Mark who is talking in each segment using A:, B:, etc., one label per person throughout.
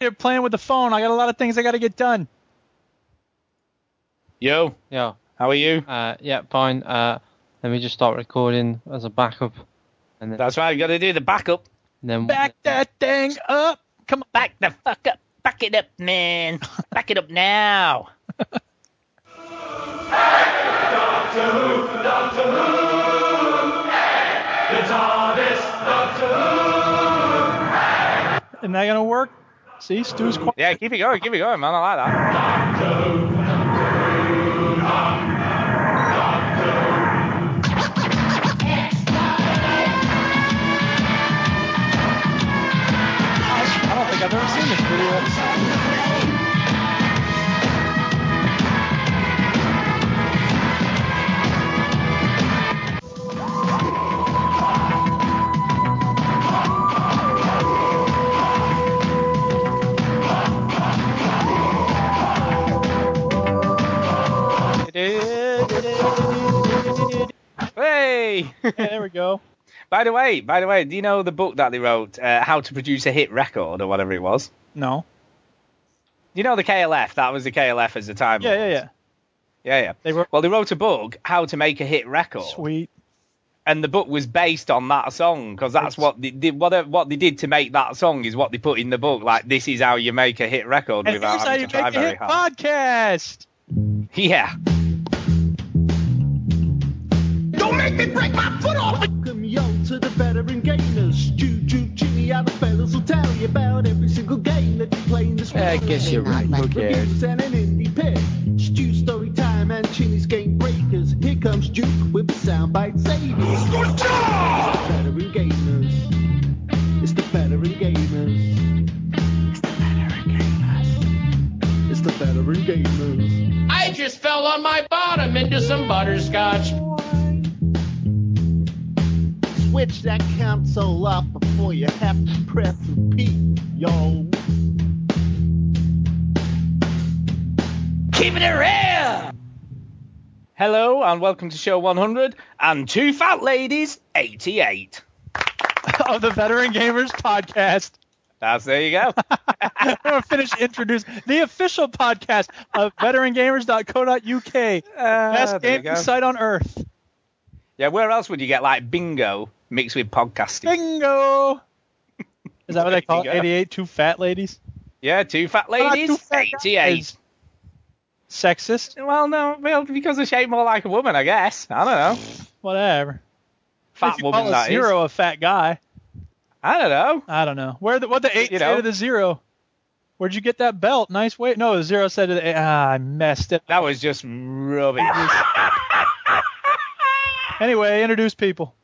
A: here playing with the phone. I got a lot of things I got to get done.
B: Yo,
C: Yeah.
B: how are you?
C: Uh, yeah, fine. Uh, let me just start recording as a backup. And then,
B: That's right. You got to do the backup.
C: then
A: Back that thing up. Come on.
B: Back the fuck up. Back it up, man. Back it up now.
A: Isn't that gonna work? See, Stu's quiet.
B: Yeah, keep it going. Keep it going, man. I like that.
A: I don't think I've ever seen this video.
B: Hey.
A: Yeah, there we go.
B: by the way, by the way, do you know the book that they wrote, uh, How to Produce a Hit Record or whatever it was?
A: No.
B: You know the KLF. That was the KLF as the time.
A: Yeah, yeah,
B: was.
A: yeah.
B: yeah, yeah.
A: They wrote
B: Well, they wrote a book, How to Make a Hit Record,
A: sweet.
B: and the book was based on that song because that's what they did. What they, what they did to make that song is what they put in the book. Like, this is how you make a hit record
A: And
B: without
A: here's how
B: having
A: you
B: to try
A: make a
B: very
A: hit
B: hard.
A: podcast.
B: Yeah.
D: Don't make me break my foot off. Welcome, yo, to the veteran gainers. Juju, Jimmy, other fellas will tell you about every single game that you play in this world. I guess you're right. Who cares? And an indie pick. Stu story time and Chinny's game breakers. Here comes Duke with the soundbite savior. Good job! Veteran gamers. It's the veteran gamers. It's the veteran gamers.
E: I just fell on my bottom into some butterscotch.
D: Switch that console off before you have to press repeat, yo.
B: Hello and welcome to show 100 and two fat ladies 88.
A: of the Veteran Gamers podcast.
B: That's there you go.
A: I'm gonna finish introduce the official podcast of veterangamers.co.uk, best
B: Ah, there you
A: gaming
B: go.
A: site on earth.
B: yeah, where else would you get like bingo mixed with podcasting?
A: Bingo. Is that what they call it?
B: There you go.
A: 88 two fat ladies?
B: Yeah, Ah, two fat ladies
A: two fat
B: 88.
A: guys. Sexist?
B: Well, no, well because they're shaped more like a woman, I guess. I don't know.
A: Whatever.
B: Fat
A: If you
B: woman
A: call a
B: that is.
A: zero a fat guy.
B: I don't know.
A: I don't know. Where the what the eight
B: You
A: say
B: know.
A: to the zero? Where'd you get that belt? Nice weight. No, the zero said to the eight. Ah, I messed it.
B: That was just rubbish.
A: Anyway, introduce people.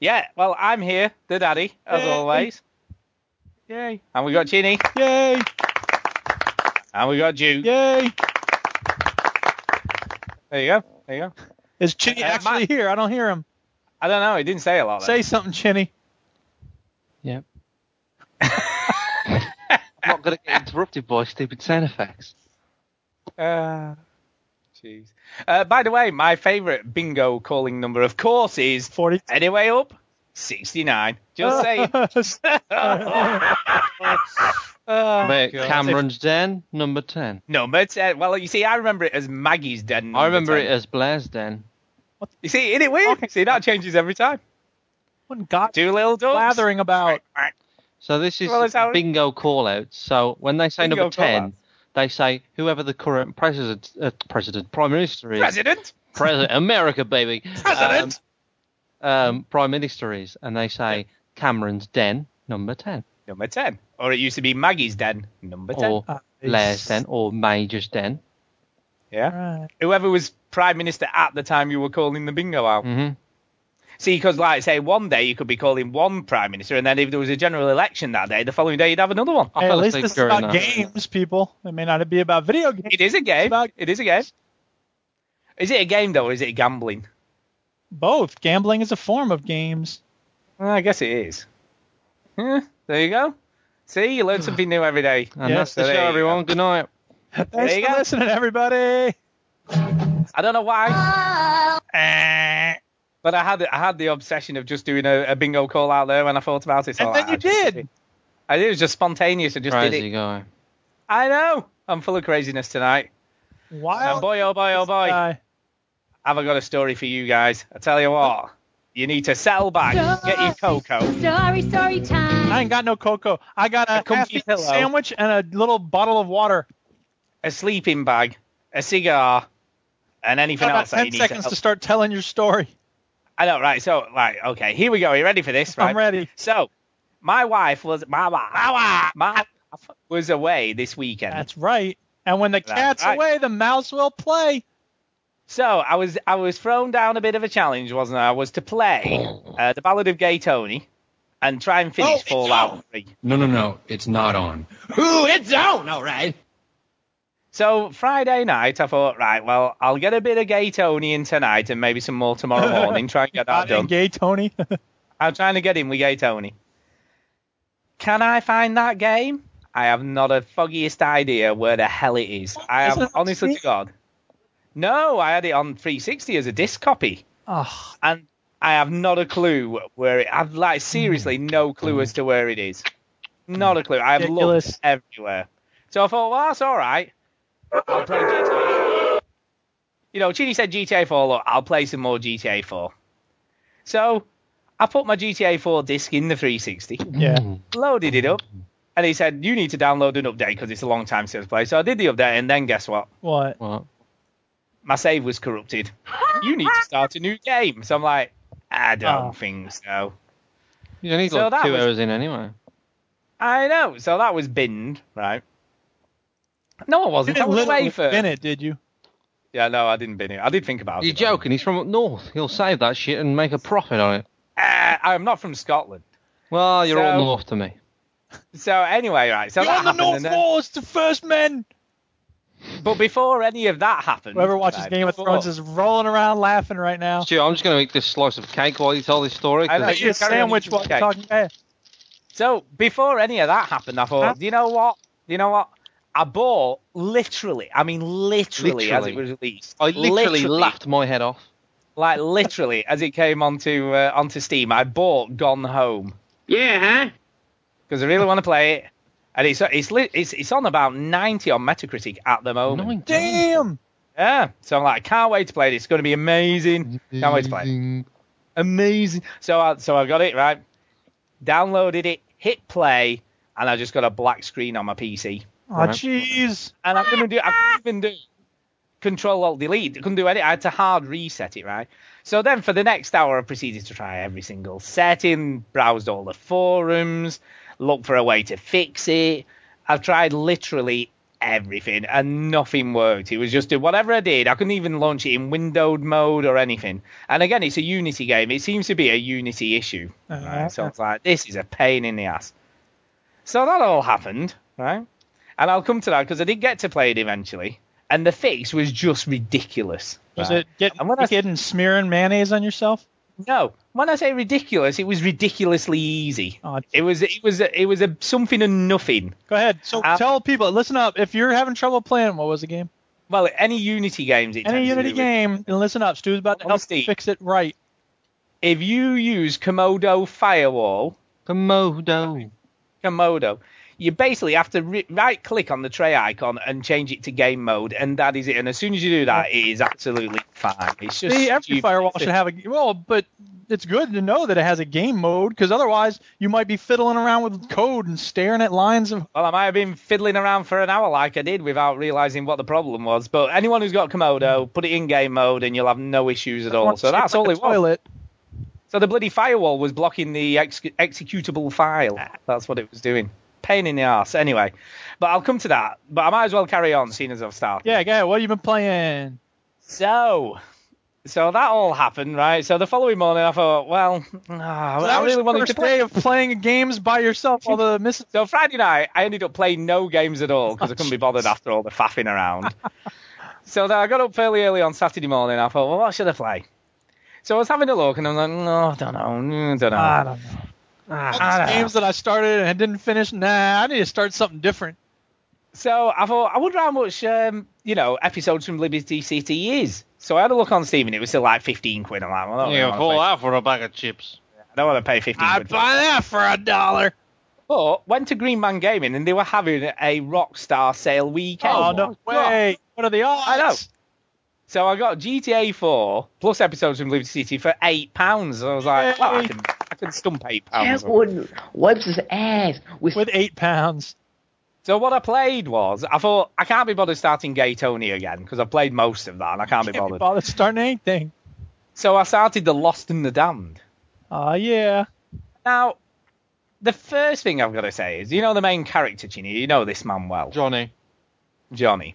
B: yeah, well, I'm here, the daddy, as
A: Yay.
B: always. Yay. And we got Ginny.
A: Yay!
B: And we got Duke.
A: Yay!
B: There you go. There you go.
A: Is Chinny
B: Uh,
A: actually
B: my-
A: here? I don't hear him.
B: I don't know. He didn't say a lot. though.
A: Say something, Chinny.
C: Yep. I'm not going to get interrupted by stupid sound effects.
B: Uh, jeez. Uh, by the way, my favourite bingo calling number, of course, is
A: Forty.
B: anyway up sixty nine. Just saying.
A: Uh,
C: Wait,
B: God.
C: Cameron's Den, number 10.
B: number ten. uh, Well, you see, I remember it as Maggie's den.
C: I remember it
B: number 10.
C: as Blair's Den.
B: You see, isn't it weird? See, that changes every time.
A: what in God's
B: Two little ducks.
A: blathering about?
C: So this is
B: Well, it's how-
C: bingo call out. So when they say
B: Bingo
C: number 10,
B: call-outs.
C: they say whoever the current president, uh, president, prime minister is.
B: President.
C: President, America, baby.
B: President.
C: Um, um, prime minister is. And they say Cameron's Den, number 10.
B: Number ten. Or it used to be Maggie's den. Number ten.
C: Or
A: Ah, it's-
C: Blair's Den, or Major's Den.
B: Yeah.
A: Right.
B: Whoever was prime minister at the time you were calling the bingo out.
C: hmm
B: See, because like say one day you could be calling one prime minister, and then if there was a general election that day, the following day you'd have another one.
C: I
A: Hey, at
C: fell
A: least
C: asleep
A: this is
C: during
A: about
C: that.
A: games, people. It may not be about video games.
B: It is a game.
A: about-
B: It is a game. Is it a game though, or is it gambling?
A: Both gambling is a form of games.
B: Well, I guess it is. Yeah, there you go. See, you learn something new every day.
C: And
A: Yeah.
C: that's the
B: So
C: show,
B: there you
C: everyone. Good night.
A: Thanks
B: you
A: for
B: go.
A: listening, everybody.
B: I don't know why, but I had I had the obsession of just doing a, a bingo call out there when I thought about it. So
A: And
B: I
A: then you
B: actually
A: did.
B: it. I, it was just spontaneous. I just did
C: Crazy
B: it.
C: guy.
B: I know. I'm full of craziness tonight.
A: Wild.
B: And boy, oh boy, oh boy,
A: guy.
B: have I got a story for you guys. I tell you what, you need to settle back, get your cocoa.
F: Sorry, sorry time.
A: I ain't got no cocoa. I got a,
B: A comfy
A: half-eaten
B: pillow.
A: sandwich and a little bottle of water.
B: a sleeping bag, a cigar, and anything
A: Got about
B: else that you
A: ten
B: need
A: seconds
B: to.
A: to start telling your story.
B: I know, right? So, like, okay, here we go. Are you ready for this? Right?
A: I'm ready.
B: So, my wife was my wife, my wife, my wife was away this weekend.
A: That's right. And when the
B: That's
A: cat's
B: right.
A: away, the mouse will play.
B: So I was I was thrown down a bit of a challenge, wasn't I? I was to play uh, the Ballad of Gay Tony and try and finish Fallout 3.
G: No, no, no. It's not on.
D: Oh, Ooh, it's on, all right.
B: So Friday night, I thought, right, well, I'll get a bit of Gay Tony in tonight and maybe some more tomorrow morning. try and get
A: God,
B: that done.
A: and Ah, gay Tony.
B: I'm trying to get in with Gay Tony. Can I find that game? I have not a foggiest idea where the hell it is. I
A: Isn't
B: have
A: it on
B: honestly to
A: Steam?
B: God. No, I had it on 360 as a disc copy,
A: oh,
B: and I have not a clue where it. I've like seriously no clue as to where it is. Not a clue. I have
A: Ridiculous.
B: looked everywhere. So I thought, well, that's all right. I'll play GTA. You know, Chini said GTA 4. Look, I'll play some more GTA 4. So I put my GTA 4 disc in the 360,
A: yeah.
B: loaded it up, and he said, You need to download an update because it's a long time since I played. So I did the update, and then guess what?
A: What?
C: What?
B: My save was corrupted. You need to start a new game. So I'm like, I don't
A: Oh.
B: think so.
C: You only
B: So
C: got
B: that
C: two
B: was-
C: hours in anyway.
B: I know. So that was binned, right? No, I
A: You
B: wasn't. I
A: didn't
B: was away
A: literally
B: for.
A: spin it, did you?
B: Yeah, no, I didn't bin it. I did think about
C: You're
B: it. though.
C: joking. He's from up north. He'll save that shit and make a profit on it.
B: Uh, I'm not from Scotland.
C: Well, you're all
B: So-
C: north to me.
B: So anyway, right. So
A: You're
B: that
A: on the
B: happened,
A: North
B: and then-
A: Wall. It's the first men.
B: But before any of that happened,
A: Whoever watches
B: right,
A: Game of
B: before-
A: Thrones is rolling around laughing right now.
C: Stuart, I'm just going to eat this slice of cake while you tell this story.
B: I know,
C: 'cause-
A: Eat a
B: carry on
A: sandwich
B: eating
A: while
B: the
A: you're
B: cake.
A: talking Eh, about it.
B: So before any of that happened, I thought,
A: Huh?
B: do you know what? Do you know what? I bought literally, I mean literally, as it
C: Literally.
B: was released.
C: I literally laughed my head off.
B: like literally, as it came onto uh, onto Steam. I bought Gone Home
E: Yeah, huh?
B: because I really want to play it, and it's it's li- it's it's on about ninety on Metacritic at the moment.
C: Nine
A: Damn.
B: Yeah, so I'm like, can't wait to play this. It's going to be amazing. Can't wait to play. it. Amazing. So I so I got it right, downloaded it, hit play, and I just got a black screen on my PC.
A: Oh,
C: Right.
A: jeez.
B: and I couldn't do. I couldn't even do Control Alt Delete. I couldn't do any. I had to hard reset it, right? So then, for the next hour, I proceeded to try every single setting, browsed all the forums, looked for a way to fix it. I've tried literally everything, and nothing worked. It was just whatever I did. I couldn't even launch it in windowed mode or anything. And again, it's a Unity game. It seems to be a Unity issue. Right? So it's like this is a pain in the ass. So that all happened, right? And I'll come to that because I did get to play it eventually, and the fix was just ridiculous.
A: Was
B: right?
A: it getting
B: And when I s-
A: naked and smearing mayonnaise on yourself?
B: No, when I say ridiculous, it was ridiculously easy.
A: Oh,
B: It was it was a, it was a something and nothing.
A: Go ahead. So
B: Uh,
A: tell people, listen up. If you're having trouble playing, what was the game?
B: Well, any Unity games, it
A: Any
B: tends to
A: Unity
B: do with-
A: game, and listen up. Stu's about to
B: On
A: help
B: Steam.
A: fix it right.
B: If you use Komodo Firewall,
C: Komodo.
B: Komodo, you basically have to ri right click on the tray icon and change it to game mode, and that is it. And as soon as you do that, it is absolutely fine. It's just
A: See, every
B: stupid.
A: firewall should have a well, but it's good to know that it has a game mode because otherwise you might be fiddling around with code and staring at lines of.
B: Well, I might have been fiddling around for an hour like I did without realizing what the problem was. But anyone who's got
A: Hmm.
B: Komodo, put it in game mode and you'll have no issues at all. So that's all
A: Like a
B: it was.
A: toilet.
B: So the bloody firewall was blocking the ex- executable file. That's what it was doing. Pain in the arse. Anyway, but I'll come to that. But I might as well carry on, seeing as I've started.
A: Yeah, yeah. What have you been playing?
B: So, so that all happened, right? So the following morning, I thought, well,
A: So
B: ah,
A: that
B: I
A: was
B: really
A: your
B: wanted
A: first
B: to play.
A: day of playing games by yourself while the miss.
B: So Friday night, I ended up playing no games at all because I couldn't be bothered after all the faffing around. so then I got up fairly early on Saturday morning. I thought, well, what should I play? So I was having a look, and I'm like, no, I don't know, mm, don't know.
A: I don't know.
B: Ah, I don't know.
A: Oh. Games that I started and didn't finish. Nah, I need to start something different.
B: So I thought, I wonder how much, um, you know, episodes from Liberty City is. So I had a look on Steam, and it was still like 15 quid. I'm
C: Oh,
B: like, well, I don't,
C: Yeah,
B: really wanna pay-
C: out for a bag of chips.
B: I don't want to pay 15
A: I'd
B: quid. for
A: buy
B: it.
A: that for a dollar.
B: But went to Green Man Gaming and they were having a Rockstar sale weekend.
A: Oh, no way! What are the odds?
B: I know. So I got GTA 4 plus episodes from Liberty City for eight pounds. I was like, well, I can, I can stump eight pounds.
F: Atwood wipes his ass with,
A: With eight pounds.
B: So what I played was, I thought I can't be bothered starting Gaytonia again because I played most of that and I can't, be
A: Can't be
B: bothered.
A: bothered starting anything.
B: So I started the Lost and the Damned.
A: Aw, Ah, yeah.
B: Now, the first thing I've got to say is, you know the main character, Chini, you know this man well,
C: Johnny.
B: Johnny.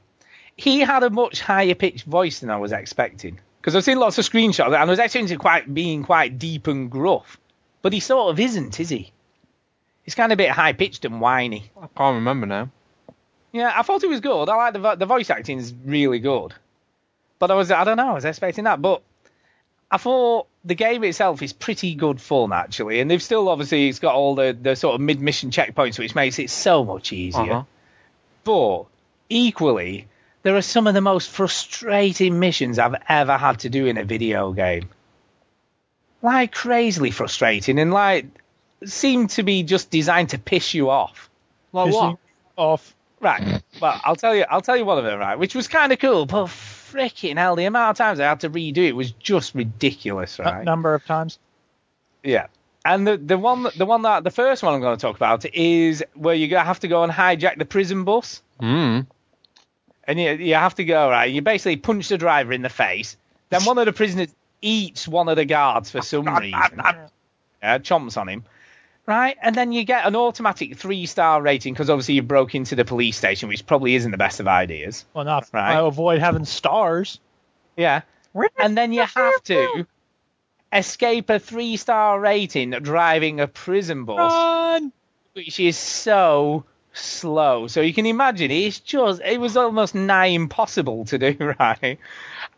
B: He had a much higher pitched voice than I was expecting because I've seen lots of screenshots and I was expecting him quite being quite deep and gruff, but he sort of isn't, is he? He's kind of a bit high pitched and whiny.
C: I can't remember now.
B: Yeah, I thought it was good. I like the vo- the voice acting is really good, but I was I don't know I was expecting that, but I thought the game itself is pretty good fun actually, and they've still obviously it's got all the the sort of mid mission checkpoints which makes it so much easier.
C: Uh-huh.
B: But equally, there are some of the most frustrating missions I've ever had to do in a video game. Like crazily frustrating and like seem to be just designed to piss you off.
C: Like what?
A: Pissing Off.
B: Right. Well, I'll tell you. I'll tell you one of them. Right, which was kind of cool, but freaking hell, the amount of times I had to redo it was just ridiculous.
A: a
B: Right.
A: number of times.
B: Yeah. And the the one the one that the first one I'm going to talk about is where you have to go and hijack the prison bus,
C: Mm.
B: and you you have to go right. You basically punch the driver in the face. Then one of the prisoners eats one of the guards for some reason. Yeah, chomps on him. Right, and then you get an automatic three-star rating because obviously you broke into the police station, which probably isn't the best of ideas.
A: Well, not.
B: Right.
A: I avoid having stars.
B: Yeah. And then you have to escape a three star rating driving a prison
A: Oh,
B: bus,
A: Run!
B: which is so slow. So you can imagine it's just, it was almost nigh impossible to do, right?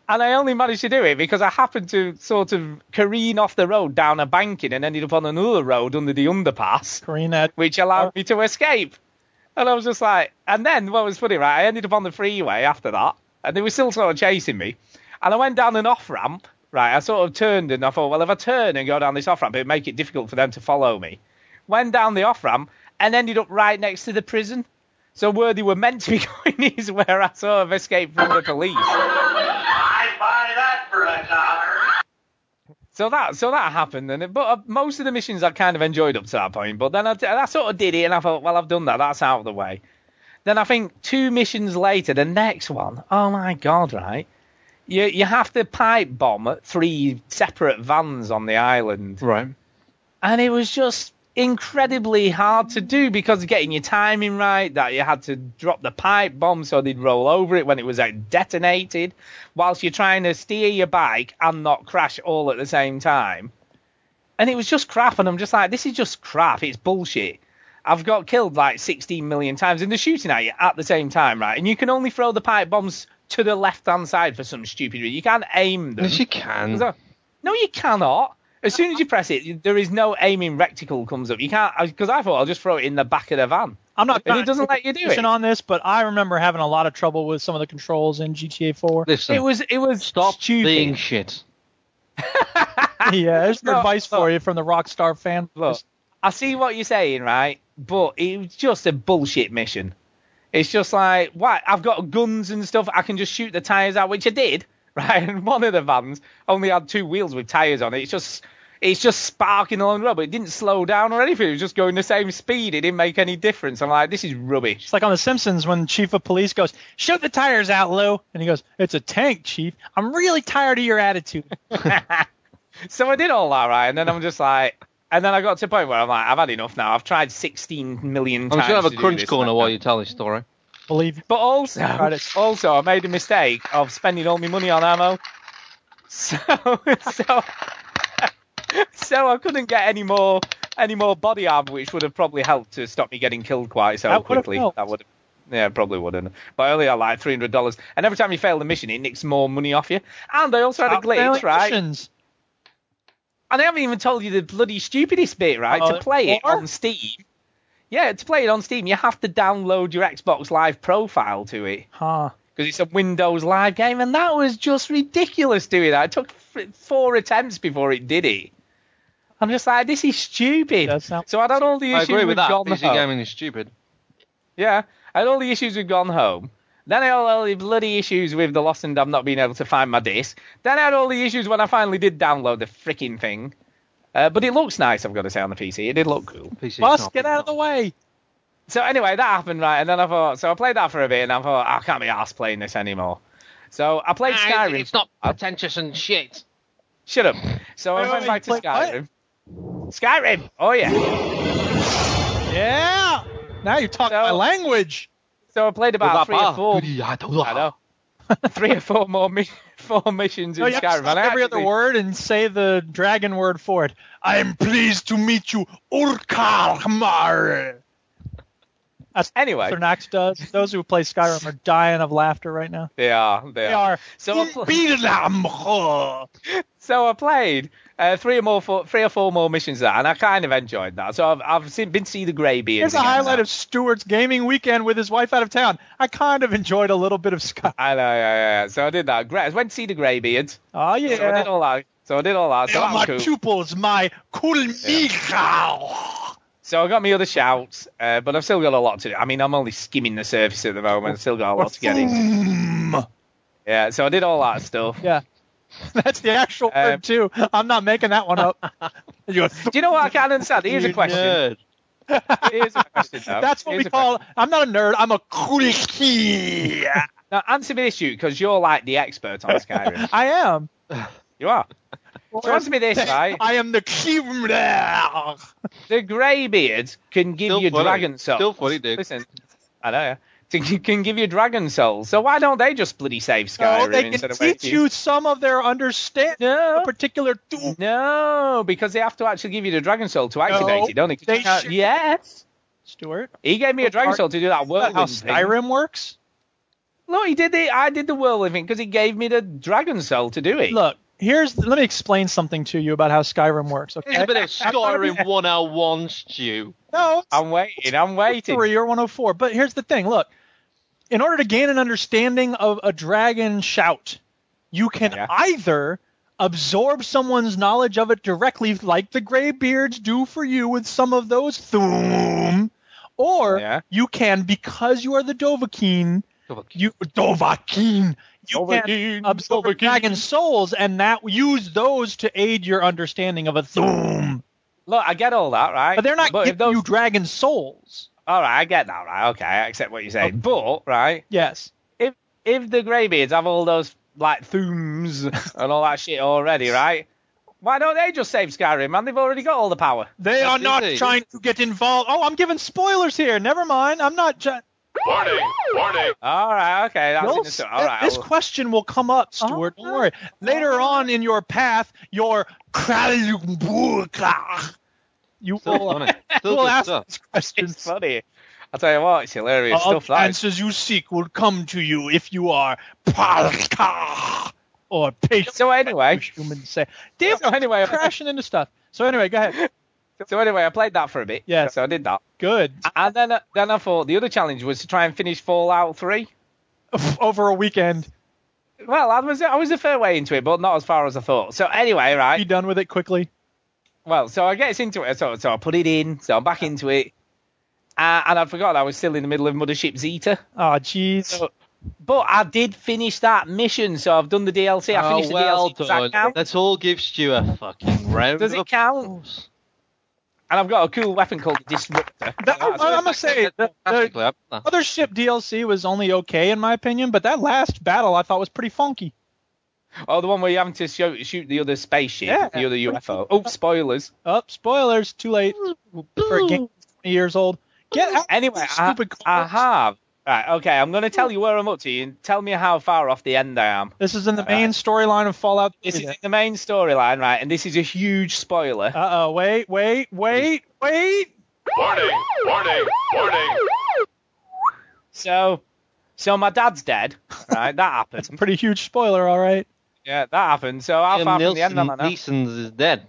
B: And I only managed to do it because I happened to sort of careen off the road down a banking and ended up on another road under the underpass
A: Green that.
B: which allowed me to escape. And I was just like, and then what was funny, right? I ended up on the freeway after that, and they were still sort of chasing me. And I went down an off ramp, right? I sort of turned and I thought, well, if I turn and go down this off ramp, it'd make it difficult for them to follow me. Went down the off ramp and ended up right next to the prison. So where they were meant to be going is where I sort of escaped from the police. So that so that happened, and it, but uh, most of the missions I kind of enjoyed up to that point. But then I, d- I sort of did it, and I thought, well, I've done that. That's out of the way. Then I think two missions later, the next one, oh my god, right? You you have to pipe bomb three separate vans on the island,
C: Right.
B: and it was just incredibly hard to do because of getting your timing right that you had to drop the pipe bomb so they'd roll over it when it was like, detonated whilst you're trying to steer your bike and not crash all at the same time and it was just crap and i'm just like this is just crap it's bullshit i've got killed like 16 million times and they're shooting at you at the same time right and you can only throw the pipe bombs to the left hand side for some stupid reason you can't aim them
C: Yes, you can.
B: so- no, you cannot. As soon as you press it, you- there is no aiming reticle comes up. You can't because I thought I'll just throw it in the back of the van.
A: I'm not.
B: And
A: trying
B: it doesn't
A: to take
B: let you do
A: a position
B: it.
A: on this, but I remember having a lot of trouble with some of the controls in GTA 4.
C: Listen.
B: It was it was
C: stop
B: stupid.
C: being shit.
A: yeah, there's some
B: No,
A: advice for you from the Rockstar fan.
B: Look, I see what you're saying, right? But it was just a bullshit mission. It's just like, what? I've got guns and stuff. I can just shoot the tires out, which I did, right? And one of the vans only had two wheels with tires on it. It's just, it's just sparking along the road, but it didn't slow down or anything. It was just going the same speed. It didn't make any difference. I'm like, this is rubbish.
A: It's like on The Simpsons when Chief of Police goes, "Shoot the tires out, Lou," and he goes, "It's a tank, Chief. I'm really tired of your attitude."
B: So I did all that, right? And then I'm just like, and then I got to a point where I'm like, I've had enough now. I've tried 16 million
C: I'm
B: times.
C: just gonna have
B: to do
C: a crunch
B: this.
C: corner while you tell this story.
A: Believe
B: But also,
A: Right, it's-
B: also, I made a mistake of spending all my money on ammo. So, so, so I couldn't get any more, any more body armor, which would have probably helped to stop me getting killed quite so
A: That would have
B: quickly.
A: helped.
B: That would, yeah, probably wouldn't. But I only had like three hundred dollars, and every time you fail the mission, it nicks more money off you. And I also had a glitch, right?
A: Missions.
B: And I haven't even told you the bloody stupidest bit, right?
A: Oh,
B: to play it
A: or-
B: on Steam. Yeah, to play it on Steam, you have to download your Xbox Live profile to it
A: Huh.
B: because it's a Windows Live game, and that was just ridiculous doing that. It took f- four attempts before it did it. I'm just like, this is stupid.
A: Does sound-
B: so I had all the
C: I
B: issues
C: agree with that.
B: Gone
C: PC
B: Home.
C: gaming is stupid.
B: Yeah, I had all the issues with Gone Home. Then I had all the bloody issues with the Lost and Damned not being able to find my disc. Then I had all the issues when I finally did download the freaking thing. Uh, but it looks nice, I've got to say, on the PC. It did look cool.
C: PC
A: Bus, get out of the way.
B: So anyway, that happened, right? And then I thought, so I played that for a bit, and I thought, "Ah, I can't be arsed playing this anymore. So I played Skyrim.
C: It's not pretentious and shit.
B: Shut up. So I
A: Wait,
B: went
A: wait,
B: back to
A: wait, what?
B: Skyrim. Skyrim. Oh yeah.
A: Yeah. Now you talk
B: So-
A: my language.
B: So I played about three or four. I know. three or four more mi- four missions in
A: No, you have to
B: Skyrim.
A: stop
B: and I
A: every other
B: actually-
A: word and say the dragon word for it. I am pleased to meet you, Urkarmar. That's
B: Anyway.
A: what Sir Knox does. Those who play Skyrim are dying of laughter right now.
B: They are. They,
A: They are.
B: So I, pl-
A: Umbilamho.
B: so I played uh, three or more, four, three or four more missions there, and I kind of enjoyed that. So I've, I've seen, been to see the Greybeard.
A: Here's a
B: again
A: highlight
B: now.
A: of Stewart's gaming weekend with his wife out of town. I kind of enjoyed a little bit of Skyrim.
B: I know, yeah, yeah. So I did that. Gre- I went to see the Greybeard.
A: Oh, yeah.
B: So I did all that. So I did all that. So
A: They are
B: that was
A: my
B: cool.
A: pupils, my kulmikau.
B: So I got my other shouts, uh, but I've still got a lot to do. I mean, I'm only skimming the surface at the moment. I've still got a lot to get in.
A: Mm.
B: Yeah, so I did all that stuff.
A: Yeah. That's the actual
B: Uh,
A: word too. I'm not making that one up. You go,
B: Do you know what I can't understand? Here's a
C: You
B: question.
C: nerd.
B: Here's a question though.
A: That's what
B: Here's
A: we
B: a
A: call.
B: question.
A: I'm not a nerd. I'm a kuliki.
B: Now, answer me this, you, because you're like the expert on Skyrim.
A: I am.
B: you are. So answer me this, right?
A: I am the Kimler.
B: The Greybeard can give
C: Still
B: you
C: funny.
B: dragon souls.
C: Still funny, dude.
B: Listen, I know, yeah. To- Can give you dragon souls. So why don't they just bloody save Skyrim
A: So they
B: instead
A: can
B: of waiting?
A: teach you some of their understanding.
B: No.
A: of A particular tool.
B: No, because they have to actually give you the dragon soul to activate it, don't they? 'Cause
A: they
B: you can't-
A: should-
B: Yes.
A: Stuart.
B: He gave me a dragon
A: Are-
B: soul to do that
A: Is that
B: whirlwind
A: how
B: thing.
A: Skyrim works?
B: Look, he did the I did the whirlwind thing because he gave me the dragon soul to do it.
A: Look, here's. Let me explain something to you about how Skyrim works.
C: It's a
A: Okay.
C: bit of Skyrim 101 stew.
A: No,
B: I'm waiting. I'm waiting.
A: 103 or 104. But here's the thing. Look, in order to gain an understanding of a dragon shout, you can
B: Yeah.
A: either absorb someone's knowledge of it directly, like the graybeards do for you with some of those thoom, or
B: Yeah.
A: you can, because you are the Dovahkiin, you Dovahkiin, you
B: Dovahkiin,
A: can absorb
B: Dovahkiin.
A: dragon souls and that use those to aid your understanding of a thoom.
B: Look, I get all that, right?
A: But they're not
B: if
A: giving
B: those-
A: you dragon souls.
B: All right, I get that, right? Okay, I accept what you're saying. But right,
A: Yes.
B: if if the greybeards have all those like thooms and all that shit already, right? Why don't they just save Skyrim, man? They've already got all the power.
A: They
C: That's
A: are not
C: easy.
A: trying to get involved. Oh, I'm giving spoilers here. Never mind. I'm not. Ju-
B: All right, okay, that's
A: You'll-
B: interesting. All right,
A: this
B: I'll-
A: question will come up, Stuart. Don't worry. Later on in your path, your Kralumburka, you
C: Still
A: will,
C: funny.
A: you
C: Still
A: will
C: good
A: ask
C: stuff.
A: these questions.
B: It's funny. I tell you what, it's hilarious
A: All
B: stuff. That is.
A: answers you seek will come to you if you are Palka or patient.
B: So anyway,
A: humans say. Damn,
B: So anyway-
A: crashing into stuff. So anyway, go ahead.
B: so anyway, I played that for a bit.
A: Yeah.
B: So I did that,
A: Good.
B: and then then I thought the other challenge was to try and finish Fallout Three.
A: Over a weekend,
B: Well, I was I was a fair way into it, but not as far as I thought. So anyway,
A: be
B: right.
A: done with it quickly.
B: Well, so I gets into it. So so I put it in. So I'm back into it, uh, and I forgot I was still in the middle of Mothership Zeta.
A: Oh, jeez.
B: So, but I did finish that mission. So I've done the DLC. I finished
C: Oh, well
B: the DLC. Does that
C: done.
B: count?
C: Let's all give Stu a fucking round
B: Does
C: of
B: it count?
C: applause.
B: And I've got a cool weapon called the Disruptor.
A: That- I,
B: That's
A: I must say, the, the
C: Practically, I'm-
A: other ship DLC was only okay in my opinion, but that last battle I thought was pretty funky.
B: Oh, the one where you're having to shoot, shoot the other spaceship,
A: Yeah.
B: the other UFO. Oh, spoilers.
A: Oh, spoilers! Too late for a game that's twenty years old. Get out!
B: Anyway,
A: of these
B: I,
A: stupid
B: I
A: cards.
B: have. Right, okay, I'm going to tell you where I'm up to. You tell me how far off the end I am.
A: This is in the
B: Alright.
A: main storyline of Fallout.
B: This is the main storyline, right? And this is a huge spoiler.
A: Uh oh! Wait! Wait! Wait! Wait!
B: So, so my dad's dead. Right, that happened.
A: Pretty huge spoiler, all right.
B: yeah, that happened. So how
C: Jim
B: far from the end
C: Nielsen,
B: am I now?
C: Neeson's is dead.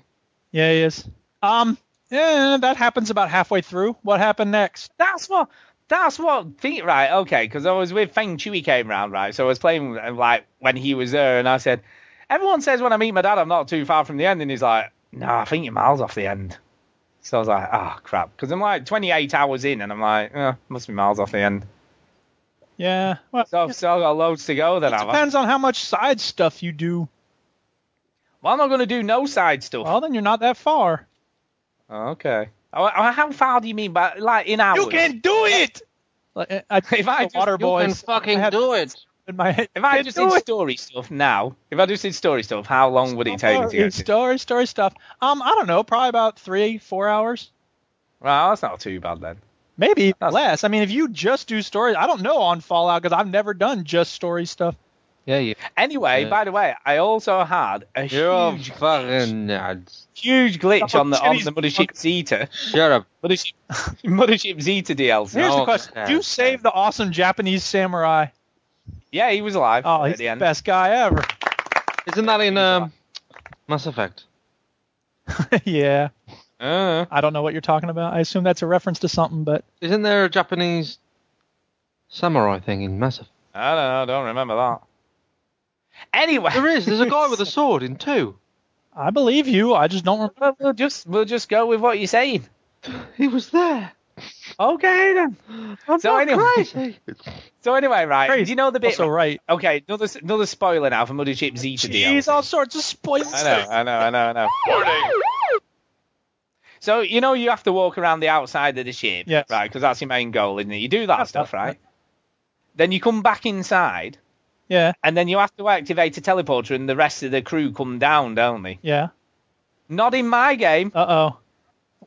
A: Yeah, he is. Um, yeah, that happens about halfway through. What happened next?
B: That's what. That's what. Think right. Okay, because I was with Feng Chewy came round, right? So I was playing uh, like when he was there, and I said, everyone says when I meet my dad, I'm not too far from the end, and he's like, no, I think you're miles off the end. So I was like, oh, crap. Because I'm like 28 hours in and I'm like, oh, must be miles off the end.
A: Yeah. Well,
B: So I've still got loads to go then. haven't I?
A: depends on how much side stuff you do.
B: Well, I'm not going to do no side stuff.
A: Well, then you're not that far.
B: Okay. Oh, oh, How far do you mean by, like, in hours?
A: You can do it. I, uh, I,
B: If
A: the
B: I just-
A: water
B: you
A: boy
C: can fucking
A: I had
C: do it.
A: in my head.
B: If I
A: Can
B: just
A: do
B: did
A: it.
B: story stuff now, if I just did story stuff, how long would it take me to
A: story,
B: get to?
A: story, story stuff. Um, I don't know, probably about three, four hours,
B: Well, that's not too bad then.
A: maybe even
B: That's-
A: less. I mean, if you just do story, I don't know on Fallout because I've never done just story stuff.
C: Yeah, you.
B: Anyway,
C: Yeah.
B: by the way, I also had a
C: You're
B: huge,
C: fucking nuts.
B: huge glitch
A: Oh,
B: on the on
A: Jimmy's
B: the Mothership Zeta,
C: Shut up.
B: Mothership, Mothership Zeta
A: Here's
B: DLC.
A: the
C: No,
A: question:
C: yeah.
A: Did you save the awesome Japanese samurai?
B: Yeah, he was alive
A: Oh,
B: at
A: he's
B: the
A: the
B: end.
A: best guy ever.
C: Isn't that in um, Mass Effect?
A: yeah,
B: Uh,
A: I don't know what you're talking about. I assume that's a reference to something, but
C: Isn't there a Japanese samurai thing in Mass Effect?
B: I don't know, I don't remember that. Anyway,
C: There is. There's a guy with a sword in two.
A: I believe you. I just don't. Remember.
B: Well, we'll just we'll just go with what you're saying.
C: He was there.
B: Okay then.
C: I'm
B: So
C: not
B: anyway-
C: crazy.
B: So anyway, right?
A: Crazy.
B: Do you know the bit?
A: also right.
B: Okay, another another spoiler now for Mothership Zeta
A: Jeez,
B: DLC.
A: all sorts of spoilers.
B: I know, I know, I know, I know. So you know you have to walk around the outside of the ship,
A: Yes.
B: right? Because that's your main goal, isn't it? You do that
A: That's
B: stuff,
A: that,
B: right? Then you come back inside,
A: Yeah,
B: and then you have to activate a teleporter, and the rest of the crew come down, don't they?
A: yeah.
B: Not in my game.
A: Uh oh.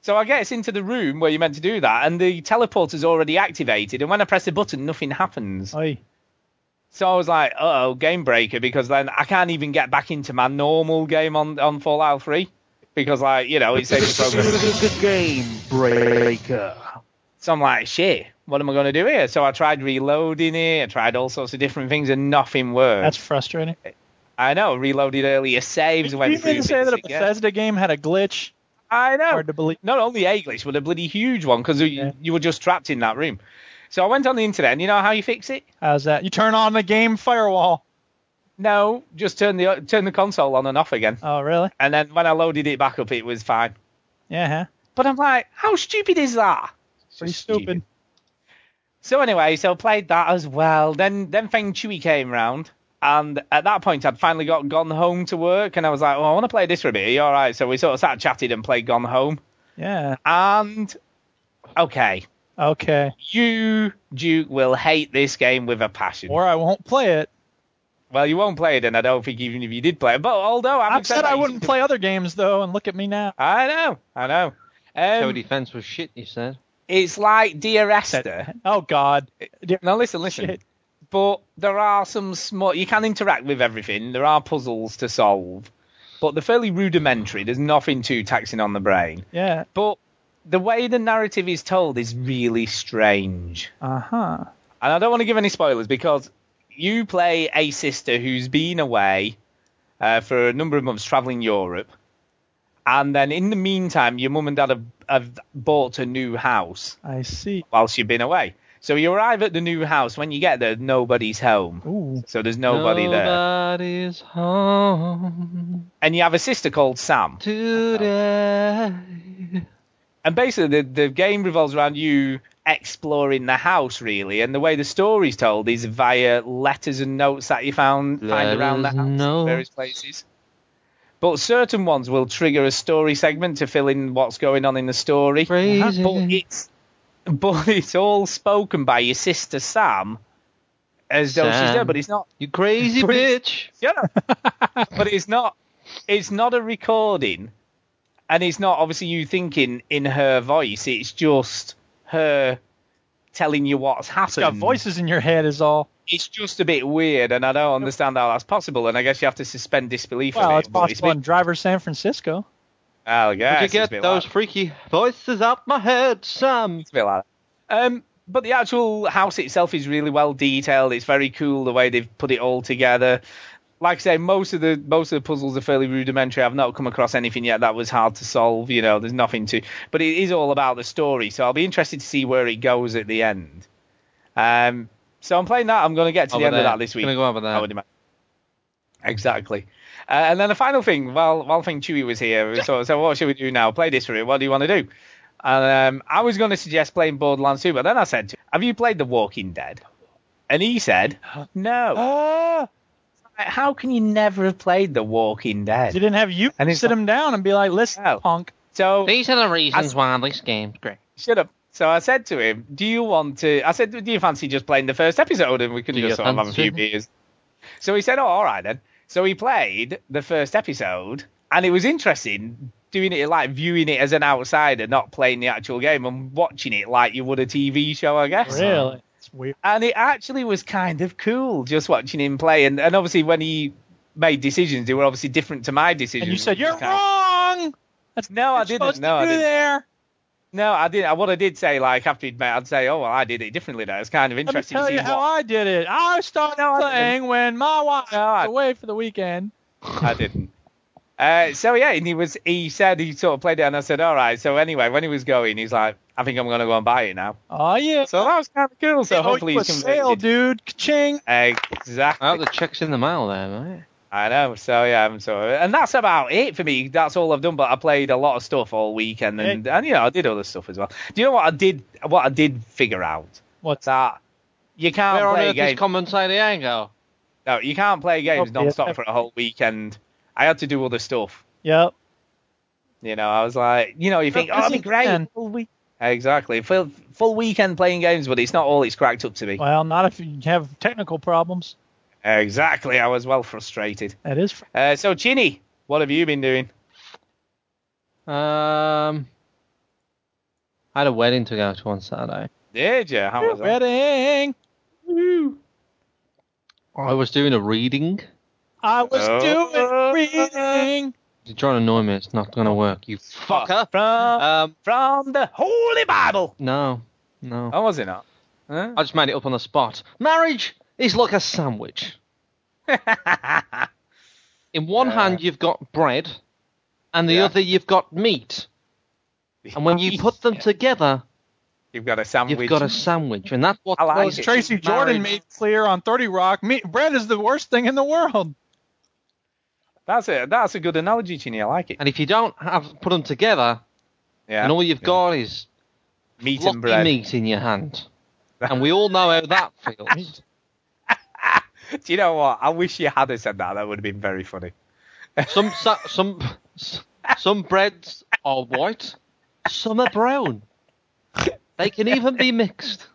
B: So I gets into the room where you're meant to do that, and the teleporter's already activated, and when I press the button, nothing happens.
A: Oy.
B: So I was like, uh oh, game breaker, because then I can't even get back into my normal game on, on Fallout 3. Because, like, you know, it saves the program.
C: Game breaker.
B: So I'm like, shit, what am I going to do here? So I tried reloading it, I tried all sorts of different things, and nothing worked.
A: That's frustrating.
B: I know, reloaded earlier saves,
A: you
B: went through.
A: didn't say
B: bits
A: that a
B: again.
A: Bethesda game had a glitch.
B: I know.
A: Hard to believe.
B: Not only a glitch, but a bloody huge one, because
A: Yeah.
B: you, you were just trapped in that room. So I went on the internet, and you know how you fix it?
A: How's that? You turn on the game firewall.
B: No, just turn the turn the console on and off again.
A: Oh, really?
B: And then when I loaded it back up, it was fine.
A: Yeah, huh?
B: But I'm like, how stupid is that?
A: Pretty
B: Just stupid.
A: stupid.
B: So anyway, so played that as well. Then then Feng Chui came round, and at that point I'd finally got gone home to work, and I was like, "Oh, I want to play this for a bit. Are you all right?" So we sort of sat chatted and played Gone Home,
A: Yeah.
B: and okay,
A: Okay.
B: you Duke will hate this game with a passion.
A: Or I won't play it.
B: well, you won't play it, and I don't think even if you did play it. But although
A: I've
B: I've
A: said I wouldn't play other games though, and look at me now.
B: I know, I know.
C: Toe
B: Um,
C: defense was shit. You said.
B: it's like Dear Esther.
A: Oh God.
B: Now listen, listen.
A: Shit.
B: But there are some small. You can interact with everything. There are puzzles to solve, but they're fairly rudimentary. There's nothing too taxing on the brain.
A: Yeah.
B: But the way the narrative is told is really strange.
A: Uh huh.
B: And I don't want to give any spoilers because you play a sister who's been away uh, for a number of months traveling Europe, and then in the meantime, your mum and dad have, have bought a new house
A: I see.
B: whilst you've been away. So you arrive at the new house. When you get there, nobody's home.
A: Ooh.
B: So there's nobody there.
C: Nobody's home
B: And you have a sister called Sam.
C: today.
B: And basically, the, the game revolves around you exploring the house, really. And the way the story's told is via letters and notes that you found find around the
C: Letters
B: house in
C: and notes.
B: various places. But certain ones will trigger a story segment to fill in what's going on in the story.
C: Crazy.
B: But it's, but it's all spoken by your sister Sam as though she's
C: Sam.
B: there, but it's not.
C: You crazy bitch.
B: Yeah. but it's not it's not a recording and it's not obviously you thinking in her voice. It's just her telling you what's
A: You got
B: happened.
A: voices in your head is all.
B: It's just a bit weird and I don't understand how that's possible and I guess you have to suspend disbelief a
A: Well,
B: bit,
A: it's
B: but it's a
A: possible in
B: bit,
A: Driver San Francisco.
B: I guess
C: Would you
B: it's a
C: get
B: bit
C: those
B: like-
C: freaky voices out my head, Sam?
B: It's a bit like that. Um, but the actual house itself is really well detailed. It's very cool the way they've put it all together. Like I say, most of the most of the puzzles are fairly rudimentary. I've not come across anything yet that was hard to solve. You know, there's nothing to. But it is all about the story, so I'll be interested to see where it goes at the end. Um, so I'm playing that. I'm going to get to
C: Over
B: the end
C: there.
B: of that this week.
C: Gonna go over there.
B: I would imagine. Exactly. Uh, and then the final thing, while while Fing Chewy was here, so so what should we do now? Play this for you. What do you want to do? And um, I was going to suggest playing Borderlands 2, but then I said, to him, "Have you played The Walking Dead?" And he said, "No."
A: Ah,
B: Like, How can you never have played The Walking Dead?
A: you didn't have you
B: And it's
A: sit him down and be like, listen,
B: No.
A: punk.
B: So
C: These are the reasons why this game's great.
B: shut up. So I said to him, "Do you want to?" I said, "Do you fancy just playing the first episode and we can
C: Do
B: just
C: you
B: sort of have a few
C: fancy?
B: beers?" So he said, "Oh, all right then." So he played the first episode, and it was interesting doing it like viewing it as an outsider, not playing the actual game and watching it like you would a TV show, I guess
A: Really? It's weird.
B: and it actually was kind of cool just watching him play. And, and obviously, when he made decisions, they were obviously different to my decisions.
A: And you said,
B: which
A: you're
B: was kind of-
A: wrong! That's
B: No, Oh, I
A: you're
B: didn't.
A: supposed
B: No,
A: to
B: I
A: do
B: didn't.
A: there.
B: No, I didn't. What I did say, like after he'd met, I'd say, oh well, I did it differently. That was kind of
A: Let me
B: interesting. to
A: tell
B: see
A: you how
B: what-
A: I did it. I started
B: No, I didn't.
A: playing when my wife
B: No, I-
A: was away for the weekend.
B: I didn't. Uh, so yeah, and he was. He said he sort of played it, and I said, all right. So anyway, when he was going, he's like, I think I'm gonna go and buy it now.
A: Oh, yeah.
B: So that was kind of cool. So
A: They owe
B: hopefully
A: you a
B: he's
A: sale,
B: converted.
A: dude. Ka-ching.
B: Exactly.
C: Oh, the check's in the mail there, mate.
B: I know. So yeah, I'm sorry. And that's about it for me. That's all I've done. But I played a lot of stuff all weekend, and, and you know I did other stuff as well. Do you know what I did? What I did figure out
A: What's that?
B: that you can't
C: Where on
B: play
C: earth is
B: games.
C: Common San Diego?
B: no, you can't play games
A: Oh,
B: non-stop
A: yeah.
B: for a whole weekend. I had to do other stuff.
A: Yep.
B: You know, I was like, you know, you think, oh, it'd be
A: busy
B: great.
A: then.
B: Full week. Exactly, full full weekend playing games, but it's not all it's cracked up to be.
A: Well, not if you have technical problems.
B: Exactly, I was well frustrated.
A: That is. fr-
B: Uh, so, Chinny, what have you been doing?
C: Um, I had a wedding to go to on Saturday.
B: Did you? How was that?
A: Reading.
C: I was doing a reading.
A: I was
B: Oh.
A: doing reading.
C: You're trying to annoy me. It's not going to work. You fucker.
B: From
C: Um,
B: from the Holy Bible.
C: no, no.
B: Oh, was it not? Huh?
C: I just made it up on the spot. Marriage is like a sandwich. In one hand, you've got bread, and the
B: Yeah.
C: other, you've got meat. And when you put them together,
B: you've got a sandwich.
C: you've got a sandwich. And that's what
B: I like
C: was
B: it.
A: Tracy Jordan
C: marriage.
A: made clear on 30 Rock, me, bread is the worst thing in the world.
B: That's a that's a good analogy, Chini. I like it.
C: And if you don't have put them together,
B: Yeah.
C: and all you've
B: Yeah.
C: got is
B: meat
C: blocky
B: and bread.
C: meat in your hand, and we all know how that feels.
B: Do you know what? I wish you had said that. That would have been very funny.
C: Some sa- some some breads are white, some are brown. They can even be mixed.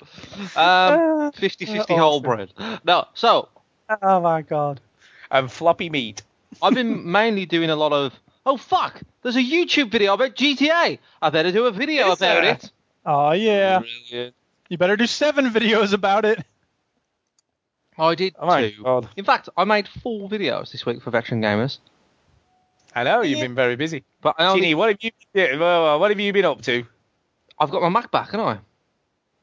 C: Um,
B: Uh,
C: 50-50 whole bread. No, so
B: Oh my god. And floppy meat.
C: I've been mainly doing a lot of oh fuck, there's a YouTube video about GTA. I better do a video
B: Is
C: about
B: there?
C: it.
A: Oh, yeah.
B: Brilliant.
A: You better do seven videos about it.
C: I did
B: Oh my
C: too.
B: god.
C: In fact, I made four videos this week for veteran gamers.
B: I know you've been very busy.
C: But I only,
B: Chini, what have you yeah, well, well, what have you been up to?
C: I've got my Mac back, haven't I?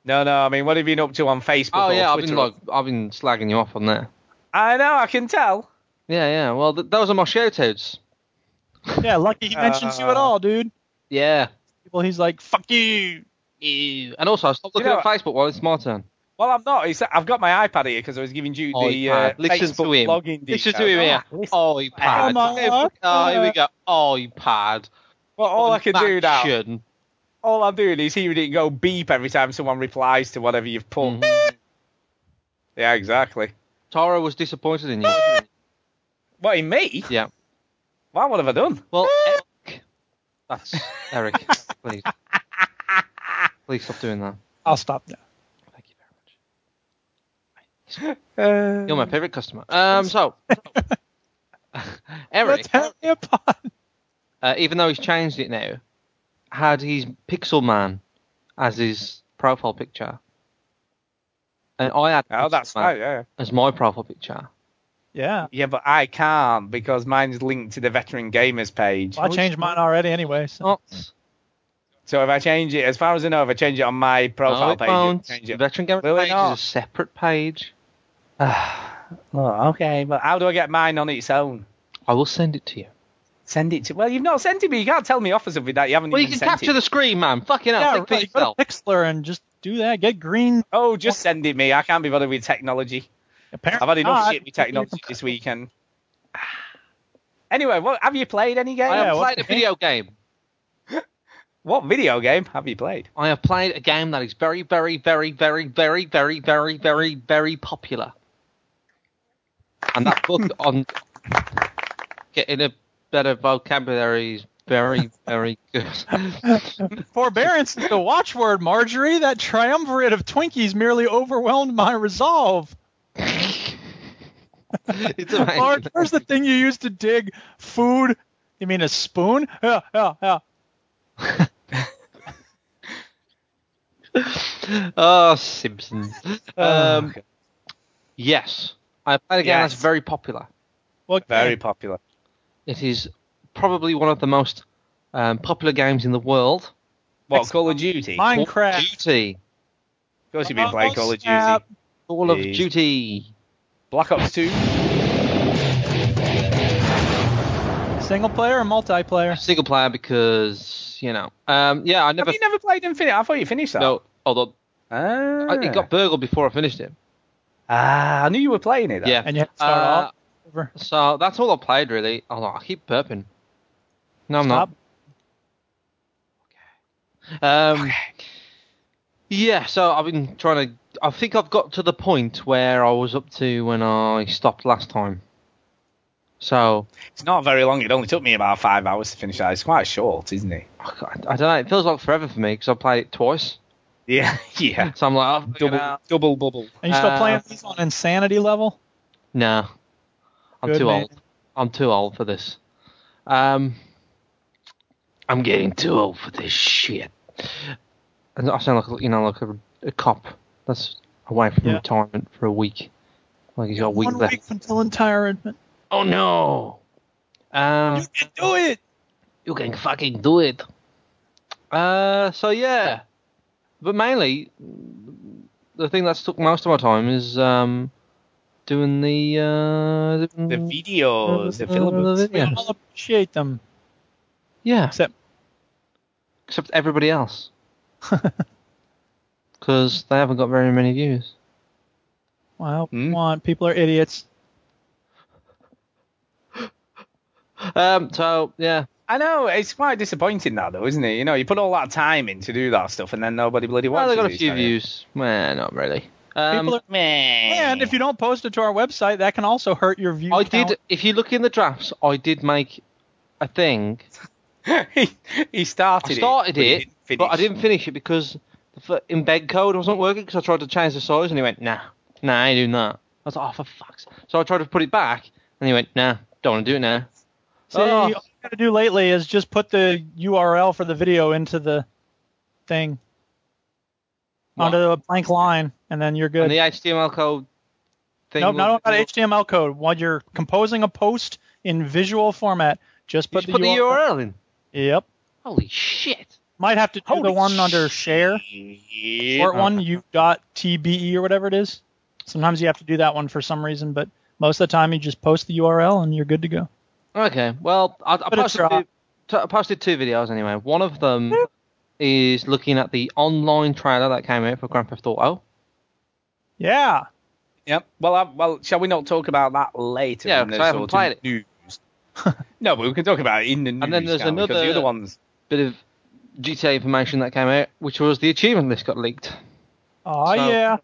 B: No, no. I mean, what have you been up to on Facebook?
C: Oh
B: or
C: yeah, I've
B: Twitter
C: been
B: or-
C: like, I've been slagging you off on there.
B: I know. I can tell.
C: Yeah, yeah. Well, th- those are my shoutouts.
A: Yeah, lucky he mentions you at all, dude.
C: Yeah.
A: Well, he's like, fuck you.
C: Ew. And also, stop
B: You
C: looking
B: know
C: at Facebook while it's my turn.
B: Well, I'm not. It's, I've got my iPad here because I was giving you the uh,
C: iPad. Listen
B: Facebook
C: to him.
B: login details. Oh,
C: Listen to him here.
A: Come on.
C: iPad. Oh, here we go. iPad.
B: Well, all I can do now,
C: Action.
B: all I'm doing is hearing it go beep every time someone replies to whatever you've put.
C: Mm-hmm.
B: Yeah, exactly.
C: Tara was disappointed in you.
B: What in me?
C: yeah.
B: Wow, what have I done?
C: Well, Eric. That's Eric. Please. Please stop doing that.
A: I'll stop now.
C: Thank you very much. You're my
B: Mm.
C: favorite customer. Um, so. Eric.
A: Let's have me a pod.
C: uh, even though he's changed it now, had his Pixel Man as his profile picture. And I had
B: Oh,
C: Pixel
B: that's
C: Man
B: oh, yeah.
C: as my profile picture.
A: Yeah.
B: Yeah, but I can't because mine's linked to the veteran gamers page.
A: Well, I changed mine already anyway. So.
C: Not
B: So if I change it, as far as I know, if I change it on my
C: no,
B: profile
C: it
B: page,
C: won't.
B: it'll change it.
C: Veteran Gamer
B: Will it
C: page
B: not?
C: is a separate page.
B: Oh, okay, but how do I get mine on its own?
C: I will send it to you.
B: Send it to. Well, you've not sent it me. You can't tell me off of something that you haven't
C: Well, you
B: even
C: can
B: sent
C: capture
B: it.
C: the screen, man. Fucking hell,
A: yeah,
C: think for
A: right. Go to
C: yourself.
A: Pixlr and just do that. Get green.
B: Oh, just send it me. I can't be bothered with technology.
A: Apparently
B: I've had enough
A: not.
B: shit with technology this weekend. Anyway, what have you played any game?
C: I have
A: Yeah, what
C: played
A: the
C: a video game.
B: What video game have you played?
C: I have played a game that is very, very, very, very, very, very, very, very, very popular. And that book on getting a better vocabulary is very, very good.
A: Forbearance is the watchword, Marjorie. That triumvirate of Twinkies merely overwhelmed my resolve.
C: it's amazing.
A: Marge, where's the thing you used to dig food? You mean a spoon? Yeah, yeah, yeah.
C: Oh, Simpsons. Um,
B: okay.
C: yes, I played a game
B: Yes.
C: that's very popular.
A: What
B: Very
A: game?
B: popular.
C: It is probably one of the most um, popular games in the world.
B: What Call of Duty? Of
C: Call of
A: Minecraft.
C: Duty.
B: course, you've been
A: Oh,
B: playing Call of
A: snap.
B: Duty.
C: Call of
B: Jeez.
C: Duty.
B: Black Ops Two.
A: Single player or multiplayer?
C: Single player because you know. Um, yeah, I never.
B: Have you never played Infinite? I thought you finished that.
C: no, although
B: Ah.
C: I, it got burgled before I finished it.
B: ah, I knew you were playing it. though.
C: Yeah.
A: And you have to start
C: Uh,
A: all over.
C: So that's all I played really. Oh no, I keep burping. No, I'm
A: Stop.
C: not. Um, Yeah, so I've been trying to. I think I've got to the point where I was up to when I stopped last time. So
B: It's not very long. It only took me about five hours to finish that. It's quite short, isn't it?
C: I, don't know. It feels like forever for me because I played it twice.
B: Yeah, yeah.
C: So I'm like, oh, I've
B: Double,
C: Double.
B: double bubble.
A: And you still
C: uh,
A: playing these on insanity level?
C: no, I'm
A: Good
C: too
A: man.
C: old. I'm too old for this. Um, I'm getting too old for this shit. And I sound like you know, like a, a cop that's away from
A: Yeah.
C: retirement for a week. Like he's got a week
A: One
C: left.
A: week until retirement.
C: Oh no. Um,
A: Do it.
C: You can fucking do it. Uh, so yeah, but mainly the thing that's took most of my time is um doing the uh doing-
B: The videos, the
C: the
B: films.
A: We
C: videos.
A: all appreciate them.
C: yeah,
A: Except
C: except everybody else because they haven't got very many views.
A: well,
B: Hmm?
A: come on, people are idiots.
C: Um, so yeah,
B: I know it's quite disappointing that though, isn't it? You know, you put all that time in to do that stuff, and then nobody bloody
C: well,
B: watches.
C: they got a
B: it,
C: few
B: so-
C: views. Well, not really. Um,
A: People are, and if you don't post it to our website, that can also hurt your view.
C: I
A: count.
C: did. If you look in the drafts, I did make a thing
B: he, he started.
C: I started
B: but he
C: it,
B: didn't
C: but I
B: finish.
C: didn't finish it because the f- embed code wasn't working because I tried to change the size and he went, nah, nah, I ain't doing that. I was like, oh, for fuck's So I tried to put it back and he went, nah, don't want to do it now.
A: See,
C: Oh.
A: all you got to do lately is just put the URL for the video into the thing
C: What?
A: onto a blank line, and then you're
C: And
A: good.
C: the HTML code thing.
A: No,
C: will-
A: not about
C: will-
A: HTML code. While you're composing a post in visual format, just
C: You
A: put,
C: just put the URL in.
A: Yep.
C: Holy shit.
A: Might have to do
B: Holy
A: the one under share, short one u dot tbe E or whatever it is. Sometimes you have to do that one for some reason, but most of the time you just post the URL and you're good to go.
C: Okay, well, I, I,
A: a
C: posted
A: try.
C: two, t- I posted two videos anyway. One of them is looking at the online trailer that came out for Grand Theft Auto.
A: Yeah.
B: Yep. Well, I, well, shall we not talk about that later?
C: Yeah,
B: in the
C: 'cause I haven't
B: sort of
C: played it.
B: News. no, but we can talk about it in the news.
C: And then there's
B: can't we? 'Cause the
C: another-
B: other ones.
C: Bit of GTA information that came out, which was the achievement list got leaked.
A: Oh
C: So-
A: yeah.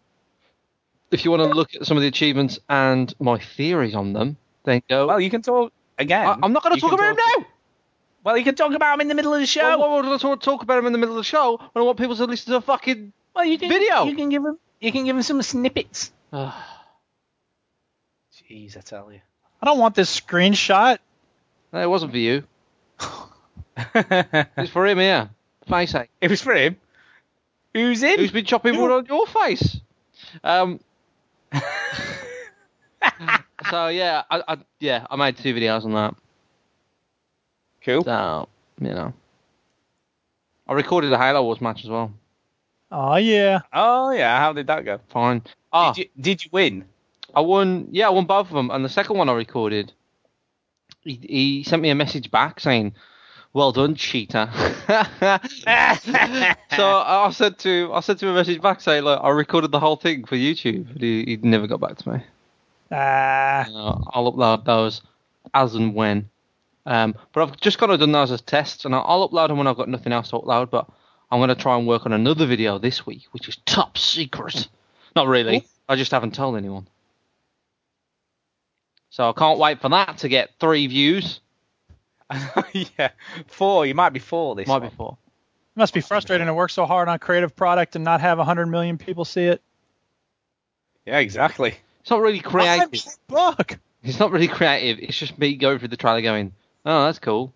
C: if you want to look at some of the achievements and my theories on them, then go.
B: Well, you can talk again.
C: I, am not going
B: You
C: to talk
B: can
C: about them now.
B: Well, you can talk about them in the middle of the show.
C: Well, Why would I talk- talk about them in the middle of the show when I want people to listen to a fucking?
B: Well, you can
C: Video.
B: You can give him. You can give him some snippets.
C: Ugh.
B: Jeez, I tell you.
A: I don't want this screenshot.
C: no, it wasn't for you. It's for him here. Face ache.
B: it was for him. Who's in?
C: Who's been chopping wood on your face? Um. so yeah, I, I yeah I made two videos on that.
B: cool.
C: So you know, I recorded a Halo Wars match as well.
A: Oh yeah.
B: Oh yeah, how did that go?
C: Fine. Ah,
B: Did, you, did you win?
C: I won. Yeah, I won both of them. And the second one I recorded, he, he sent me a message back saying, "Well done, cheater." so I I said to I sent him a message back saying, "Look, I recorded the whole thing for YouTube." But he, he never got back to me.
A: Ah,
C: Uh, I'll upload those as and when. Um, but I've just kind of done those as tests, and I'll- I'll upload them when I've got nothing else to upload. But I'm going to try and work on another video this week, which is top secret. Not really. I just haven't told anyone. So I can't wait for that to get three views.
B: yeah, four. You might be four this.
C: Might
B: one.
C: be four.
A: it must be frustrating to work so hard on a creative product and not have 100 million people see it.
B: Yeah, exactly.
C: It's not really creative.
A: Look,
C: It's not really creative. It's just me going through the trailer, going, "Oh, that's cool."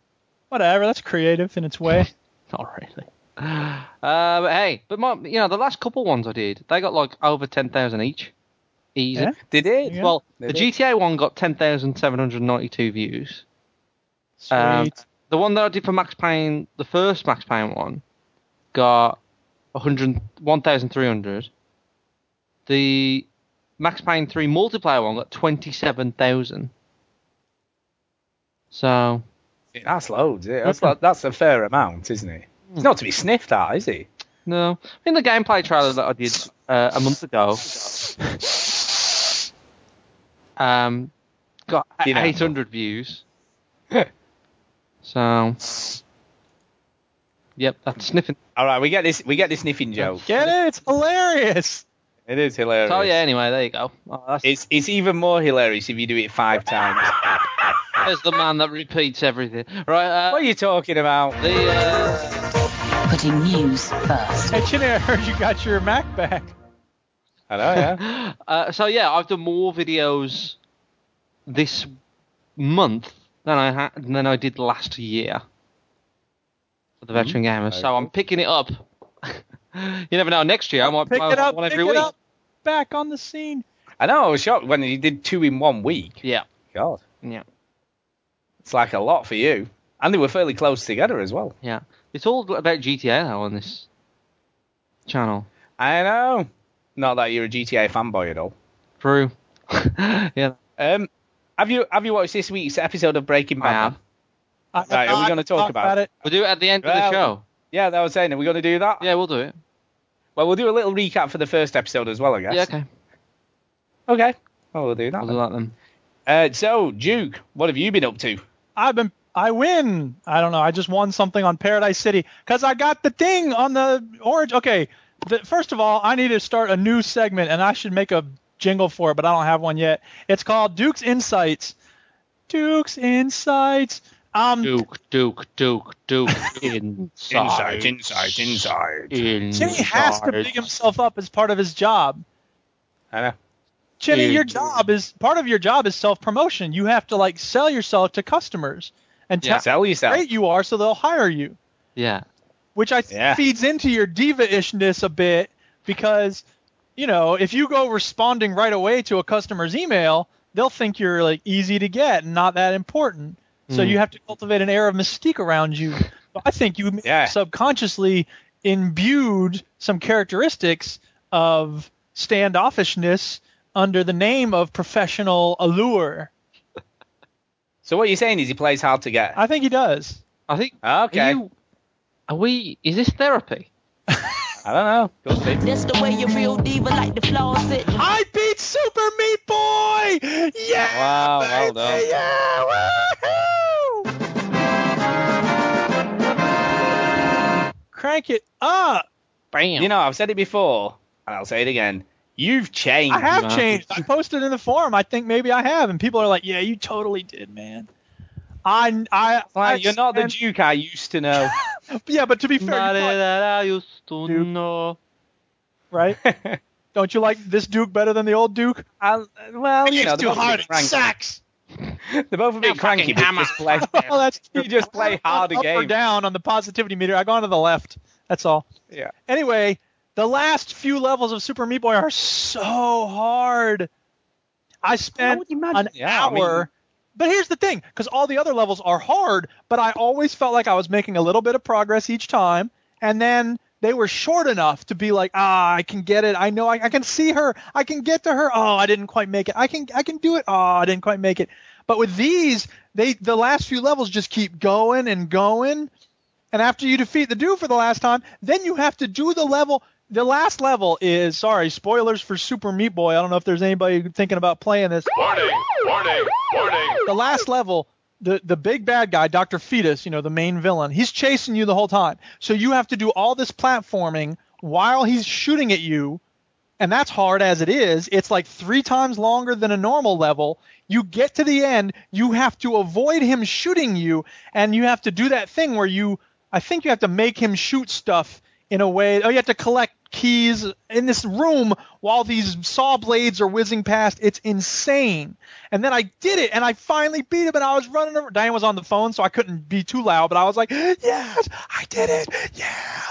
A: whatever. That's creative in its way.
C: Not really. Uh, but hey, but my, you know, the last couple ones I did, they got like over ten thousand each, easy.
A: Yeah.
B: Did it?
A: Yeah.
C: Well,
B: They
C: the
B: did.
C: GTA one got ten thousand seven hundred ninety-two views.
A: Sweet.
C: Um, the one that I did for Max Payne, the first Max Payne one, got 100 1,300. The Max Payne 3 multiplayer one got 27,000. So,
B: That's loads. Yeah. That's lo- that's a fair amount, isn't it? It's not to be sniffed at, is it?
C: no. In the gameplay trailer that I did uh, a month ago, um, got
B: You know.
C: 800 views. So, yep, that's sniffing.
B: All right, we get this. We get this sniffing joke.
A: Get it? It's hilarious.
B: It is hilarious.
C: So, yeah, anyway, there you go. Oh, that's,
B: It's it's even more hilarious if you do it five times.
C: There's the man that repeats everything. Right, uh,
B: What are you talking about?
C: the, uh,
H: Putting news first.
A: Hey, Chinny, I heard you got your Mac back.
B: I know, yeah.
C: uh, so yeah, I've done more videos this month than I ha- than I did last year
A: Mm-hmm.
C: for the veteran gamer. So I'm picking it up. you never know. Next year I might
A: Pick
C: I might
A: it up.
C: have one
A: Pick
C: every
A: it
C: week.
A: up. Back on the scene.
B: I know. I was shocked when you did two in one week.
C: Yeah,
B: God,
C: yeah,
B: it's like a lot for you. And they were fairly close together as well.
C: yeah. It's all about GTA though on this channel.
B: I know. Not that you're a GTA fanboy at all.
C: True. yeah,
B: Um, have you have you watched this week's episode of Breaking
C: I
B: Bad?
C: have.
A: I-
B: Right, are we
A: I-
B: gonna talk about it?
C: We'll do it at the end of
B: Well-
C: the show.
B: Yeah, that was saying. Are we going to do that?
C: Yeah, we'll do it.
B: Well, we'll do a little recap for the first episode as well, I guess.
C: Yeah, okay.
B: Okay. Well, we'll do that.
C: I'll do
B: then.
C: that then.
B: Uh, so, Duke, what have you been up to?
A: I've been I win. I don't know. I just won something on Paradise City because I got the thing on the orange. Okay, the, first of all, I need to start a new segment and I should make a jingle for it, but I don't have one yet. It's called Duke's Insights. Duke's Insights. Um,
C: Duke, Duke, Duke, Duke, inside,
B: inside, inside.
C: inside.
A: Chinny has to big himself up as part of his job.
B: I know.
A: Chinny,
C: Dude.
A: your job is part of your job is self promotion. You have to like sell yourself to customers and tell
C: Yeah.
A: how
B: Sell yourself.
A: great you are, so they'll hire you.
C: Yeah,
A: which I th-
B: Yeah.
A: feeds into your diva-ishness a bit because you know if you go responding right away to a customer's email, they'll think you're like easy to get and not that important. So
B: Hmm.
A: you have to cultivate an air of mystique around you. But I think you
B: Yeah.
A: subconsciously imbued some characteristics of standoffishness under the name of professional allure.
B: So what you're saying is he plays hard to get.
A: I think he does.
C: I think.
B: Okay.
C: Are, you, are we? Is this therapy?
B: I don't know. Could be.
H: That's the way you real diva like the flaws sit.
A: I beat Super Meat Boy! Yeah!
B: Wow, well done.
A: Crank it up!
C: Bam.
B: You know, I've said it before, and I'll say it again. You've changed.
A: I have
C: Wow.
A: changed. I posted in the forum. I think maybe I have, and people are like, "Yeah, you totally did, man." I, I, I
B: Like, you're not the
A: and-
B: Duke I used to know.
A: yeah, but to be fair,
C: Somebody
A: you thought-
C: that I used to
A: Duke.
C: know.
A: right? Don't you like this Duke better than the old Duke?
B: I, well, you know, they're both a bit cranky.
A: sucks.
B: They're both a bit cranky, but just play.
A: well, that's
B: You just play harder
A: up or
B: game.
A: down on the positivity meter. I gone to the left. That's all.
B: Yeah.
A: Anyway, the last few levels of Super Meat Boy are so hard. I spent an
B: Yeah, I mean-
A: hour. but here's the thing, because all the other levels are hard, but I always felt like I was making a little bit of progress each time, and then they were short enough to be like, ah, I can get it. I know I, I can see her. I can get to her. Oh, I didn't quite make it. I can I can do it. Oh, I didn't quite make it. But with these, they the last few levels just keep going and going. And after you defeat the dude for the last time, then you have to do the level the last level is sorry, spoilers for Super Meat Boy. I don't know if there's anybody thinking about playing this.
I: Warning! Warning! Warning!
A: The last level, the the big bad guy, Doctor Fetus, you know, the main villain, he's chasing you the whole time. So you have to do all this platforming while he's shooting at you, and that's hard as it is. It's like three times longer than a normal level. You get to the end, you have to avoid him shooting you, and you have to do that thing where you, I think you have to make him shoot stuff in a way. Oh, you have to collect keys in this room while these saw blades are whizzing past. It's insane. And then I did it, and I finally beat him, and I was running. Over. Diane was on the phone, so I couldn't be too loud, but I was like, "Yes, I did it! Yeah!"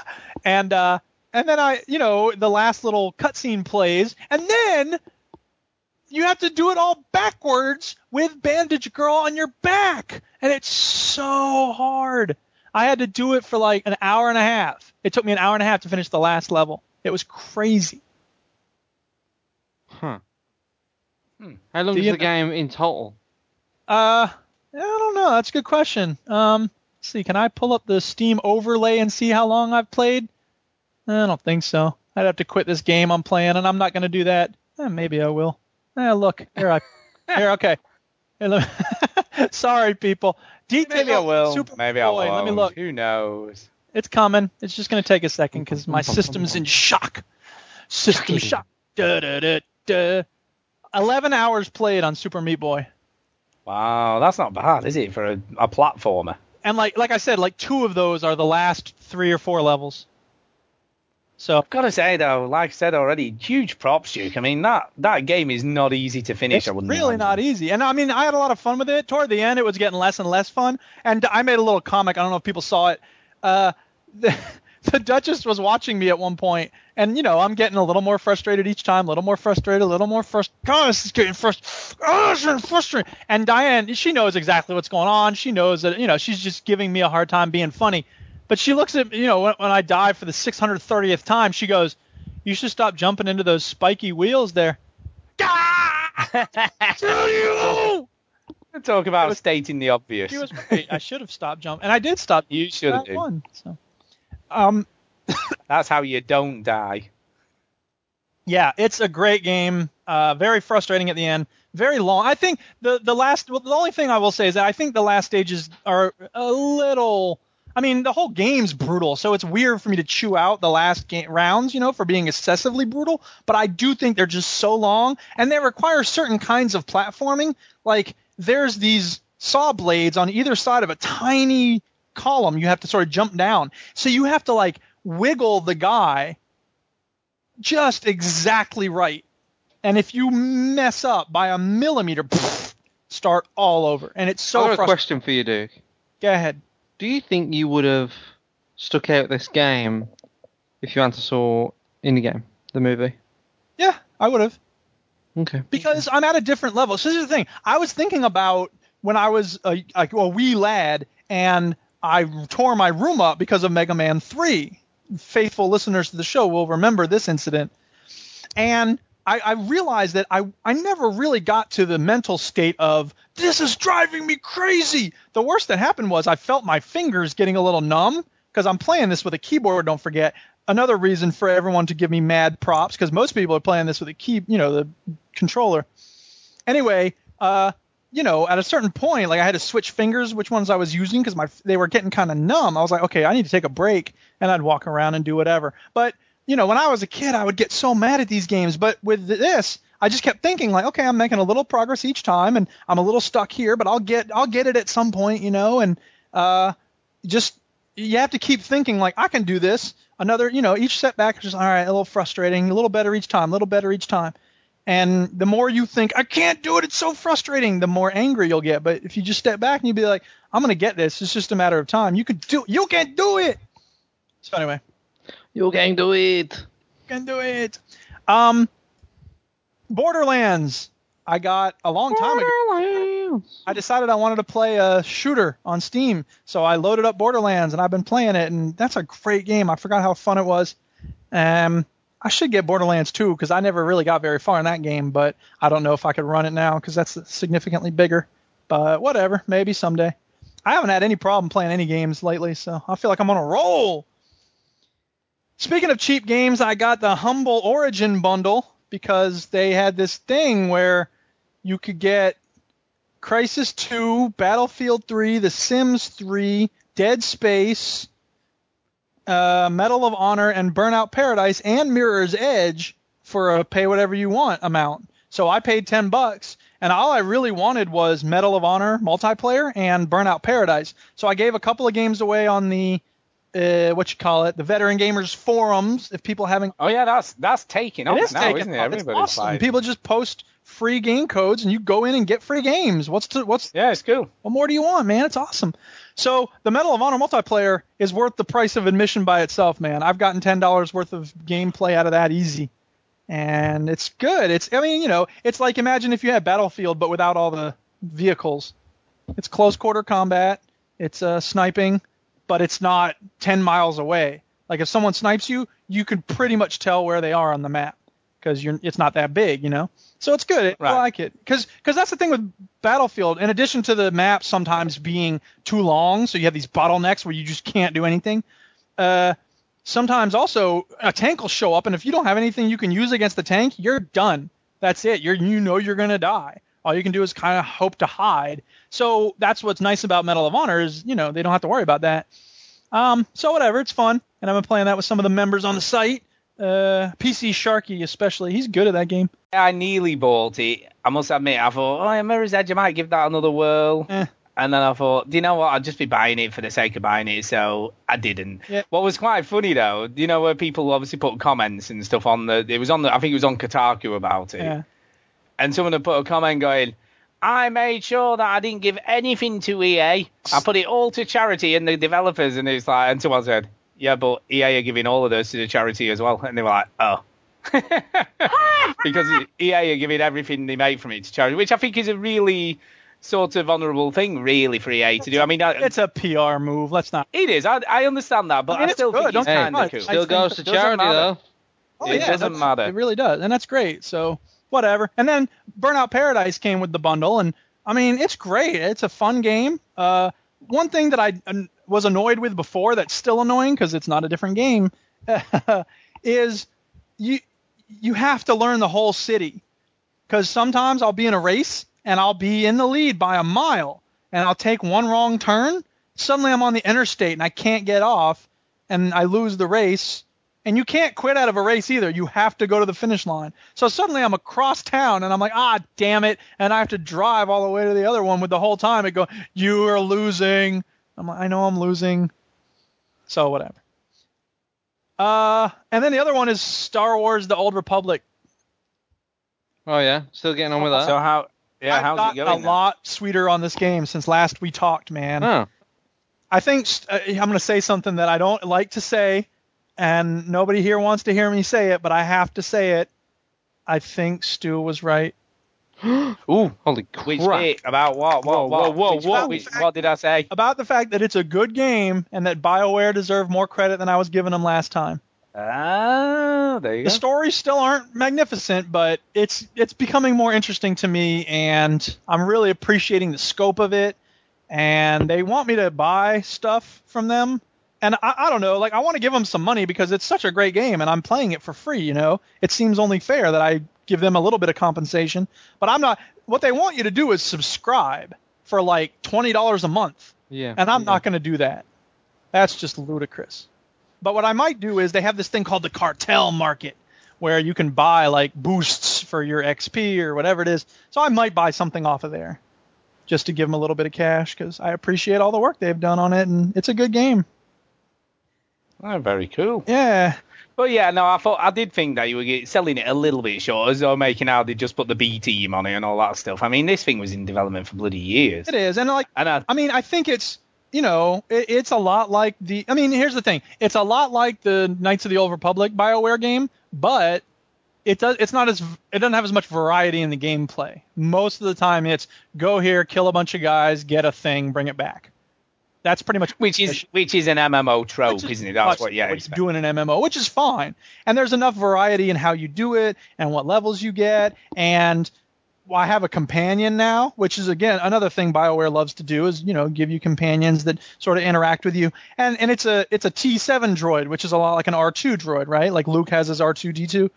A: And uh, and then I, you know, the last little cutscene plays, and then you have to do it all backwards with Bandage Girl on your back, and it's so hard. I had to do it for like an hour and a half. It took me an hour and a half to finish the last level. It was crazy.
C: Huh. How long
A: Do
C: is
A: you
C: the
A: know-
C: game in total?
A: Uh, I don't know. That's a good question. Um, let's see. Can I pull up the Steam overlay and see how long I've played? I don't think so. I'd have to quit this game I'm playing, and I'm not going to do that. Eh, maybe I will. Eh, look here. I here. Okay. Here, let- Sorry, people. Detail,
B: Maybe I will.
A: Super
B: Maybe I will.
A: Boy, Let me look.
B: Who knows?
A: It's coming. It's just going to take a second because my system's in shock. System shock. Da, da, da, da. 11 hours played on Super Meat Boy.
B: Wow, that's not bad, is it, for a, a platformer?
A: And like like I said, like two of those are the last three or four levels. So
B: I've got to say though, like I said already, huge props, Duke. I mean that that game is not easy to finish.
A: it's
B: I wouldn't
A: really not
B: imagine.
A: easy. And I mean, I had a lot of fun with it. Toward the end, it was getting less and less fun. And I made a little comic. I don't know if people saw it. Uh, the, the Duchess was watching me at one point, and you know, I'm getting a little more frustrated each time. A little more frustrated. A little more frustrated. God, this is getting frustrated. Oh, this is getting frustrating. And Diane, she knows exactly what's going on. She knows that you know she's just giving me a hard time being funny. But she looks at you know when, when I die for the 630th time, she goes, "You should stop jumping into those spiky wheels there."
B: Talk about
A: e- was-
B: stating the obvious.
A: She was right. I should have stopped jumping, and I did stop.
B: You should have,
A: that
B: Duke.
A: one. So, um,
B: That's how you don't die.
A: yeah, it's a great game. Uh, very frustrating at the end. Very long. I think the the last. Well, the only thing I will say is that I think the last stages are a little. I mean, the whole game's brutal, so it's weird for me to chew out the last game, rounds, you know, for being excessively brutal. But I do think they're just so long, and they require certain kinds of platforming. Like there's these saw blades on either side of a tiny column you have to sort of jump down. So you have to like wiggle the guy just exactly right. And if you mess up by a millimeter, pfft, start all over. And it's so
C: I've got a
A: frustrating.
C: question for you, Duke.
A: Go ahead.
C: Do you think you would have stuck out this game if you answer saw in the game, the movie?
A: Yeah, I would have.
C: Okay.
A: because I'm at a different level. So this is the thing. I was thinking about when I was a, a, a wee lad and I tore my room up because of Mega Man 3. Faithful listeners to the show will remember this incident. And I, I realized that I, I never really got to the mental state of, this is driving me crazy. The worst that happened was I felt my fingers getting a little numb because I'm playing this with a keyboard, don't forget. Another reason for everyone to give me mad props because most people are playing this with a key, you know, the controller. Anyway, uh, you know, at a certain point, like I had to switch fingers which ones I was using because my they were getting kind of numb. I was like, okay, I need to take a break, and I'd walk around and do whatever. But you know, when I was a kid, I would get so mad at these games. But with this, I just kept thinking like, okay, I'm making a little progress each time, and I'm a little stuck here, but I'll get I'll get it at some point, you know, and uh, just you have to keep thinking like I can do this. Another, you know, each setback is just all right, a little frustrating, a little better each time, a little better each time. And the more you think, I can't do it, it's so frustrating, the more angry you'll get. But if you just step back and you be like, I'm gonna get this, it's just a matter of time. You could do you can do it. So anyway,
C: You can do it.
A: you can do it. Um Borderlands. I got a long time ago. I decided I wanted to play a shooter on Steam, so I loaded up Borderlands and I've been playing it, and that's a great game. I forgot how fun it was. Um, I should get Borderlands 2 because I never really got very far in that game, but I don't know if I could run it now because that's significantly bigger. But whatever, maybe someday. I haven't had any problem playing any games lately, so I feel like I'm on a roll. Speaking of cheap games, I got the Humble Origin bundle because they had this thing where you could get Crisis 2, Battlefield 3, The Sims 3, Dead Space, uh, Medal of Honor, and Burnout Paradise, and Mirror's Edge for a pay whatever you want amount. So I paid 10 bucks, and all I really wanted was Medal of Honor multiplayer and Burnout Paradise. So I gave a couple of games away on the uh, what you call it, the veteran gamers forums. If people haven't,
B: Oh yeah, that's that's taking
A: it
B: off
A: is
B: now,
A: taking
B: Oh, isn't it?
A: off. It's
B: Everybody's
A: awesome.
B: like,
A: People just post free game codes, and you go in and get free games. What's to, what's
B: yeah, it's cool.
A: what more do you want, man? It's awesome. So the Medal of Honor multiplayer is worth the price of admission by itself, man. I've gotten ten dollars worth of gameplay out of that easy, and it's good. It's I mean you know it's like imagine if you had Battlefield but without all the vehicles. It's close quarter combat. It's uh, sniping, but it's not ten miles away. Like if someone snipes you, you can pretty much tell where they are on the map because you're it's not that big, you know. So it's good. I
B: Right.
A: like it because that's the thing with Battlefield. In addition to the map sometimes being too long, so you have these bottlenecks where you just can't do anything. Uh, sometimes also a tank will show up, and if you don't have anything you can use against the tank, you're done. That's it. You're you know you're gonna die. All you can do is kind of hope to hide. So that's what's nice about Medal of Honor is you know they don't have to worry about that. Um, so whatever, it's fun, and I've been playing that with some of the members on the site. Uh, PC Sharky especially, he's good at that game.
B: I nearly bought it. I must admit, I thought, oh, yeah, Mirror's Edge, I might give that another whirl.
A: Eh.
B: And then I thought, do you know what? I'd just be buying it for the sake of buying it, so I didn't.
A: Yeah.
B: What was quite funny though, you know, where people obviously put comments and stuff on the, it was on the, I think it was on Kotaku about it,
A: Yeah.
B: and someone had put a comment going, I made sure that I didn't give anything to EA. I put it all to charity and the developers, and it's like, and someone said, yeah, but EA are giving all of those to the charity as well, and they were like, oh. because EA are giving everything they make from it to charity, which I think is a really sort of honourable thing, really, for EA to do. I mean, I,
A: It's a PR move. Let's not.
B: it is. I, I understand that, but
A: I
B: I,
A: mean, it's
B: still
A: good,
B: think
A: don't
B: it's
A: get me
B: kind of
A: wrong.
B: cool.
A: I
C: Still
A: think
C: goes
A: that
C: to
B: doesn't
C: charity
B: matter.
C: though.
A: Oh,
B: it
A: yeah,
B: doesn't
A: that's-
B: matter.
A: It really does, and that's great. So whatever. And then Burnout Paradise came with the bundle, and I mean, it's great. It's a fun game. Uh, one thing that I an- was annoyed with before that's still annoying because it's not a different game is you you have to learn the whole city because sometimes I'll be in a race and I'll be in the lead by a mile and I'll take one wrong turn. Suddenly I'm on the interstate and I can't get off and I lose the race. And you can't quit out of a race either. You have to go to the finish line. So suddenly I'm across town and I'm like, ah, damn it. And I have to drive all the way to the other one with the whole time and go, you are losing. I'm like, I know I'm losing. So whatever. Uh, and then the other one is Star Wars: The Old Republic.
C: Oh yeah, still getting on with that.
B: So how? Yeah,
A: I've
B: how's it
A: gotten
B: going?
A: a
B: then?
A: lot sweeter on this game since last we talked, man.
C: Oh.
A: I think st- uh, I'm going to say something that I don't like to say, and nobody here wants to hear me say it, but I have to say it. I think Stu was right.
C: Ooh, holy crap!
B: Which bit? About what? What?
C: whoa,
B: what?
C: whoa,
B: Which-
C: whoa.
B: which- what did I say?
A: About the fact that it's a good game and that BioWare deserved more credit than I was giving them last time.
B: Oh, there you
A: The
B: go.
A: stories still aren't magnificent, but it's it's becoming more interesting to me, and I'm really appreciating the scope of it. And they want me to buy stuff from them, and I, I don't know, like I want to give them some money because it's such a great game, and I'm playing it for free. You know, it seems only fair that I give them a little bit of compensation. But I'm not. What they want you to do is subscribe for like twenty dollars a month
C: Yeah.
A: and I'm not going to do that. That's just ludicrous. But what I might do is they have this thing called the cartel market where you can buy like boosts for your XP or whatever it is. So I might buy something off of there just to give them a little bit of cash because I appreciate all the work they've done on it and it's a good game.
B: Oh, very cool.
A: Yeah.
B: But yeah, no, I thought I did think that you were get- selling it a little bit short, as though making out they just put the B team on it and all that stuff. I mean, this thing was in development for bloody years.
A: It is. And like
B: And I,
A: I mean, I think it's you know, it, it's a lot like the. I mean, here's the thing: it's a lot like the Knights of the Old Republic Bioware game, but it does. It's not as it doesn't have as much variety in the gameplay. Most of the time, it's go here, kill a bunch of guys, get a thing, bring it back. That's pretty much
B: which is which is an MMO trope,
A: which
B: isn't it? That's
A: much
B: what yeah.
A: what you do in an MMO, which is fine. And there's enough variety in how you do it and what levels you get and I have a companion now, which is again another thing BioWare loves to do is you know give you companions that sort of interact with you, and and it's a it's a T7 droid, which is a lot like an R2 droid, right? Like Luke has his R2D2.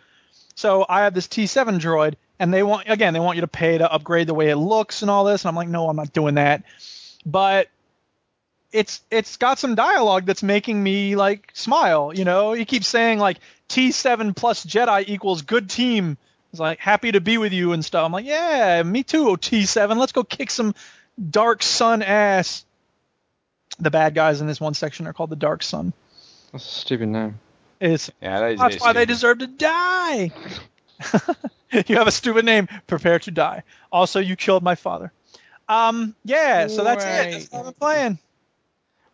A: So I have this T7 droid, and they want again they want you to pay to upgrade the way it looks and all this, and I'm like, no, I'm not doing that. But it's it's got some dialogue that's making me like smile. You know, he keeps saying like T7 plus Jedi equals good team. He's like happy to be with you and stuff. I'm like, yeah, me too. Oh, T7, let's go kick some dark sun ass. The bad guys in this one section are called the Dark Sun.
C: That's a stupid name.
A: It's
B: Yeah, that is
A: that's why they
B: stupid.
A: deserve to die. you have a stupid name. Prepare to die. Also, you killed my father. Um, yeah. So that's it. That's what I'm playing.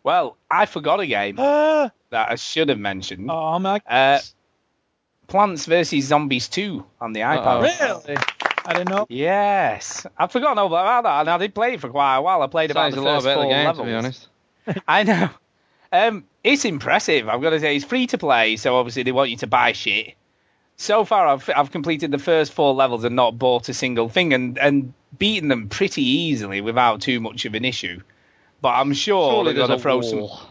B: Well, I forgot a game
A: Ah.
B: that I should have mentioned.
A: oh, I'm like,
B: Uh, Plants vs Zombies 2 on the iPad.
C: Uh-oh.
A: really? I didn't know.
B: Yes, I've forgotten all about that, and I did play it for quite a while. I played about
C: Sounds
B: the
C: a lot
B: first
C: better
B: four
C: game,
B: levels.
C: to be honest.
B: I know. Um, it's impressive. I've got to say, it's free to play, so obviously they want you to buy shit. So far, I've I've completed the first four levels and not bought a single thing, and and beaten them pretty easily without too much of an issue. But I'm sure
C: Surely
B: they're
C: there's
B: gonna
C: Oh, a
B: throw
C: war.
B: some.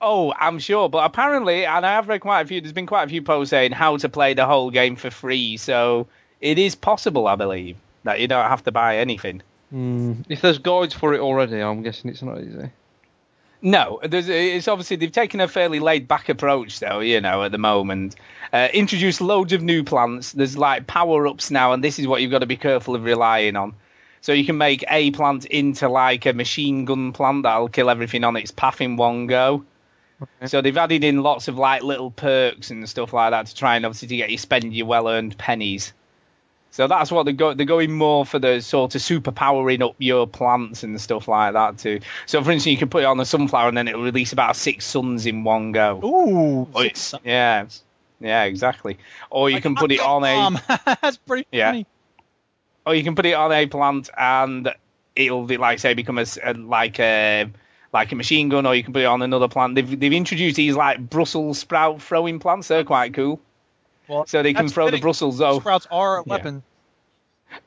B: Oh, I'm sure. But apparently, and I have read quite a few. There's been quite a few posts saying how to play the whole game for free. So it is possible, I believe, that you don't have to buy anything.
C: If there's guides for it already, I'm guessing it's not easy.
B: No, there's, it's obviously they've taken a fairly laid back approach, though. You know, at the moment, uh, introduced loads of new plants. There's like power ups now, and this is what you've got to be careful of relying on. So you can make a plant into like a machine gun plant that'll kill everything on its path in one go. So they've added in lots of like little perks and stuff like that to try and obviously to get you spend your well earned pennies. So that's what they're, go- they're going more for the sort of super powering up your plants and stuff like that too. So for instance, you can put it on a sunflower and then it'll release about six suns in one go.
A: Ooh,
B: Or-
A: six suns.
B: Oh, yeah, yeah, exactly. Or you can put it on a
A: Um, that's pretty
B: Yeah.
A: funny.
B: or you can put it on a plant and it'll be like say become a, s- a- like a like a machine gun or you can put it on another plant they've, they've introduced these like brussels sprout throwing plants they're quite cool
A: Well,
B: so they can
A: that's
B: throw the
A: fitting.
B: brussels o-
A: Sprouts are a weapon.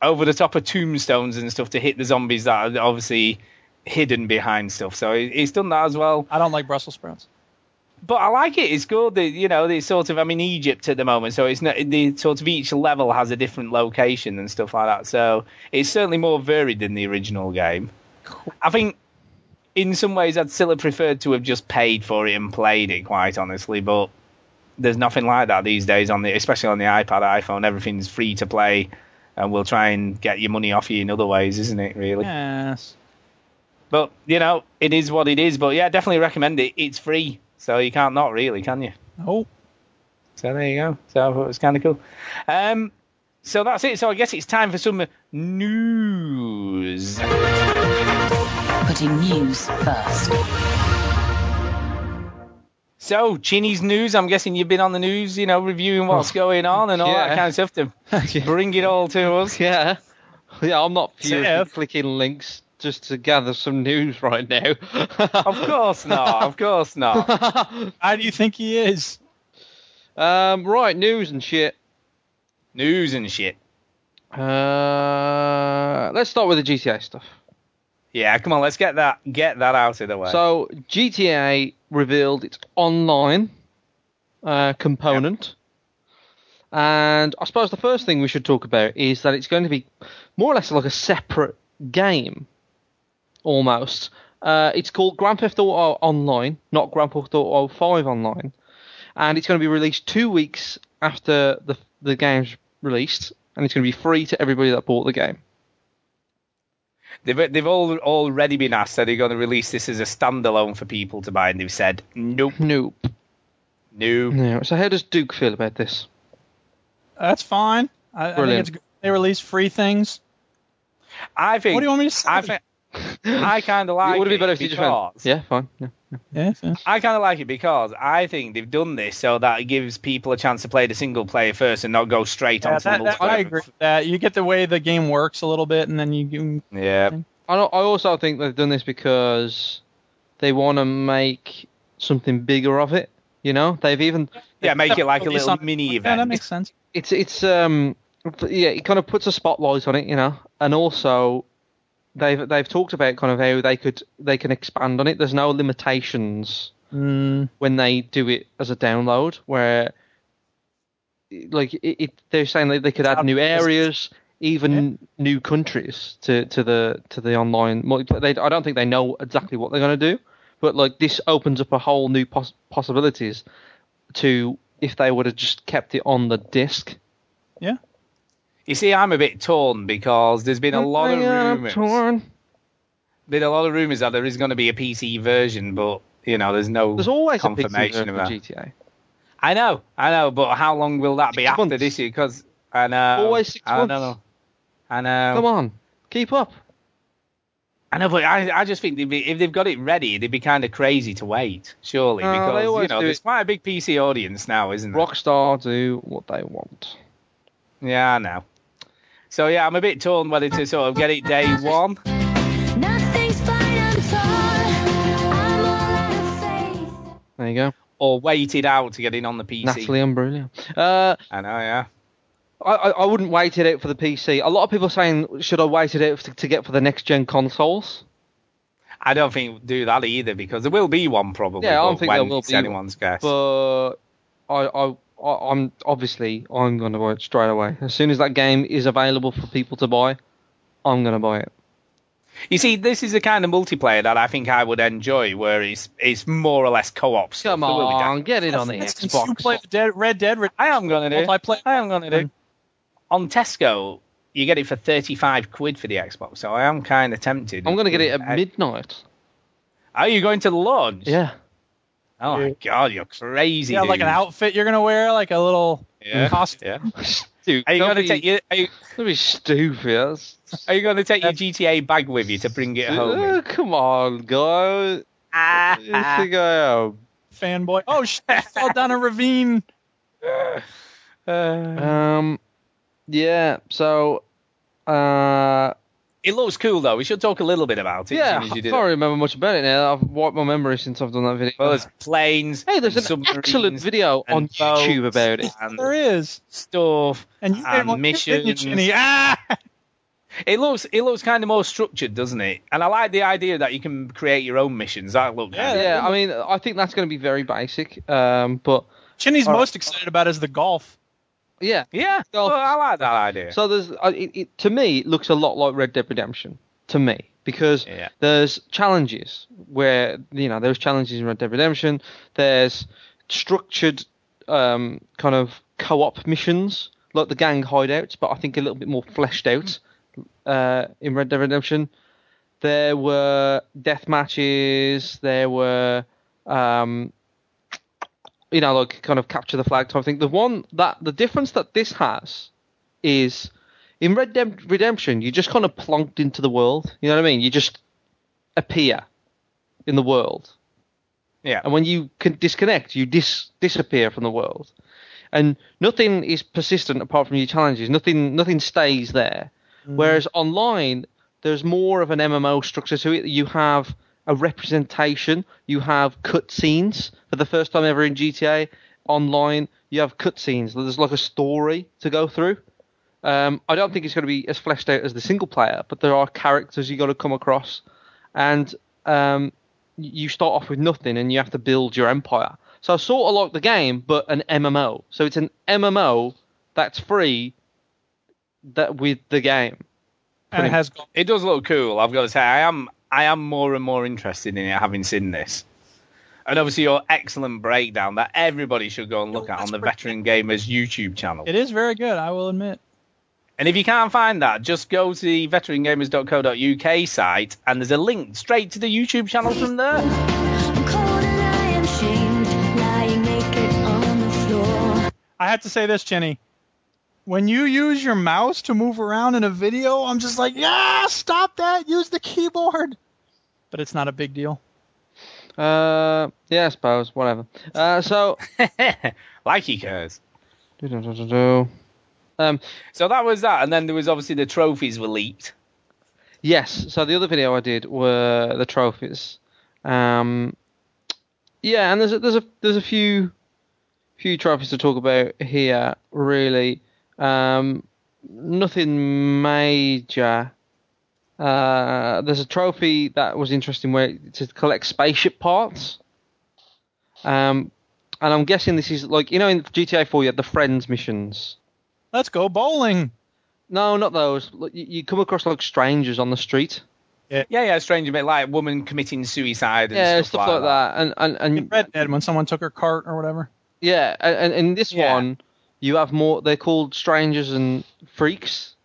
B: over the top of tombstones and stuff to hit the zombies that are obviously hidden behind stuff so it- it's done that as well
A: I don't like Brussels sprouts.
B: but I like it. It's good. They, you know, they sort of. I'm in Egypt at the moment, so it's not. The sort of each level has a different location and stuff like that. So it's certainly more varied than the original game. I think, in some ways, I'd still have preferred to have just paid for it and played it. Quite honestly, but there's nothing like that these days on the, especially on the iPad, iPhone. Everything's free to play, and we'll try and get your money off you in other ways, isn't it? Really.
A: Yes.
B: But you know, it is what it is. But yeah, definitely recommend it. It's free, so you can't not really, can you?
A: No.
B: So there you go. So I thought it was kind of cool. Um, so that's it. So I guess it's time for some news.
H: Putting news first.
B: So Chinny's news. I'm guessing you've been on the news, you know, reviewing what's going on and all that
C: Oh, yeah.
B: kind of stuff to bring it all to us.
C: Yeah. Yeah, I'm not furiously
B: Tiff.
C: clicking links just to gather some news right now.
B: Of course not. Of course not.
A: How do you think he is?
C: um, right, news and shit.
B: news and shit.
C: Uh, let's start with the GTA stuff.
B: Yeah, come on. Let's get that get that out of the way.
C: So GTA revealed its online uh, component, and I suppose the first thing we should talk about is that it's going to be more or less like a separate game, almost. Uh, it's called Grand Theft Auto Online, not Grand Theft Auto 5 Online, and it's going to be released two weeks after the the game's released, and it's going to be free to everybody that bought the game.
B: They've, they've all already been asked are they going to release this as a standalone for people to buy, and they've said nope,
C: Nope.
B: no.
C: No. So how does Duke feel about this?
A: That's fine. I, I think
C: Brilliant.
A: it's good. They release free things.
B: I think.
A: What do you want me to say?
B: I think. I kind of like
C: it would be better if you just went,
B: because-
C: yeah, fine. Yeah.
A: Yeah, fair.
B: I kind of like it because I think they've done this so that it gives people a chance to play the single player first and not go straight
A: Yeah,
B: onto
A: that,
B: the
A: that-
B: multiplayer.
A: I agree with that. You get the way the game works a little bit, and then you can.
B: Yeah,
C: I, don't- I also think they've done this because they want to make something bigger of it. You know, they've even
B: yeah, make it like a
A: Release
B: little
A: on-
B: mini
A: Yeah, that
B: event.
A: makes sense.
C: it's it's um but yeah, it kind of puts a spotlight on it, you know. And also, they've they've talked about kind of how they could they can expand on it. There's no limitations when they do it as a download, where like it, it they're saying that they could add new areas, even new countries to, to the to the online multiplayer. They, I don't think they know exactly what they're going to do, but like this opens up a whole new pos- possibilities to if they would have just kept it on the disc.
A: Yeah.
B: You see, I'm a bit torn because there's been a lot of
C: uh,
B: rumors. Been a lot of rumors that there is going to be a PC version, but you know, there's no
C: There's always a pixel
B: confirmation
C: version
B: of
C: of
B: that.
C: GTA.
B: I know, I know, but how long will that be
C: Six
B: after
C: months.
B: this year? Because I know,
C: Always six
B: I know,
C: months.
B: I know.
C: Come on, keep up.
B: I know, but I, I just think they'd be, if they've got it ready, they'd be kind of crazy to wait, surely,
C: No, they
B: because you
C: always
B: know
C: do
B: there's
C: it.
B: quite a big PC audience now, isn't there?
C: Rockstar do what they want.
B: Yeah, I know. So yeah, I'm a bit torn whether to sort of get it day one.
J: Nothing's fine, I'm torn. I'm all out of faith.
C: There you go,
B: or wait it out to get in on the PC.
C: Natalie Imbruglia. Uh,
B: I know, yeah.
C: I, I I wouldn't wait it out for the PC. A lot of people are saying, should I wait it out to, to get for the next gen consoles?
B: I don't think do that either because there will be one probably.
C: Yeah, I don't
B: but
C: think
B: when
C: there will
B: it's
C: be
B: anyone's guess.
C: But I, I, I I'm obviously I'm going to buy it straight away as soon as that game is available for people to buy. I'm going to buy it.
B: You see, this is the kind of multiplayer that I think I would enjoy, where it's it's more or less co-op. stuff.
C: Come
B: There will be that.
C: on, get it on the
A: That's- You play
C: Xbox.
A: the Dead, Red Dead Red-
B: I am gonna do.
A: Multiplayer.
B: I am gonna
C: Mm.
B: do. On Tesco, you get it for thirty-five quid for the Xbox, so I am kind of tempted.
C: I'm going to get it at
B: I-
C: midnight.
B: Are you going to the launch?
C: Yeah.
B: Oh my god, you're crazy.
A: Yeah, like an
B: dude.
A: outfit you're gonna wear, like a little
B: Yeah.
A: costume.
B: yeah.
C: Stupid.
B: Are you
C: Don't
B: going to
C: be-
B: take your are you,
C: Don't be stupid. That's-
B: are you going to take your GTA bag with you to bring it home? in?
C: Uh, come on, guy.
B: Ah,
C: You think I am?
A: Fanboy. Oh shit! I fell down a ravine.
C: Um, yeah. So, uh,
B: it looks cool though. We should talk a little bit about it.
C: yeah.
B: as soon as
C: I
B: you do
C: can't remember much about it now. I've wiped my memory since I've done that video.
B: that. Well, there's planes.
C: hey, there's an
B: submarines
C: excellent video
B: and
C: on YouTube
B: boats
C: about it.
B: and
A: There is.
B: stuff.
A: And you
B: and
A: didn't want it, didn't you,
B: missions.
A: Ginny? Ah!
B: It looks it looks kind of more structured, doesn't it? And I like the idea that you can create your own missions. That look
A: Yeah,
B: kinda-
C: Yeah, I mean, I think that's going to be very basic. Um, but
A: Ginny's
C: All right.
A: most excited about is the golf.
C: yeah.
B: yeah.
C: Well,
B: well, I like that idea.
C: So there's uh, it, it, to me it looks a lot like Red Dead Redemption to me because
B: Yeah.
C: there's challenges where you know there's challenges in Red Dead Redemption. There's structured um, kind of co-op missions like the gang hideouts, but I think a little bit more fleshed out uh, in Red Dead Redemption. There were death matches. There were um, you know like kind of capture the flag type thing. The one that the difference that this has is in Red Dead Redemption, you just kind of plonked into the world. You know what I mean? You just appear in the world.
B: Yeah.
C: And when you can disconnect, you dis- disappear from the world. And nothing is persistent apart from your challenges. Nothing nothing stays there. Whereas online, there's more of an MMO structure to it. You have a representation. You have cutscenes for the first time ever in GTA online. You have cutscenes. There's like a story to go through. Um, I don't think it's going to be as fleshed out as the single player, but there are characters you got to come across, and um, y- you start off with nothing and you have to build your empire. So sort of like the game, but an MMO. So it's an MMO that's free, that with the game.
A: And it has golf.
B: It does look cool. I've got to say, I am I am more and more interested in it having seen this. And obviously your excellent breakdown that everybody should go and look at on the Veteran Gamers YouTube channel.
A: It is very good, I will admit.
B: And if you can't find that, just go to the veterangamers.co.uk site and there's a link straight to the YouTube channel from there.
J: I'm cold and I am shamed, lying naked on the floor.
A: I have to say this, Jenny. When you use your mouse to move around in a video, I'm just like, yeah, stop that. Use the keyboard. But it's not a big deal.
C: Uh, yeah, I suppose whatever. Uh, so
B: like he cares.
C: um,
B: So that was that. And then there was obviously the trophies were leaked.
C: Yes. So the other video I did were the trophies. Um, yeah, and there's a, there's a there's a few few trophies to talk about here. Really, um, nothing major. Uh, there's a trophy that was interesting where to collect spaceship parts. Um, and I'm guessing this is like you know in GTA 4 you had the friends missions.
A: Let's go bowling.
C: No, not those. Look, You you come across like strangers on the street.
B: Yeah, yeah, strange bit like woman committing suicide and
C: Yeah,
B: stuff,
C: stuff like that. And and, and
A: In Red Dead, when someone took her cart or whatever.
C: Yeah, and, and in this
B: Yeah.
C: one, you have more. They're called strangers and freaks.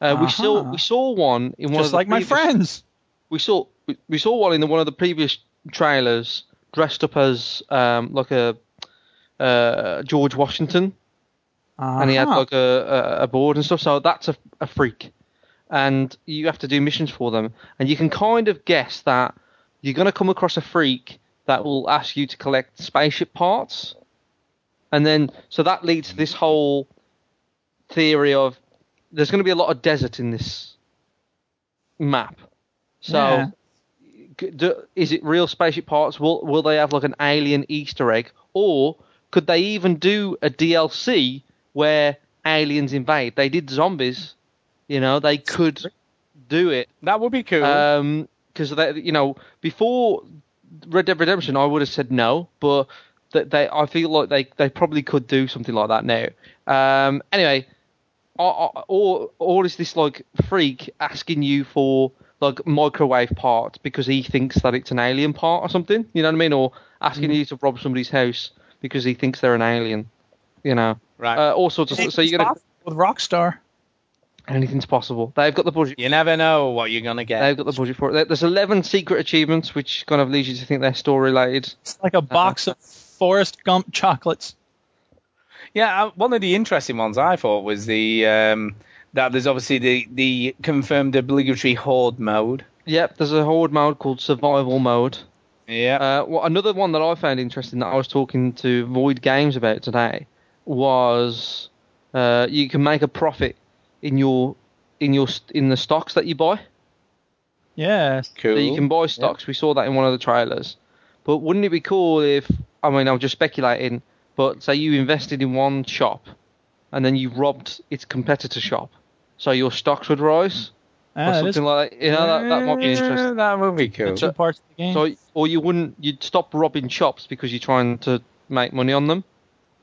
C: Uh, We saw
A: Uh-huh.
C: we saw one in one of
A: Just
C: the
A: like my
C: previous-
A: friends.
C: We saw we, we saw one in the, one of the previous trailers dressed up as um, like a uh, George Washington,
A: uh
C: and he had like a, a, a board and stuff. So that's a, a freak, and you have to do missions for them, and you can kind of guess that you're gonna come across a freak that will ask you to collect spaceship parts. And then, so that leads to this whole theory of there's going to be a lot of desert in this map. So,
A: Yeah.
C: g- do, is it real spaceship parts? Will will they have like an alien Easter egg, or could they even do a DLC where aliens invade? They did zombies, you know. They could do it
B: That would be cool.
C: um, because they, you know, before Red Dead Redemption, I would have said no, but that they, I feel like they, they probably could do something like that now. Um, anyway, or, or or is this like freak asking you for like microwave parts because he thinks that it's an alien part or something? You know what I mean? Or asking you to rob somebody's house because he thinks they're an alien? You know,
B: Right.
C: Uh, all sorts of. So you're gonna
A: with Rockstar.
C: anything's possible. They've got the budget
B: you never know what you're gonna get.
C: They've got the budget for it. There- There's 11 secret achievements, which kind of leads you to think they're story related.
A: It's like a box
C: Uh-huh.
A: of Forrest Gump chocolates.
B: Yeah, uh, one of the interesting ones I thought was the um, that there's obviously the the confirmed obligatory horde mode.
C: Yep, there's a horde mode called survival mode.
B: Yeah,
C: Uh, well, another one that I found interesting that I was talking to Void Games about today was uh, you can make a profit in your in your st- in the stocks that you buy.
A: Yes.
B: cool.
C: So you can buy stocks. We saw that in one of the trailers. But wouldn't it be cool if I mean I'm just speculating, but say you invested in one shop, and then you robbed its competitor shop, so your stocks would rise or
A: Ah, that is
C: something like that. You know that, that might be interesting.
B: Yeah, that would be cool.
A: two parts of the game.
C: So or you wouldn't you'd stop robbing shops because you're trying to make money on them.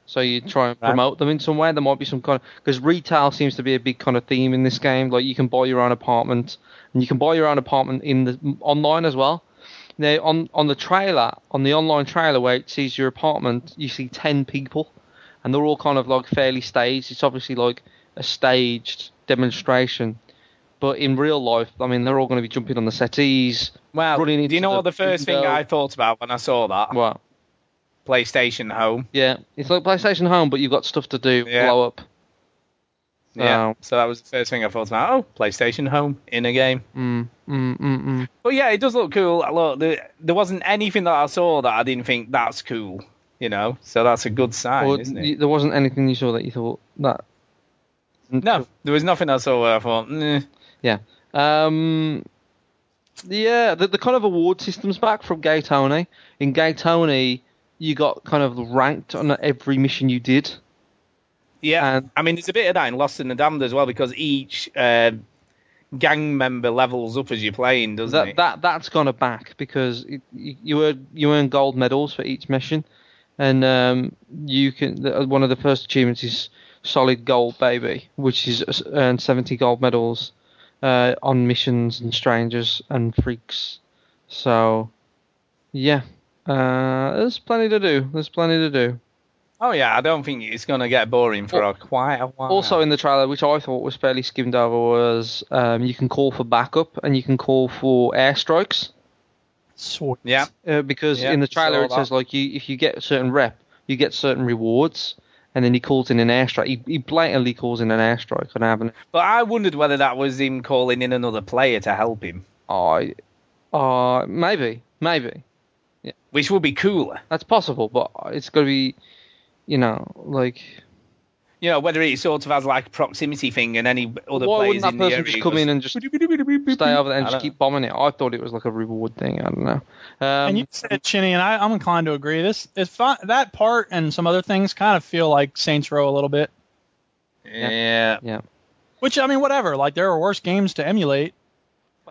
C: So you try and
B: Right.
C: promote them in some way. There might be some kind of because retail seems to be a big kind of theme in this game. Like you can buy your own apartment, and you can buy your own apartment in the online as well. Now on on the trailer, on the online trailer where it sees your apartment, you see ten people, and they're all kind of like fairly staged. It's obviously like a staged demonstration, but in real life, I mean, they're all going to be jumping on the settees.
B: well,
C: running
B: do
C: into
B: you know
C: the
B: what the first thing
C: window.
B: I thought about when I saw that?
C: What?
B: PlayStation Home.
C: Yeah, it's like PlayStation Home, but you've got stuff to do,
B: Yeah.
C: blow up.
B: Yeah.
C: Oh.
B: So that was the first thing I thought about. Oh, PlayStation Home in a game.
C: Mm, mm, mm, mm.
B: But yeah, it does look cool. Look, there, there wasn't anything that I saw that I didn't think that's cool. You know, so that's a good sign,
C: Or
B: isn't it?
C: y- there wasn't anything you saw that you thought that.
B: No, there was nothing I saw where I thought, "Nah."
C: Yeah. Um. Yeah, the, the kind of award system's back from Gay Tony. In Gay Tony, you got kind of ranked on every mission you did.
B: Yeah,
C: And-
B: I mean, there's a bit of that in Lost in the Damned as well because each uh, gang member levels up as you're playing, doesn't
C: that
B: it?
C: that that's gone back because it, you you earn you earn gold medals for each mission, and um, you can the, uh, one of the first achievements is solid gold baby, which is s- earn seventy gold medals uh, on missions and strangers and freaks. So, yeah, uh, there's plenty to do. There's plenty to do.
B: oh yeah, I don't think it's gonna get boring for
C: Al-
B: a quite a while.
C: Also in the trailer, which I thought was fairly skimmed over, was um, you can call for backup and you can call for airstrikes.
A: Sweet.
B: yeah,
C: uh, because
B: Yeah,
C: in the
B: saw
C: trailer it
B: that.
C: says like you if you get a certain rep, you get certain rewards, and then he calls in an airstrike. He, he blatantly calls in an airstrike and having
B: but I wondered whether that was him calling in another player to help him,
C: I, uh, maybe maybe
B: which would be cooler.
C: that's possible, but it's got to be, you know, like
B: You know, whether it sort of has like a proximity thing and any other
C: why
B: players
C: wouldn't that
B: in the
C: person
B: area.
C: just come in and just stay over there and just keep bombing it? I thought it was like a reward thing. I don't know. Um,
A: and you said Chinny, and I, I'm inclined to agree. This is fun. That part and some other things kind of feel like Saints Row a little bit.
B: yeah.
C: yeah.
A: Which I mean, whatever. Like there are worse games to emulate.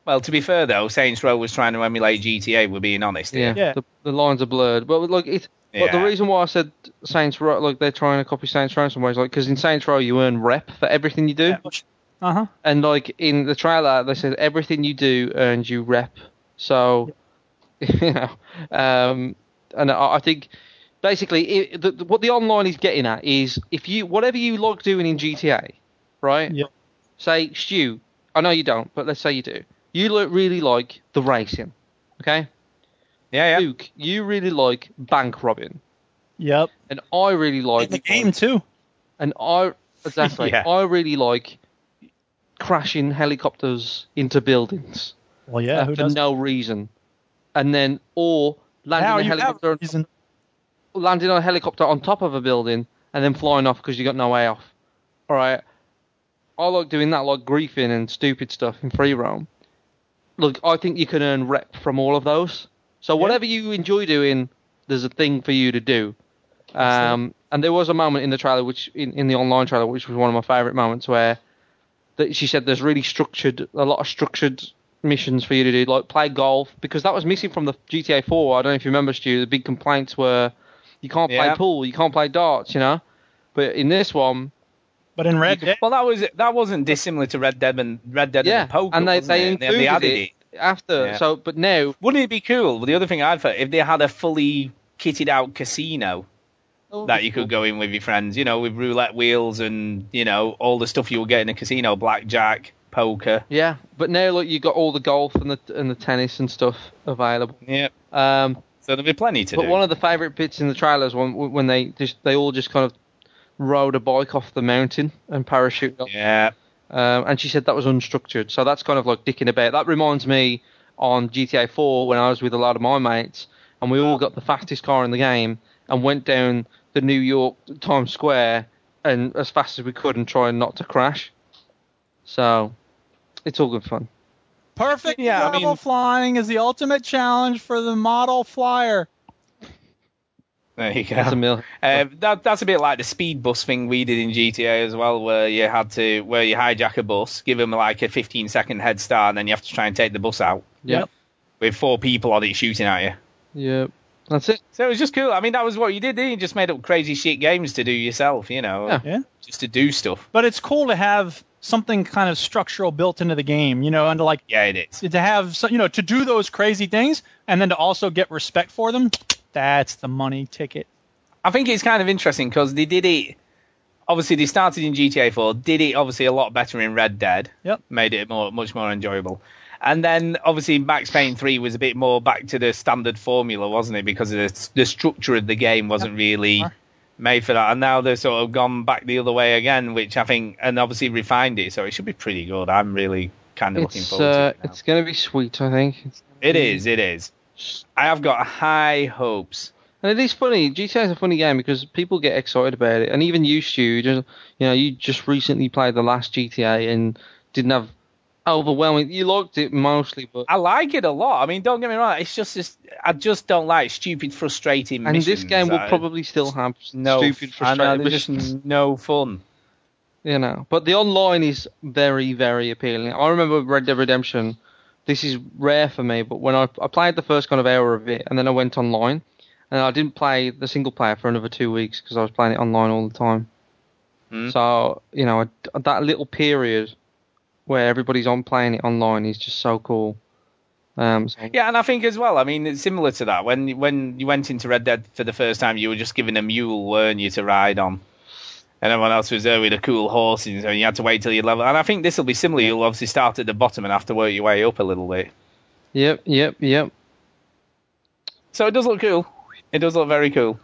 B: Well, to be fair though, Saints Row was trying to emulate GTA. We're being honest
C: Yeah,
B: here.
A: Yeah.
C: The, the lines are blurred. But look, it. But the
B: Yeah.
C: reason why I said Saints Row, like they're trying to copy Saints Row in some ways, like because in Saints Row you earn rep for everything you do,
A: Uh huh.
C: and like in the trailer they said everything you do earns you rep. So, you know, um, and I, I think basically it, the, the- what the online is getting at is if you whatever you like doing in GTA, right?
A: Yeah.
C: Say Stu, I know you don't, but let's say you do. You look really like the racing, okay?
B: Yeah, yeah.
C: Luke, you really like bank robbing,
A: Yep.
C: and I really like
A: In the game too.
C: and I exactly,
B: Yeah.
C: I really like crashing helicopters into buildings
A: Well, yeah.
C: uh,
A: Who
C: for
A: does?
C: no reason, and then or
A: Now
C: landing
A: you
C: a
A: have
C: helicopter,
A: reason.
C: landing on a helicopter on top of a building, and then flying off because you got no way off. All right, I like doing that, like griefing and stupid stuff in free roam. Look, I think you can earn rep from all of those. So whatever you enjoy doing, there's a thing for you to do. Um, and there was a moment in the trailer, which in, in the online trailer, which was one of my favourite moments, where that she said there's really structured, a lot of structured missions for you to do, like play golf, because that was missing from the GTA 4. I don't know if you remember, Stu. The big complaints were you can't play
B: Yeah.
C: pool, you can't play darts, you know. But in this one,
A: But in Red
C: you
A: Dead,
B: Well, that was that wasn't dissimilar to Red Dead and Red Dead
C: yeah,
B: and Poker,
C: and they
B: wasn't
C: they
B: it?
C: included
B: added
C: it after.
B: Yeah.
C: So, but now
B: Wouldn't it be cool? The other thing I thought, if they had a fully kitted out casino that you could go in with your friends, you know, with roulette wheels and you know all the stuff you would get in a casino, blackjack, poker.
C: Yeah, but now look, you got all the golf and the and the tennis and stuff available.
B: Yeah.
C: Um,
B: So there'll be plenty to
C: but
B: do.
C: one of the favourite bits in the trailers when when they just they all just kind of rode a bike off the mountain and parachuted. off.
B: yeah.
C: Um, and she said that was unstructured, so that's kind of like dicking about. That reminds me on GTA 4 when I was with a lot of my mates and we all got the fastest car in the game and went down the New York Times Square and as fast as we could and trying not to crash. So it's all good fun.
A: perfect
B: Yeah, I
A: level
B: mean-
A: flying is the ultimate challenge for the model flyer.
B: There you go.
C: That's a mil-
B: Uh, that, that's a bit like the speed bus thing we did in GTA as well, where you had to where you hijack a bus, give them like a 15 second head start, and then you have to try and take the bus out
C: Yeah.
A: Yep.
B: with four people on it shooting at you.
C: Yeah, that's it.
B: So it was just cool. I mean, that was what you did. Didn't you? you just made up crazy shit games to do yourself, you know,
C: Yeah.
A: Yeah.
B: just to do stuff.
A: But it's cool to have something kind of structural built into the game, you know, and to like
B: Yeah, it is.
A: to have so- you know to do those crazy things and then to also get respect for them. That's the money ticket.
B: I think it's kind of interesting because they did it. Obviously, they started in GTA 4, did it obviously a lot better in Red Dead,
A: Yep.
B: made it more much more enjoyable. And then obviously Max Payne 3 was a bit more back to the standard formula, wasn't it? Because of the, the structure of the game wasn't really made for that. And now they've sort of gone back the other way again, which I think, and obviously refined it. So it should be pretty good. I'm really kind of looking
C: It's
B: forward
C: uh,
B: to it. now.
C: it's gonna be sweet, I think. It's-
B: It is, it is. I have got high hopes.
C: And it is funny. GTA is a funny game because people get excited about it, and even you, Stu, just you know, you just recently played the last GTA and didn't have overwhelming. You liked it mostly, but
B: I like it a lot. I mean, don't get me wrong. It's just, this, I just don't like stupid, frustrating
C: and
B: missions.
C: this game will
B: I-
C: probably still have
B: no,
C: stupid,
B: I know,
C: frustrating
B: they're just
C: missions,
B: no fun.
C: you know. But the online is very, very appealing. I remember Red Dead Redemption. This is rare for me, but when I, I played the first kind of hour of it, and then I went online, and I didn't play the single player for another two weeks because I was playing it online all the time.
B: Mm.
C: So you know I- that little period where everybody's on playing it online is just so cool. Um, so-
B: Yeah, and I think as well. I mean, it's similar to that. When when you went into Red Dead for the first time, you were just given a mule, weren't you, to ride on, and everyone else was there with a cool horse, and so you had to wait till you level. And I think this will be similar. You'll obviously start at the bottom and have to work your way up a little bit.
C: Yep, yep, yep.
B: So it does look cool. It does look very cool.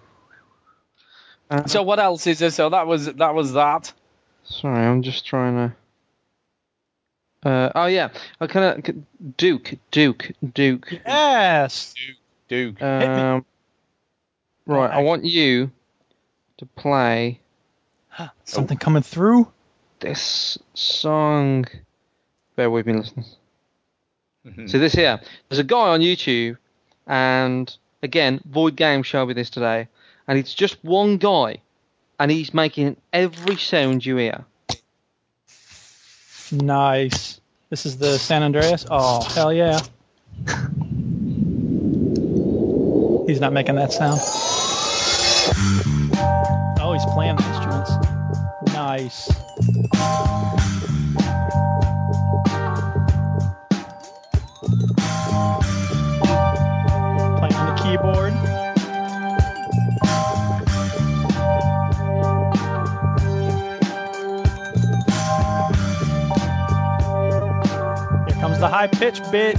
C: Uh,
B: So what else is there? So that was that was that.
C: sorry, I'm just trying to. Uh, oh yeah, I kind of Duke, Duke, Duke.
A: Yes.
B: Duke.
A: me.
C: Um, right, I want you to play
A: Something coming through.
C: this song. Bear with me, listeners. So this here, there's a guy on YouTube, and again, Void Games showed me this today, and it's just one guy, and he's making every sound you hear.
K: Nice. This is the San Andreas. Oh hell yeah! He's not making that sound. Oh, he's playing the instruments. Nice. Playing on the keyboard. Here comes the high pitch bit.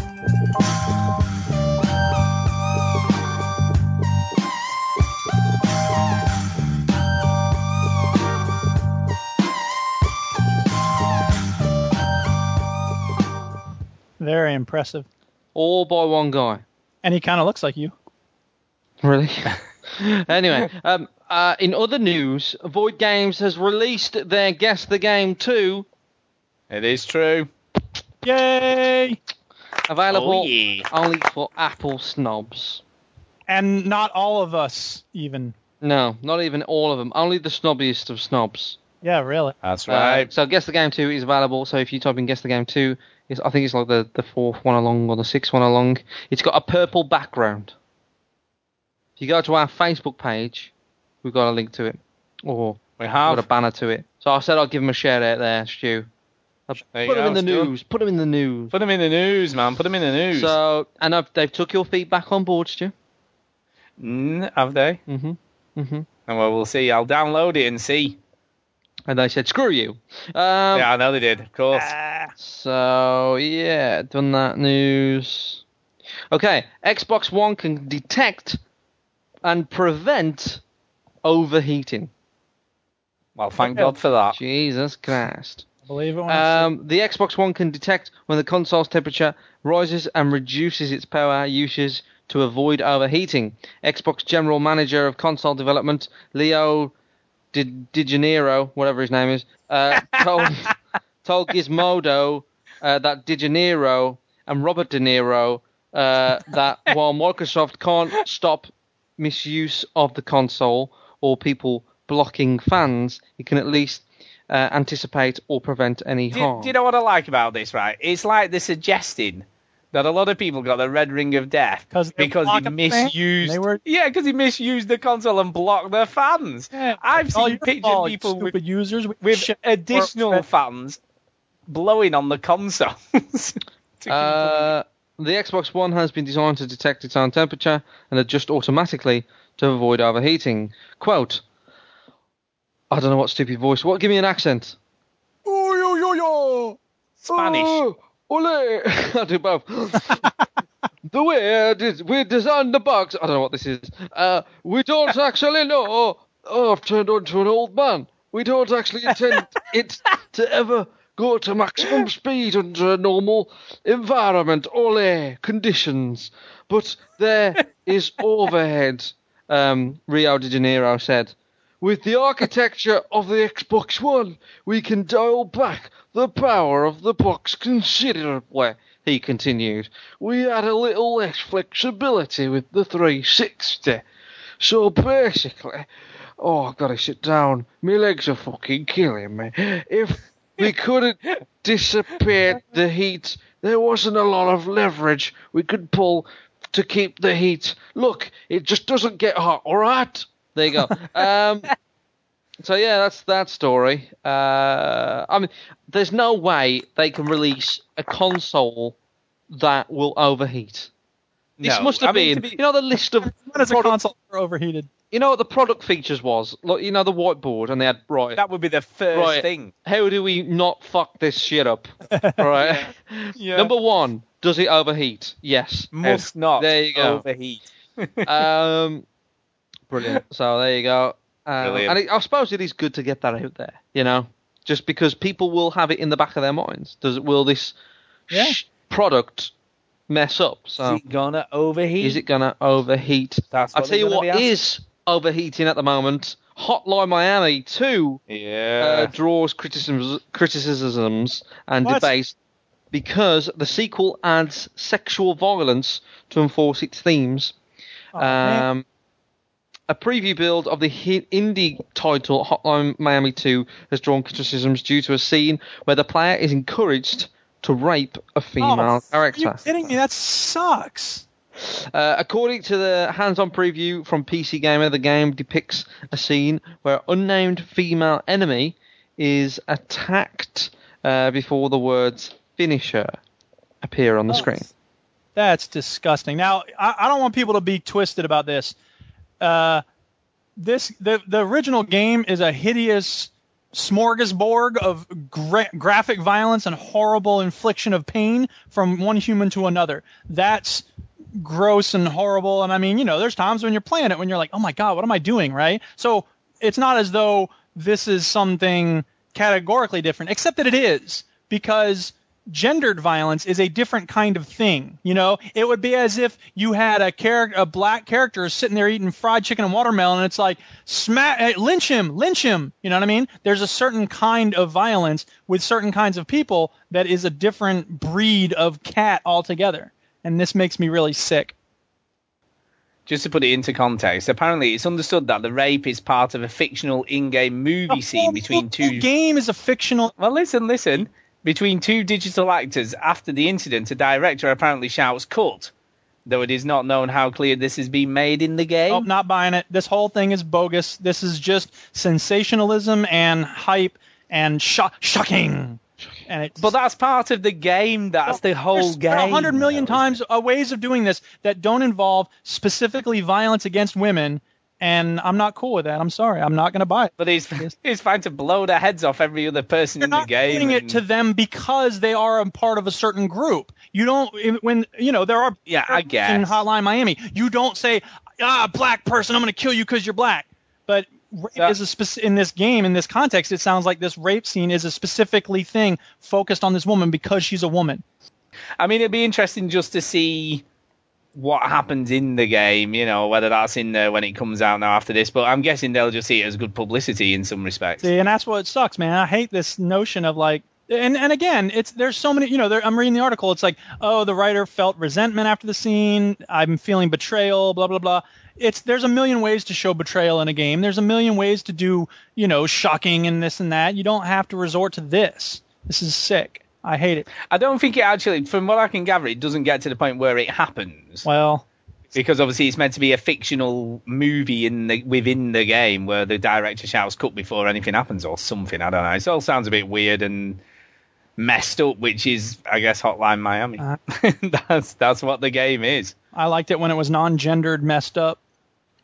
K: Very impressive.
C: All by one guy.
K: And he kind of looks like you.
C: Really? anyway, um, uh, in other news, Void Games has released their Guess the Game 2
B: It is true.
K: Yay!
C: available
B: Oh, yeah.
C: only for Apple snobs.
K: And not all of us even.
C: No, not even all of them. Only the snobbiest of snobs.
K: Yeah, really.
B: That's
C: Uh,
B: right.
C: so Guess the Game 2 is available. So if you type in Guess the Game 2, it's, I think it's like the, the fourth one along or the sixth one along. It's got a purple background. If you go to our Facebook page, we've got a link to it. Or
B: we
C: got
B: have.
C: a banner to it. So I said I'll give him a shout out there, Stu.
B: There you
C: Put him
B: go,
C: in the
B: Stu.
C: news. Put him in the news.
B: Put them in the news, man. Put them in the news.
C: So, and I've, they've took your feedback on board, Stu.
B: Mm, have they?
C: Mm-hmm. Mm-hmm.
B: And well, we'll see. I'll download it and see.
C: And they said, screw you. Um,
B: yeah, I know they did. Of course.
C: So yeah, done that news. Okay, Xbox One can detect and prevent overheating.
B: well, thank God for that.
C: Jesus Christ.
K: Believe it when I
C: Um, the Xbox One can detect when the console's temperature rises and reduces its power usage to avoid overheating. Xbox General Manager of Console Development, Leo Di DiGennaro, whatever his name is, uh, told, told Gizmodo uh, that DiGennaro and Robert De Niro uh, that while Microsoft can't stop misuse of the console or people blocking fans, it can at least uh, anticipate or prevent any
B: Do,
C: harm.
B: do you know what I like about this, right? It's like they're suggesting that a lot of people got the red ring of death
K: 'Cause they
B: because
K: blocked
B: he
K: the fan.
B: misused.
K: They were-
B: Yeah, because he misused the console and blocked their fans.
K: Yeah,
B: I've
K: it's all
B: seen
K: your
B: pictures
K: fault,
B: of
K: you
B: people with,
K: stupid users We
B: with
K: shit
B: additional
K: work-
B: fans blowing on the consoles. to
C: Uh, the Xbox One has been designed to detect its own temperature and adjust automatically to avoid overheating. Quote, I don't know what stupid voice. What? Give me an accent.
B: Spanish.
C: Oh, ole. I'll do both. the way did we designed the box. I don't know what this is. Uh, we don't actually know. Oh, I've turned into an old man. We don't actually intend it to ever go to maximum speed under a normal environment, ole conditions. But there is overhead. Um, Rio de Janeiro said. With the architecture of the Xbox One, we can dial back the power of the box considerably, he continued. We had a little less flexibility with the 360. So basically, oh, I've got to sit down. My legs are fucking killing me. If we couldn't dissipate the heat, there wasn't a lot of leverage we could pull to keep the heat. Look, it just doesn't get hot, alright? There you go. Um, so yeah, that's that story. Uh, I mean, there's no way they can release a console that will overheat. This
B: No,
C: must have
B: I mean,
C: been,
B: to be-
C: you know, the list of
K: What is a
C: product-
K: console for overheated?
C: you know what the product features was? Look, you know the whiteboard, and they had right.
B: that would be the first
C: right.
B: thing.
C: How do we not fuck this shit up? All right. Number one, does it overheat? Yes.
B: Must not
C: There you go.
B: overheat.
C: Um, brilliant. So there you go. Um,
B: Brilliant.
C: And it, I suppose it is good to get that out there. You know, just because people will have it in the back of their minds. Does will this
K: Yeah.
C: sh- product mess up? So
B: Is it gonna overheat?
C: Is it gonna overheat?
B: That's
C: I'll
B: what
C: tell you
B: they're
C: what
B: gonna be
C: is overheating at the moment. Hotline Miami two uh,
B: Yeah.
C: draws criticisms, criticisms and
K: What?
C: debates because the sequel adds sexual violence to enforce its themes.
K: Oh, man.
C: Um, A preview build of the hit indie title Hotline Miami 2 has drawn criticisms due to a scene where the player is encouraged to rape a female
L: oh, Are
C: character.
L: you kidding me? That sucks.
C: Uh, according to the hands-on preview from PC Gamer, the game depicts a scene where an unnamed female enemy is attacked uh, before the words "finisher" appear on the screen.
A: That's disgusting. Now, I, I don't want people to be twisted about this. Uh, this the the original game is a hideous smorgasbord of gra- graphic violence and horrible infliction of pain from one human to another. That's gross and horrible. And I mean, you know, there's times when you're playing it when you're like, oh my god, what am I doing, right? So it's not as though this is something categorically different, except that it is because gendered violence is a different kind of thing. You know, it would be as if you had a character, a black character, sitting there eating fried chicken and watermelon, and it's like, smack, lynch him, lynch him. You know what I mean? There's a certain kind of violence with certain kinds of people that is a different breed of cat altogether, and this makes me really sick.
B: Just to put it into context, apparently it's understood that the rape is part of a fictional in-game movie scene between
A: The
B: two.
A: game is a fictional.
B: Well, listen, listen. Between two digital actors after the incident, a director apparently shouts "cut," though it is not known how clear this has been made in the game.
A: Oh, not buying it. This whole thing is bogus. This is just sensationalism and hype and sho- shocking. And it's
B: But that's part of the game. That's the whole
A: there's
B: game.
A: A hundred million
B: though.
A: times uh, ways of doing this that don't involve specifically violence against women, and I'm not cool with that. I'm sorry. I'm not going to buy it.
B: But it's it's fine to blow their heads off every other person
A: You're
B: in the
A: not
B: game.
A: doing it
B: and-
A: to them because they are a part of a certain group. You don't when you know there are
B: Yeah, I guess.
A: in Hotline Miami. You don't say ah black person, I'm going to kill you because you're black. But rape
B: That-
A: is a speci- in this game in this context, it sounds like this rape scene is a specifically thing focused on this woman because she's a woman.
B: I mean, it'd be interesting just to see what happens in the game. You know, whether that's in there when it comes out now after this. But I'm guessing they'll just see it as good publicity in some respects.
A: See, and that's what sucks, man. I hate this notion of like, and and again, it's there's so many. You know, there, I'm reading the article. It's like, oh, the writer felt resentment after the scene. I'm feeling betrayal. Blah blah blah. It's there's a million ways to show betrayal in a game. There's a million ways to do you know shocking and this and that. You don't have to resort to this. This is sick. I hate it.
B: I don't think it actually, from what I can gather, it doesn't get to the point where it happens
A: Well,
B: because obviously it's meant to be a fictional movie in the within the game where the director shouts "cut" before anything happens or something. I don't know. It all sounds a bit weird and messed up, which is, I guess, Hotline Miami.
A: Uh.
B: that's that's what the game is.
A: I liked it when it was non-gendered, messed up.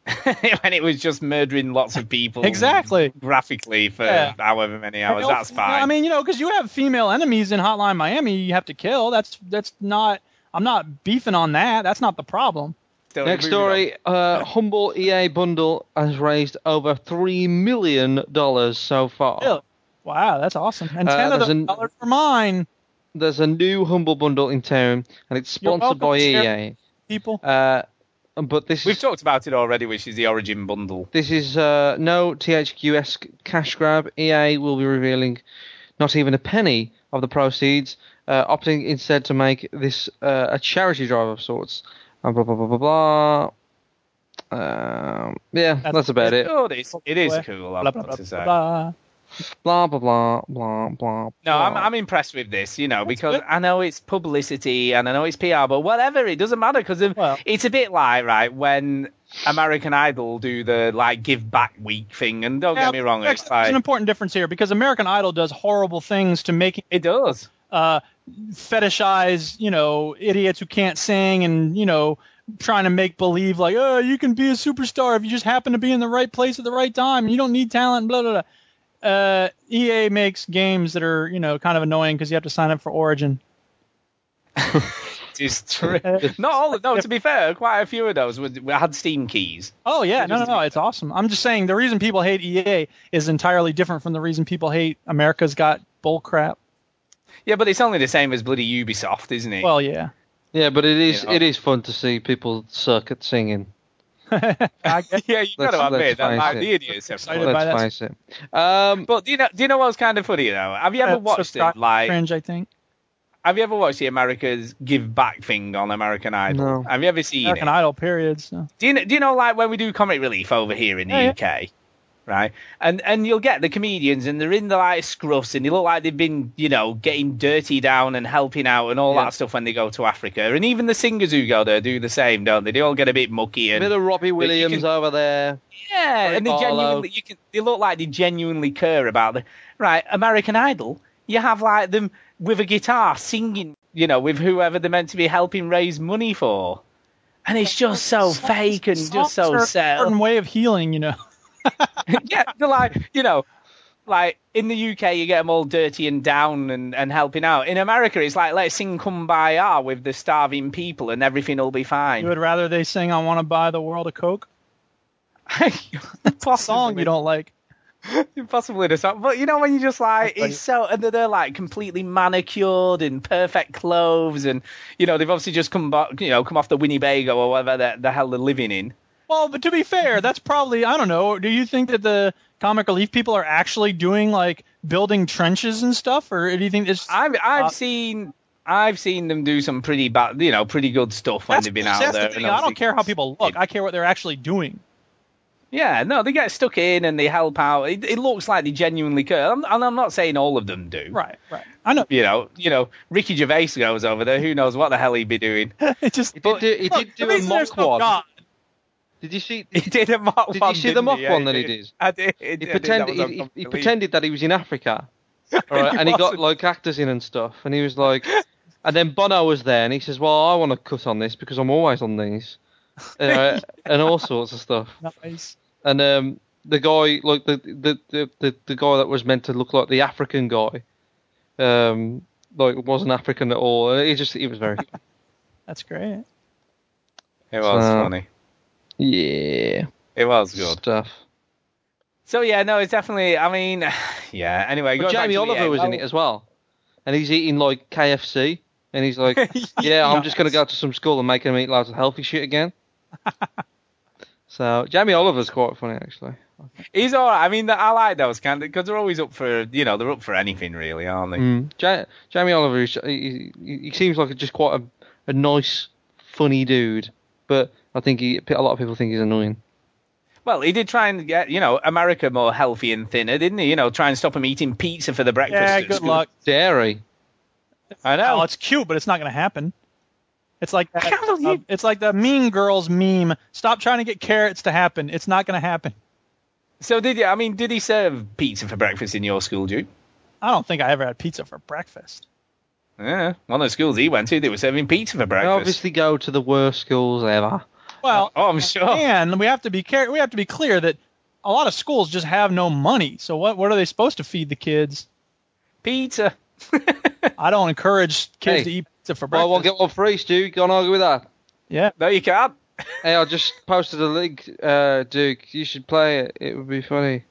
B: when it was just murdering lots of people
A: Exactly.
B: graphically for
A: Yeah.
B: however many hours.
A: Well,
B: Oh, That's fine.
A: I mean, you know, because you have female enemies in Hotline Miami, you have to kill. That's that's not. I'm not beefing on that. That's not the problem.
B: Don't
C: Next
B: agree with
C: story: uh, humble EA bundle has raised over three million dollars so far.
B: Oh.
A: Really? Wow, that's awesome. And
C: Uh,
A: ten of
C: there's
A: those
C: an-
A: dollars for mine,
C: There's a new humble bundle in town, and it's
A: You're
C: sponsored by
A: welcome,
C: EA.
A: people.
C: Uh, but this
B: that. We've
C: is,
B: talked about it already, which is the Origin bundle.
C: this is uh, no THQS cash grab. EA will be revealing not even a penny of the proceeds, uh, opting instead to make this uh, a charity drive of sorts. And blah blah blah blah blah. Um, yeah, that's, about it.
B: Oh, it is, it is
A: Blah,
B: cool.
A: Blah,
B: I've
A: blah,
B: got
A: blah,
B: to
A: blah,
B: say.
A: blah.
C: Blah blah blah blah blah.
B: No, I'm,
C: blah.
B: I'm impressed with this, you know, because
A: good.
B: I know it's publicity and I know it's PR, but whatever, it doesn't matter because
A: Well-
B: it's a bit like, right, when American Idol do the, like, give back week thing, and don't
A: Yeah,
B: get me wrong,
A: there's-
B: it's
A: there's an
B: like,
A: important difference here because American Idol does horrible things to making
B: it does.
A: uh, fetishize, you know, idiots who can't sing and, you know, trying to make believe like, oh, you can be a superstar if you just happen to be in the right place at the right time. You don't need talent, blah, blah, blah. Uh, EA makes games that are, you know, kind of annoying because you have to sign up for Origin.
B: It is true. Not all, no, to be fair, quite a few of those would, had Steam keys.
A: Oh, yeah. No, no, no. It's awesome. I'm just saying the reason people hate EA is entirely different from the reason people hate America's Got Bull Crap.
B: Yeah, but it's only the same as bloody Ubisoft, isn't it?
A: Well, yeah.
C: Yeah, but it is
B: Yeah.
C: it is fun to see people suck at singing.
A: I guess
B: yeah, you've got
C: let's-
B: to admit
C: let's
B: that,
C: face
B: like,
C: it.
B: the idiots. have
A: Excited
B: fun.
A: by that.
C: Let's face it. Um,
B: But do you know? Do you know what was kind of funny though? Have you ever
A: that's
B: watched
A: Scott
B: it? Like,
A: Cringe, I think.
B: Have you ever watched the America's Give Back thing on American Idol?
A: No.
B: Have you ever seen
A: American
B: it?
A: Idol periods. so.
B: Do you, know, do you know like when we do comic relief over here in the
A: Yeah, yeah.
B: UK, right? And and you'll get the comedians and they're in the like scruffs and they look like they've been you know getting dirty down and helping out and all that stuff when they go to Africa. And even the singers who go there do the same, don't they? They all get a bit mucky and
C: Bit of Robbie
B: you
C: Williams
B: can-
C: over there.
B: yeah,
C: Very
B: and they
C: Barlow.
B: genuinely you can they look like they genuinely care about the right American Idol. You have like them with a guitar singing, you know, with whoever they're meant to be helping raise money for, and it's just so fake and just so
A: Songs are a
B: sad.
A: Certain way of healing, you know.
B: yeah, they're like you know, like in the UK you get them all dirty and down and and helping out. In America it's like let's sing Kumbaya with the starving people and everything will be fine.
A: You would rather they sing "I Want to Buy the World a Coke"
B: Possibly.
A: song you don't like.
B: Possibly the song, but you know when you just like it's so and they're, they're like completely manicured in perfect clothes, and you know they've obviously just come back, you know, come off the Winnebago or whatever the, the hell they're living in.
A: Well, but to be fair, that's probably I don't know. Do you think that the comic relief people are actually doing like building trenches and stuff, or do you think it's
B: I've I've
A: Uh,
B: seen I've seen them do some pretty bad, you know, pretty good stuff when
A: that's,
B: they've been
A: that's
B: out
A: the
B: there.
A: thing.
B: and
A: I
B: obviously-
A: don't care how people look. I care what they're actually doing.
B: Yeah, no, they get stuck in and they help out. It, it looks like they genuinely care, I'm, and I'm not saying all of them do.
A: Right, right. I know.
B: You know, you know, Ricky Gervais goes over there. Who knows what the hell he'd be doing?
A: It just
C: He did do, he
A: Look,
C: did
A: the
C: do a
A: reason there's
C: mock
A: no
C: one.
A: God-
C: Did you see?
B: He did a mock
C: Did
B: one.
C: you see the
B: didn't
C: mock
B: Yeah,
C: one that he did?
B: I did. I
C: He
B: did. That
C: pretended
B: was
C: he,
B: on
C: he- he
B: Unbelievable.
C: pretended that he was in Africa, all right, and he got
B: wasn't.
C: like actors in and stuff, and he was like, and then Bono was there, and he says, "Well, I want to cut on this because I'm always on these, you know, and all sorts of stuff."
A: Nice.
C: And um, the guy, like the the, the the the guy that was meant to look like the African guy, um, like wasn't African at all. He just he was very
A: That's great.
B: It was
C: So-
B: funny.
C: yeah
B: It was good.
C: stuff.
B: So yeah, no, it's definitely. I mean, yeah. Anyway,
C: But
B: going back
C: Jamie
B: to oh,
C: Oliver
B: EA,
C: was in it as well, and he's eating like KFC, and he's like, "Yeah, I'm just gonna go to some school and make him eat loads of healthy shit again." so Jamie Oliver's quite funny actually.
B: He's all right. I mean, I like those kind because they're always up for you know they're up for anything really, aren't they?
C: Mm. Ja- Jamie Oliver, is, he, he, he seems like just quite a, a nice, funny dude, but I think he, a lot of people think he's annoying.
B: Well, he did try and get you know America more healthy and thinner, didn't he? You know, try and stop him eating pizza for the breakfast.
A: Yeah,
B: at
A: good
B: school.
A: luck.
C: Dairy.
B: I know.
A: Oh, it's cute, but it's not going to happen. It's like that,
B: can't believe-
A: uh, it's like the Mean Girls meme. Stop trying to get carrots to happen. It's not going to happen.
B: so did you? I mean, did he serve pizza for breakfast in your school, Duke?
A: I don't think I ever had pizza for breakfast.
B: Yeah, one of the schools he went to, they were serving pizza for
C: They
B: breakfast.
C: obviously go to the worst schools ever.
A: Well,
B: Oh, I'm sure.
A: and we have to be care- we have to be clear that a lot of schools just have no money. So what what are they supposed to feed the kids?
B: Pizza.
A: I don't encourage kids
C: Hey,
A: to eat pizza for breakfast.
C: Well, we'll get one free, Stu. Can't argue with that.
A: yeah,
B: No, you can't.
C: Hey, I just posted a link, uh, Duke. You should play it. It would be funny.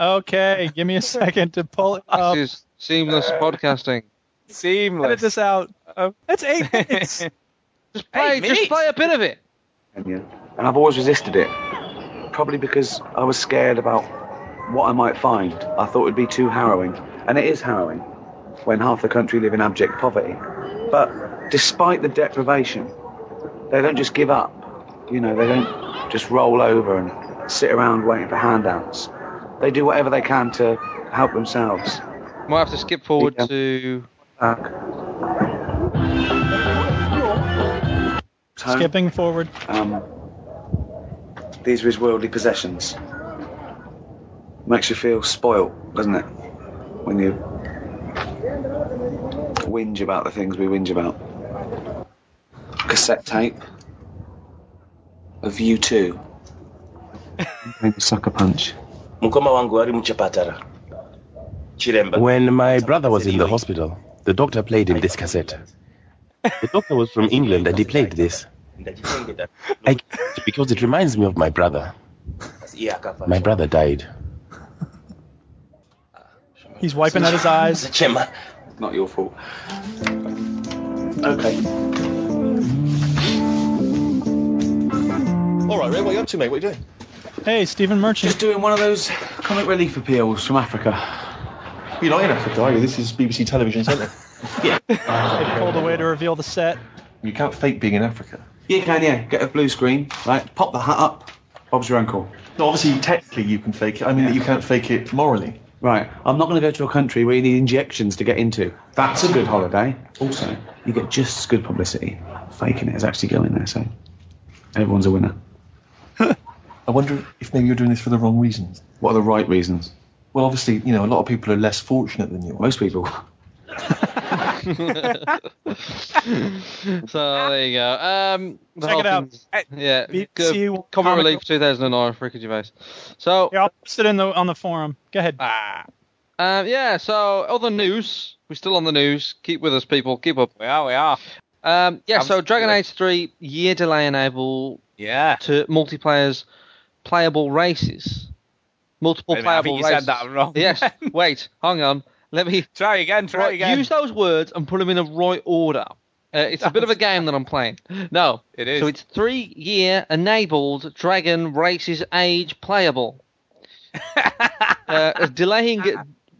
A: okay. Give me a second to pull it up.
C: this is seamless podcasting.
B: Seamless.
A: Edit this out. Oh, it's eight minutes.
C: Just
B: Hey,
C: play, just
B: mate.
C: play a bit of it.
M: opinion, and I've always resisted it. Probably because I was scared about what I might find. I thought it'd be too harrowing, and it is harrowing when half the country live in abject poverty. But despite the deprivation, they don't just give up. You know, they don't just roll over and sit around waiting for handouts. They do whatever they can to help themselves.
C: Might have to skip forward
M: Yeah.
C: to.
M: Back. Home.
A: Skipping forward.
M: Um, these are his worldly possessions. Makes you feel spoilt, doesn't it? When you whinge about the things we whinge about. Cassette tape of U2. Maybe Sucker Punch.
N: When my brother was in the hospital, the doctor played him this cassette. The doctor was from England and he played this. I, because it reminds me of my brother. My brother died.
A: He's wiping out his eyes.
M: Not your fault. Okay.
O: All right, Ray, what are you up to, mate? What are you doing?
A: Hey, Stephen Merchant.
M: Just doing one of those comic relief appeals from Africa.
O: You're not in Africa, are you? This is BBC Television Centre.
A: Yeah. they pulled away to reveal the set.
M: You can't fake being in Africa. Yeah, can yeah. Get a blue screen, right? Pop the hat up. Bob's your uncle.
P: No, obviously, technically, you can fake it. I mean, that you can't fake it morally.
M: Right. I'm not going to go to a country where you need injections to get into. That's a good holiday. Also, you get just as good publicity faking it as actually going there. So everyone's a winner.
P: I wonder if maybe you're doing this for the wrong reasons.
M: What are the right reasons?
P: Well, obviously, you know, a lot of people are less fortunate than you are.
M: Most people.
C: so there you go. Um, the
K: Check
C: whole
K: it out.
C: thing- Yeah,
K: BBC
C: good. Common
K: Comical-
C: Relief 2009, Ricky Gervais. So
K: Yeah, I'll post it in the on the forum. Go ahead.
B: Ah,
C: Um, yeah, so other news. We're still on the news. Keep with us, people. Keep up. We are, we are. Um, yeah, so Dragon Age 3 year delay enable
B: yeah.
C: to multiplayers playable races. Multiple
B: Wait a minute, I
C: playable
B: think you
C: races.
B: said that wrong.
C: Yes. Wait, hang on. Let me
B: Try again, try
C: Right,
B: again.
C: Use those words and put them in the right order. Uh, it's a bit of a game that I'm playing. No,
B: It is.
C: So it's three-year enabled Dragon Races Age playable. uh, delaying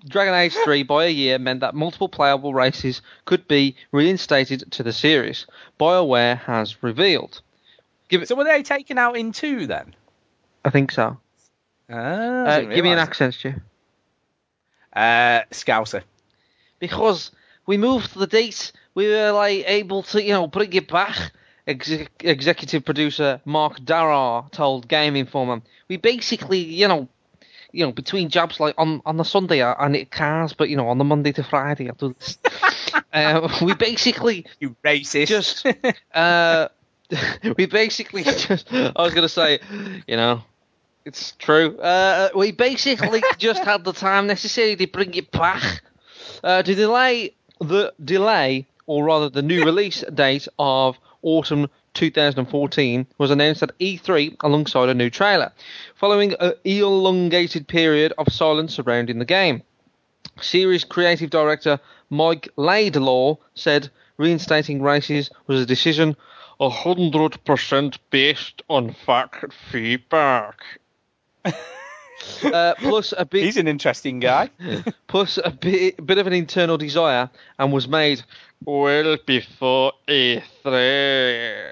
C: Dragon Age 3 by a year meant that multiple playable races could be reinstated to the series. BioWare has revealed. Give it,
B: So were they taken out in two then?
C: I think so.
B: Ah,
C: Uh,
B: didn't
C: give me an
B: realise.
C: accent, Stu.
B: Uh, Scouser.
C: because we moved the dates. We were like able to, you know, bring it back. Exec- executive producer Mark Darrar told Game Informer, "We basically, you know, you know, between jobs, like on on the Sunday I, I knit cars, but you know, on the Monday to Friday I do this. uh, we basically
B: You racist.
C: just, uh, we basically just. I was gonna say, you know." It's true. Uh, we basically just had the time necessary to bring it back. Uh, to delay the delay, or rather the new release date of autumn 2014, was announced at E3 alongside a new trailer, following an elongated period of silence surrounding the game. Series creative director Mike Laidlaw said reinstating races was a decision 100% based on fact feedback. uh, plus a big
B: He's an interesting guy.
C: plus a bit, bit of an internal desire and was made well before E E3.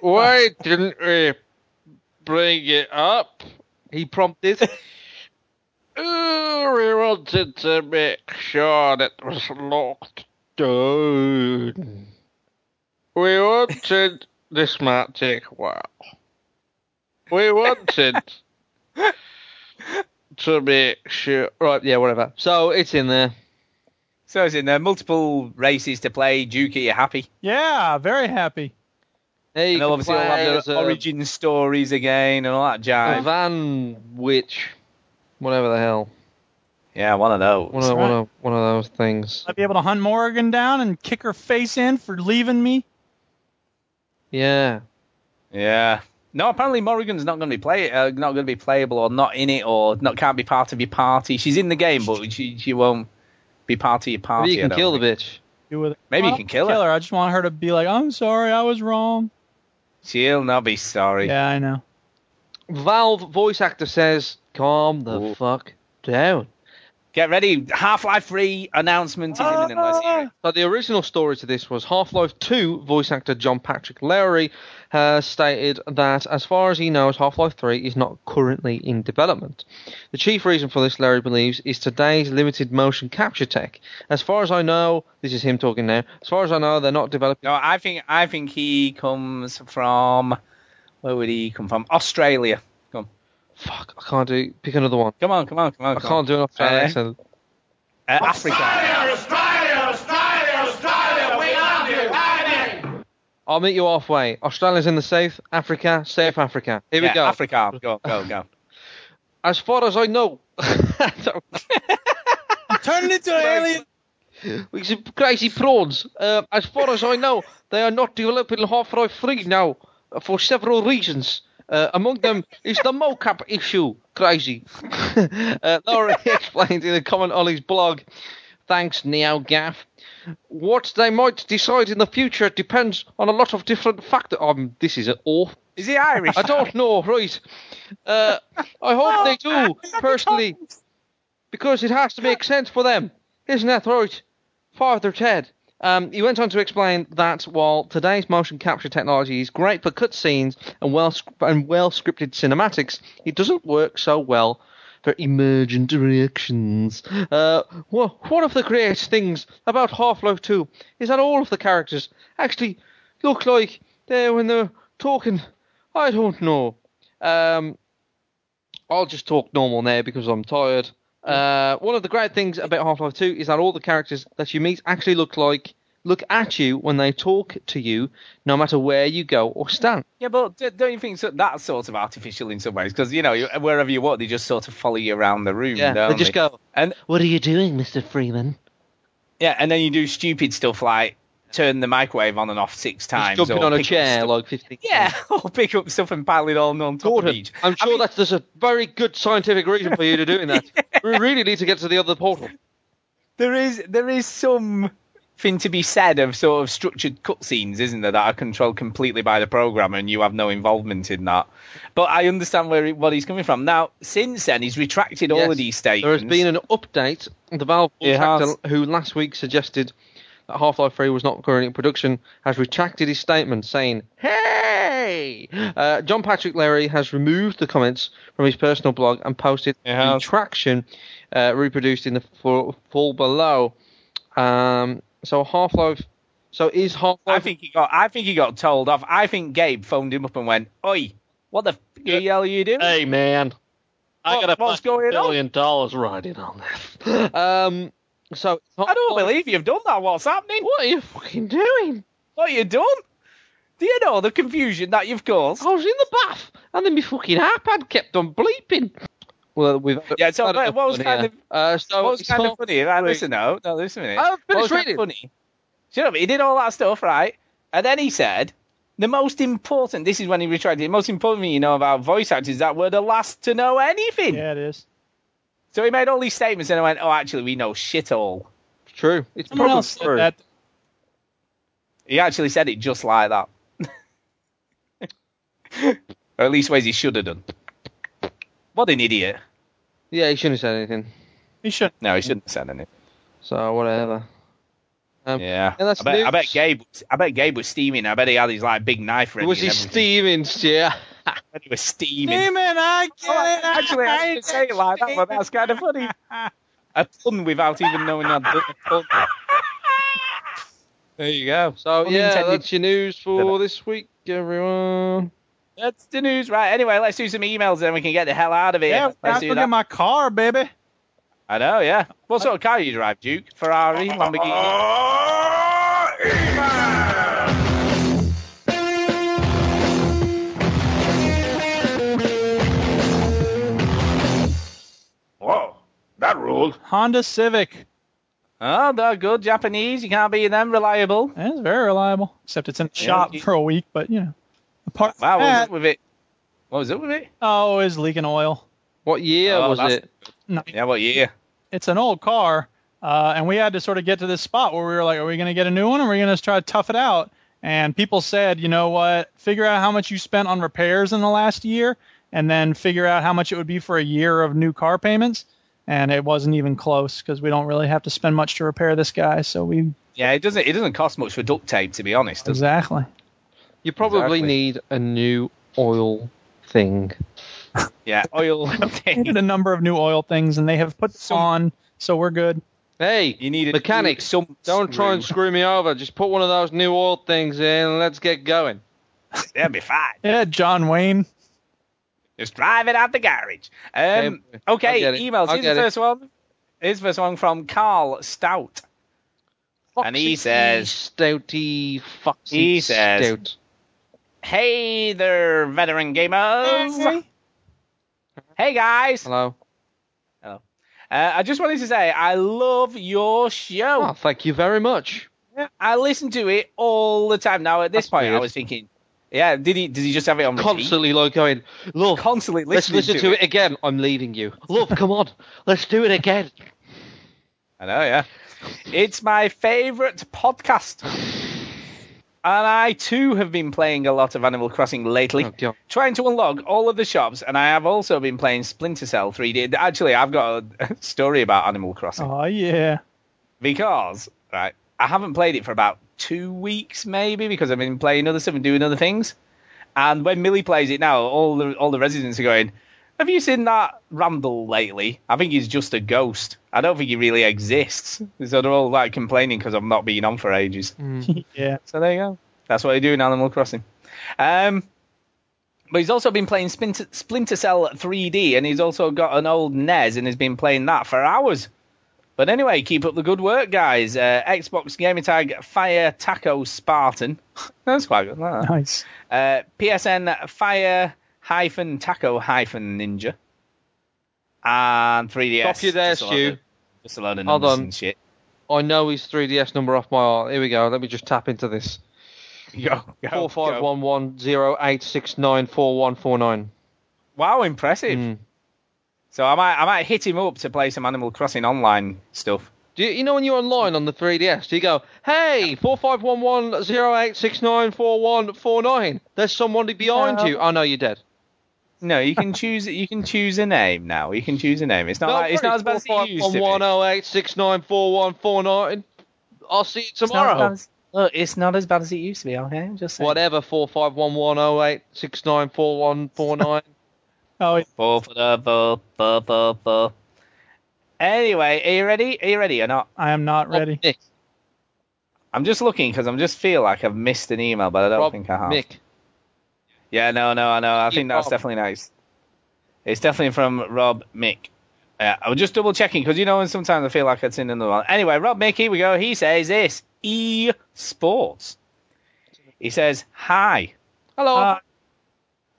C: Why didn't we bring it up? He prompted. "Oh, we wanted to make sure that it was locked down. We wanted. this might take a while. We wanted to make sure. Right, yeah, whatever. So it's in there.
B: so it's in there. Multiple races to play. Dookie, you happy?
K: Yeah, very happy.
C: There you
B: And they'll
C: can
B: obviously
C: play
B: all have
C: as
B: the
C: a,
B: origin stories again and all that
C: a
B: jive.
C: van witch, whatever the hell.
B: Yeah, one of those.
C: One of, one of one of those things.
K: I'll be able to hunt Morgan down and kick her face in for leaving me.
C: Yeah.
B: Yeah. No, apparently Morrigan's not going to be play uh, not going to be playable or not in it or not can't be part of your party. She's in the game, but she she won't be part of your party.
C: Maybe you
B: I
C: can
B: don't
C: kill
B: think.
C: the bitch.
K: Do with-
B: Maybe you
K: Well,
B: can kill her.
K: kill her. I just want her to be like, I'm sorry, I was wrong.
B: She'll not be sorry.
K: Yeah, I know.
C: Valve voice actor says, "Calm the
B: Ooh.
C: fuck down."
B: Get ready. Half Life 3 announcement is imminent. Let's hear it.
C: So the original story to this was Half-Life 2 voice actor John Patrick Lowry has stated that as far as he knows, Half-Life 3 is not currently in development. The chief reason for this, Lowry believes, is today's limited motion capture tech. As far as I know, this is him talking now. As far as I know, they're not developing.
B: No, I think I think he comes from where would he come from? Australia. Come on,
C: Fuck, I can't do. Pick another one.
B: come on, come on, come on.
C: I
B: come
C: can't do an Australian
B: Eh?
C: accent.
B: on. Uh, Africa.
C: I'll meet you halfway. Australia's in the south. Africa, South Africa. Here
B: yeah,
C: we go.
B: Africa. Go, go, go.
C: As far as I know, I don't-
K: Turn it into an alien.
C: We see crazy prawns. Uh, as far as I know, they are not developing Half-Life 3 now uh, for several reasons. Uh, among them is the mocap issue. Crazy. uh, Laura explained in a comment on his blog. Thanks, Neo Gaff. What they might decide in the future depends on a lot of different factors. Um, this is awful.
B: Is he Irish?
C: I don't know, right? Uh, I hope they do, personally, because it has to make sense for them. Isn't that right? Father Ted. Um, he went on to explain that while today's motion capture technology is great for cutscenes and well and well scripted cinematics, it doesn't work so well for emergent reactions. Uh, wha- one of the great things about Half-Life 2 is that all of the characters actually look like they when they're talking. I don't know. Um, I'll just talk normal now because I'm tired. Uh, one of the great things about Half-Life 2 is that all the characters that you meet actually look like look at you when they talk to you, no matter where you go or stand.
B: Yeah, but d- don't you think so, that's sort of artificial in some ways? Because you know, you- wherever you walk, they just sort of follow you around the room.
C: Yeah,
B: don't
C: they just go.
B: And
C: what are you doing, Mister Freeman?
B: yeah, and then you do stupid stuff like turn the microwave on and off six times,
C: Jumping
B: or
C: on a
B: pick up
C: chair
B: stuff-
C: like 15.
B: Yeah, or pick up stuff and pile it all on top of each.
C: I'm sure that's there's a very good scientific reason for you to doing that. We really need to get to the other portal.
B: There is there is some thing to be said of sort of structured cutscenes, isn't there, that are controlled completely by the programmer and you have no involvement in that. But I understand where he, what he's coming from. Now, since then, he's retracted all of these statements.
C: There has been an update. The Valve
B: It has.
C: contractor who last week suggested that Half-Life 3 was not currently in production has retracted his statement, saying, "Hey, uh, John Patrick Leary has removed the comments from his personal blog and posted a retraction uh, reproduced in the full, full below." Um, so Half-Life. So is Half-Life?
B: I think he got. I think he got told off. I think Gabe phoned him up and went, "Oi, what the f- the hell are you doing?
Q: Hey man, I
B: What-
Q: got a
B: what's
Q: fucking
B: going on?
Q: billion dollars riding on that.
C: um, so I
B: don't believe you've done that. What's happening?
C: What are you fucking doing?
B: What are you doing? Do you know the confusion that you've caused?
C: I was in the bath, and then my fucking iPad kept on bleeping. Well, we've
B: yeah. So
C: had
B: but
C: enough
B: what was
C: fun
B: kind
C: here.
B: of
C: uh, so
B: what was
C: it's
B: kind of
C: half-
B: funny? Right, listen now, no, listen a minute. What
C: I'll Oh, finish
B: was kind of
C: reading.
B: Funny. Do you know what I mean? He did all that stuff right, and then he said. The most important, this is when he retracted, the most important thing you know about voice actors is that we're the last to know anything.
K: Yeah, it is.
B: So he made all these statements and I went, oh, actually, we know shit all.
C: It's true. It's
K: Someone
B: probably
K: else said
B: true.
K: that.
B: He actually said it just like that. or at least ways he should have done. What an idiot.
C: Yeah, he shouldn't have said anything.
K: He should.
B: No, he shouldn't have said anything.
C: So whatever. Um,
B: yeah.
C: and that's
B: I bet, I
C: news.
B: bet Gabe I bet Gabe was steaming. I bet he had his like big knife ready.
C: Was
B: and
C: he
B: everything.
C: steaming? Yeah.
B: I bet he was steaming. Oh,
K: Demon, I get it.
B: Actually, I
K: hate
B: didn't say it like that, but that's kind of funny. A pun without even knowing I'd done a pun. There you go.
C: So yeah,
B: Unintended
C: that's your news for this week, everyone.
B: That's the news, right? Anyway, let's do some emails, then we can get the hell out of here.
K: Yeah,
B: let's
K: I
B: do
K: forget
B: that.
K: my car, baby.
B: I know, yeah. What sort of car you drive, Duke? Ferrari, Lamborghini.
I: Whoa, that ruled.
K: Honda Civic.
B: Oh, they're good Japanese. You can't be them reliable.
K: Yeah, it's very reliable, except it's in the shop
B: you-
K: for a week. But you know, apart
B: Wow, what was
K: that,
B: up with it? Uh, What was up with it?
K: oh, it's leaking oil.
C: What year
B: Oh,
C: was
B: that's-
C: it?
K: No,
B: Yeah, what year?
K: it's an old car, uh, and we had to sort of get to this spot where we were like, are we going to get a new one, or are we going to try to tough it out? And people said, you know what? Figure out how much you spent on repairs in the last year, and then figure out how much it would be for a year of new car payments. And it wasn't even close because we don't really have to spend much to repair this guy. So we
B: Yeah, it doesn't. It doesn't cost much for duct tape, to be honest. Does it?
K: exactly.
C: You probably
B: Exactly.
C: need a new oil thing.
B: Yeah, oil.
K: We did a number of new oil things, and they have put this on, so we're good.
C: Hey,
B: You need a
C: mechanics,
B: new- some
C: don't try and
B: screw.
C: screw me over. Just put one of those new oil things in and let's get going.
B: That'd be fine.
K: Yeah, John Wayne.
B: Just drive it out the garage. Um, okay,
C: I'll get it.
B: emails.
C: I'll
B: Here's
C: get
B: the
C: it.
B: first one. Here's the first one from Carl Stout. And he
C: Foxy
B: says-
C: stouty, foxy
B: He says-
C: stout.
B: Hey there, veteran gamers. Hey, guys.
C: Hello.
B: Uh, I just wanted to say I love your show.
C: Oh, thank you very much.
B: I listen to it all the time. Now at this
C: That's
B: point, I
C: weird.
B: was thinking, yeah, did he did he just have it on repeat?
C: Constantly like going, love.
B: Constantly
C: let's
B: listening
C: listen to, it. again. I'm leaving you. Love, come on, let's do it again.
B: I know, yeah. It's my favorite podcast. And I too have been playing a lot of Animal Crossing lately,
C: Oh, dear.
B: trying to unlock all of the shops. And I have also been playing Splinter Cell 3D. Actually, I've got a story about Animal Crossing.
K: Oh yeah.
B: because right, I haven't played it for about two weeks maybe because I've been playing other stuff and doing other things. And when Millie plays it now, all the all the residents are going, "Have you seen that Randall lately? I think he's just a ghost. I don't think he really exists." So they're all like complaining because I'm not being on for ages.
K: yeah.
B: So there you go. That's what I do in Animal Crossing. Um, but he's also been playing Splinter, Splinter Cell 3D, and he's also got an old NES, and he's been playing that for hours. But anyway, keep up the good work, guys. Uh, Xbox Gamer Tag Fire Taco Spartan. That's quite good. I like that.
K: Nice.
B: Uh, PSN Fire hyphen Taco hyphen Ninja. And 3DS.
C: Stop you there,
B: Just a load
C: Stu.
B: of- Just a load of
C: Hold
B: numbers
C: on.
B: and shit.
C: I know his 3DS number off my heart. Here we go. Let me just tap into this.
B: Go, go,
C: Four five
B: go.
C: one one zero eight six nine four one four nine.
B: Wow, impressive.
C: Hmm.
B: So I might I might hit him up to play some Animal Crossing online stuff.
C: Do you, you know when you're online on the 3DS? Do you go, hey, four five one one zero eight six nine four one four nine? There's somebody behind
B: No.
C: you. Oh no, you're dead.
B: No, you can choose you can choose a name now. You can choose a name. It's not
C: No,
B: like, it's
C: buddy,
B: not as bad as it used to be.
C: oh, 451-108-69-4149. I'll see you tomorrow.
B: Look, it's not as bad as it used to be. Okay, I'm just saying.
C: Whatever, 451-108-69-4149.
K: Oh, it-
B: Buh, buh, buh, buh, buh, buh. Anyway, are you ready? Are you ready or not?
K: I am not ready.
C: Nick,
B: I'm just looking because I am just feel like I've missed an email, but I don't
C: Rob,
B: think I have.
C: Mick.
B: Yeah, no, no, I know. I
C: You
B: think that's
C: Rob.
B: definitely nice. It's definitely from Rob Mick. Uh, I was just double checking because you know, and sometimes I feel like it's in another one. Anyway, Rob Mick, here we go. He says this: E Sports. He says, "Hi,
C: Hello.
K: Uh,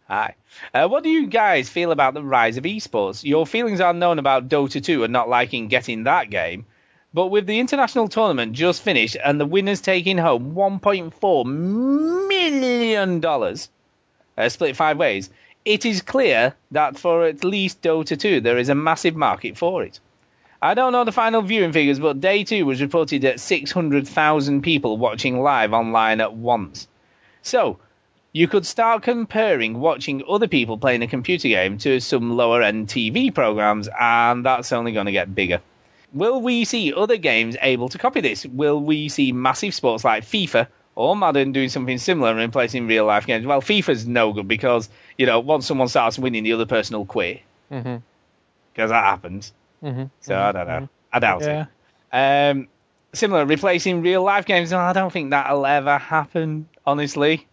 B: hi. Uh, what do you guys feel about the rise of esports? Your feelings are known about Dota 2 and not liking getting that game, but with the international tournament just finished and the winners taking home 1.4 million dollars." uh, split five ways, it is clear that for at least Dota 2, there is a massive market for it. I don't know the final viewing figures, but day two was reported at 600,000 people watching live online at once. So, you could start comparing watching other people playing a computer game to some lower end TV programs, and that's only going to get bigger. Will we see other games able to copy this? Will we see massive sports like FIFA or Madden doing something similar and replacing real life games? Well, FIFA's no good because, you know, once someone starts winning, the other person will quit
C: Mhm.
B: because that happens.
C: Mhm.
B: So I don't know. I doubt
K: Yeah.
B: it. Um, similar, replacing real life games. No, I don't think that'll ever happen, honestly.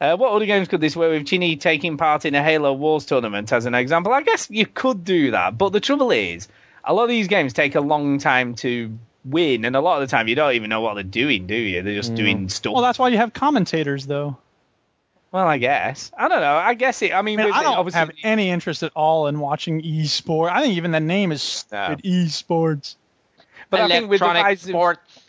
B: Uh, what other games could this work with Chini taking part in a Halo Wars tournament as an example? I guess you could do that, but the trouble is, a lot of these games take a long time to win, and a lot of the time you don't even know what they're doing, do you? They're just doing stuff.
K: Mm. Well,
B: Well,
K: that's why you have commentators, though.
B: I guess. I don't know. I guess it. I mean,
K: I, mean,
B: with
K: I
B: it,
K: don't
B: obviously,
K: have any interest at all in watching esports. I think even the name is stupid. Esports.
B: but I think with the
C: Electronic
B: rise of
C: sports.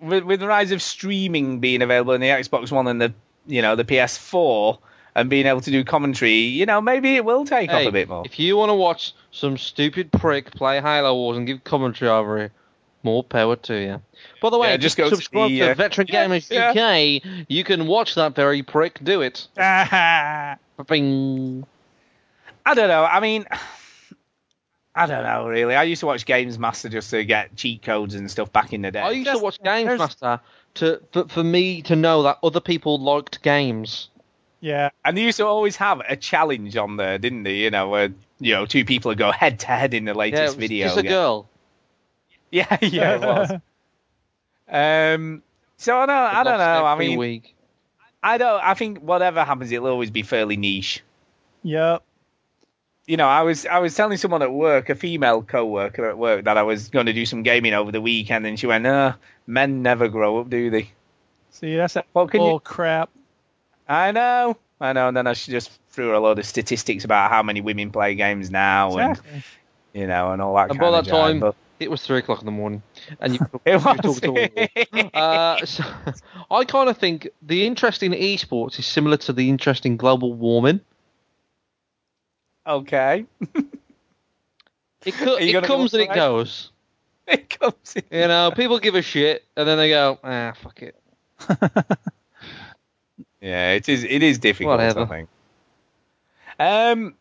B: with, with the rise of streaming being available in the Xbox One and the you know the PS4 and being able to do commentary, you know maybe it will take off
C: Hey,
B: a bit more.
C: If you want to watch some stupid prick play Halo Wars and give commentary over it, more power to you. By the way,
B: Yeah, just
C: just
B: go to
C: subscribe to,
B: the, uh,
C: Veteran
B: Yeah,
C: Gamers
B: yeah.
C: UK. You can watch that very prick do it. Bing.
B: I don't know. I mean, I don't know really. I used to watch Games Master just to get cheat codes and stuff back in the day.
C: I used to watch Games Master to for, for me to know that other people liked games.
K: yeah.
B: And they used to always have a challenge on there, didn't they? You know, where you know two people would go head to head in the latest
C: Yeah, it was
B: video.
C: Kiss a
B: game.
C: girl.
B: Yeah, yeah, it was. um, so I don't, I don't
C: Lost
B: know. I
C: every
B: mean,
C: week.
B: I don't. I think whatever happens, it'll always be fairly niche.
K: Yep.
B: you know, I was I was telling someone at work, a female coworker at work, that I was going to do some gaming over the weekend, and she went, "No, men never grow up, do they?"
K: See, that's that
B: Well, can you-
K: bull crap.
B: I know, I know. And then I she just threw a load of statistics about how many women play games now,
K: Exactly.
B: and you know, and all that.
C: And by
B: kind
C: that
B: of jive,
C: time,
B: but-
C: it was three o'clock in the morning, and you, you
B: It
C: talked
B: was.
C: to all. Uh, so, I kind of think the interest in esports is similar to the interest in global warming.
B: okay,
C: It, co-
B: Are you
C: it
B: gonna go
C: comes and it
B: outside?
C: goes.
B: it comes. In.
C: You know, people give a shit, and then they go, ah, fuck it.
B: Yeah, it is. It is difficult.
C: Whatever.
B: I think. Um,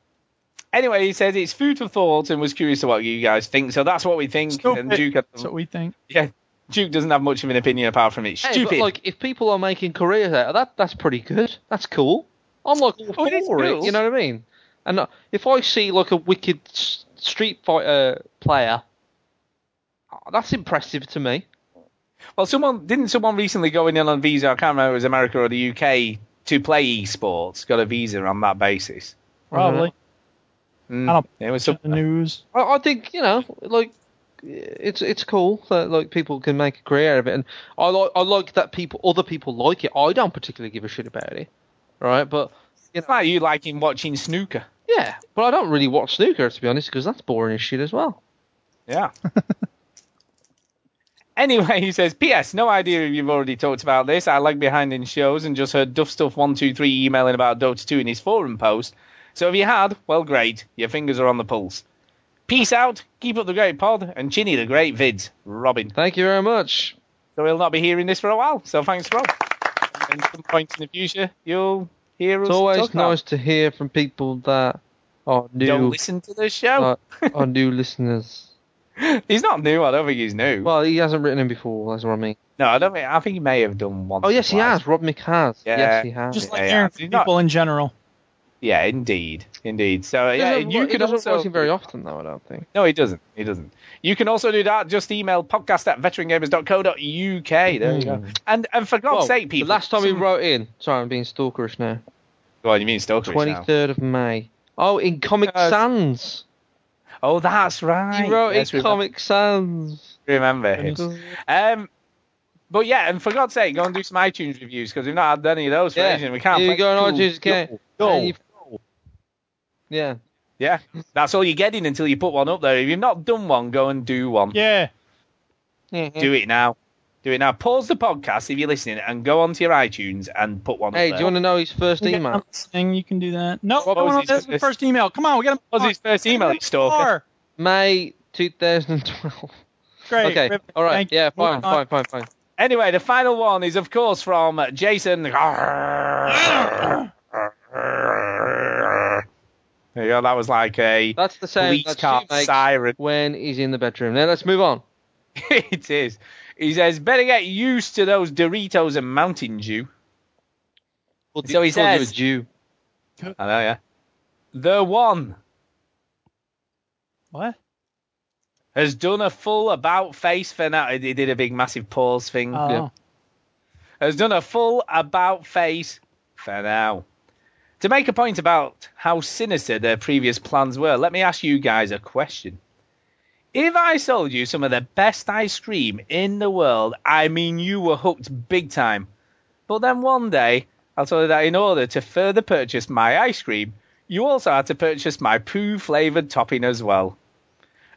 B: Anyway, he says it's food for thought and was curious to what you guys think. So that's what we think. and Duke,
K: that's what we think.
B: yeah, Duke doesn't have much of an opinion apart from it's
C: Hey,
B: stupid.
C: but like if people are making careers out of that, that's pretty good. That's cool. I'm like all
B: Oh, it is
C: for it.
B: cool.
C: You know what I mean? And uh, if I see like a wicked s- Street Fighter player, uh, that's impressive to me.
B: Well, someone didn't someone recently go in on a visa? I can't remember if it was America or the UK to play esports. Got a visa on that basis.
K: Probably.
B: Mm-hmm. Mm.
K: I don't
B: It was some-
K: the news.
C: I, I think you know, like it's it's cool that like people can make a career out of it, and I like I like that people other people like it. I don't particularly give a shit about it, right? But
B: it's like you liking watching snooker.
C: yeah, but I don't really watch snooker to be honest because that's boring as shit as well.
B: Yeah. anyway, he says, P.S. No idea if you've already talked about this. I lag behind in shows and just heard Duff Stuff One Two Three emailing about Dota Two in his forum post. So if you had, well, great. Your fingers are on the pulse. Peace out. Keep up the great pod and Chinny the great vids. Robin.
C: Thank you very much.
B: So he'll not be hearing this for a while. So thanks, Rob. And at some point in the future, you'll hear us.
C: It's always
B: talk about
C: nice to hear from people that are
B: it. Don't
C: new
B: listen to the show.
C: are, are new listeners.
B: he's not new. I don't think he's new.
C: Well, he hasn't written in before. That's what I mean.
B: no, I don't think. I think he may have done one.
C: Oh yes, he
B: twice.
C: has. Rob Mick has.
B: Yeah.
C: Yes, he has.
K: Just like
B: Yeah, yeah.
K: hearing from
B: He's not-
K: people in general.
B: Yeah, indeed, indeed. So yeah,
C: Doesn't-
B: you
C: he
B: can
C: doesn't
B: also.
C: write him very often though. I don't think.
B: No, he doesn't. He doesn't. You can also do that. Just email podcast at veterangamers.co.uk. There you go. And and for God's
C: Hmm. Well,
B: sake, people.
C: The last time we
B: some-
C: wrote in, sorry, I'm being stalkerish now.
B: Go on, you mean stalkerish
C: Twenty
B: now.
C: third of May. Oh, in Comic
B: Uh,
C: Sans.
B: Oh, that's right.
C: He wrote
B: Yes,
C: in
B: we-
C: Comic Sans.
B: remember him.
C: Goodness.
B: Um, but yeah, and for God's sake, go and do some iTunes reviews because we've not had any of those for
C: Yeah.
B: ages. and We can't.
C: Here you
B: thank
C: go on
B: you.
C: iTunes account.
B: Go.
C: And you- Yeah.
B: Yeah, that's all you're getting until you put one up there. If you've not done one, go and do one.
K: Yeah.
C: Mhm.
B: Do it now. Do it now. Pause the podcast if you're listening and go onto your iTunes and put one up
C: Hey, do
B: there.
C: you want to know his first
K: Yeah, I'm
C: email?
K: listening, you can do that. No,
B: uh, What
K: no,
B: was
K: no,
B: his
K: that's the
B: first-
K: first email. Come on, we got
B: What was his first email, you stalker?
C: May 2012.
K: Great.
C: okay.
K: Ribbon.
C: All right.
K: Thank you.
C: yeah. Fine.
K: Moving on.
C: Fine. Fine. Fine.
B: Anyway, the final one is, of course, from Jason. There you go. That was like a
C: That's the sound
B: police
C: that
B: car
C: she makes
B: siren.
C: when he's in the bedroom. Now let's move on.
B: it is. He says, better get used to those Doritos and Mountain Dew. So he
C: Called you a
B: says-
C: Jew.
B: I know, yeah. The one
K: What?
B: has done a full about face for now. He did a big massive pause thing.
K: Oh.
C: Yeah.
B: has done a full about face for now. To make a point about how sinister their previous plans were, let me ask you guys a question. If I sold you some of the best ice cream in the world, I mean you were hooked big time. But then one day, I told you that in order to further purchase my ice cream, you also had to purchase my poo flavored topping as well.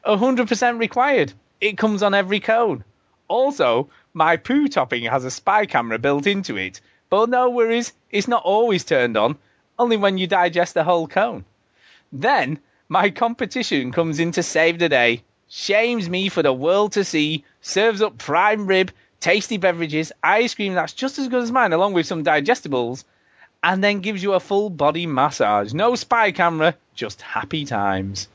B: 100% required. It comes on every cone. Also, my poo topping has a spy camera built into it. But no worries, it's not always turned on, only when you digest the whole cone. Then, my competition comes in to save the day, shames me for the world to see, serves up prime rib, tasty beverages, ice cream that's just as good as mine, along with some digestibles, and then gives you a full body massage. No spy camera, just happy times.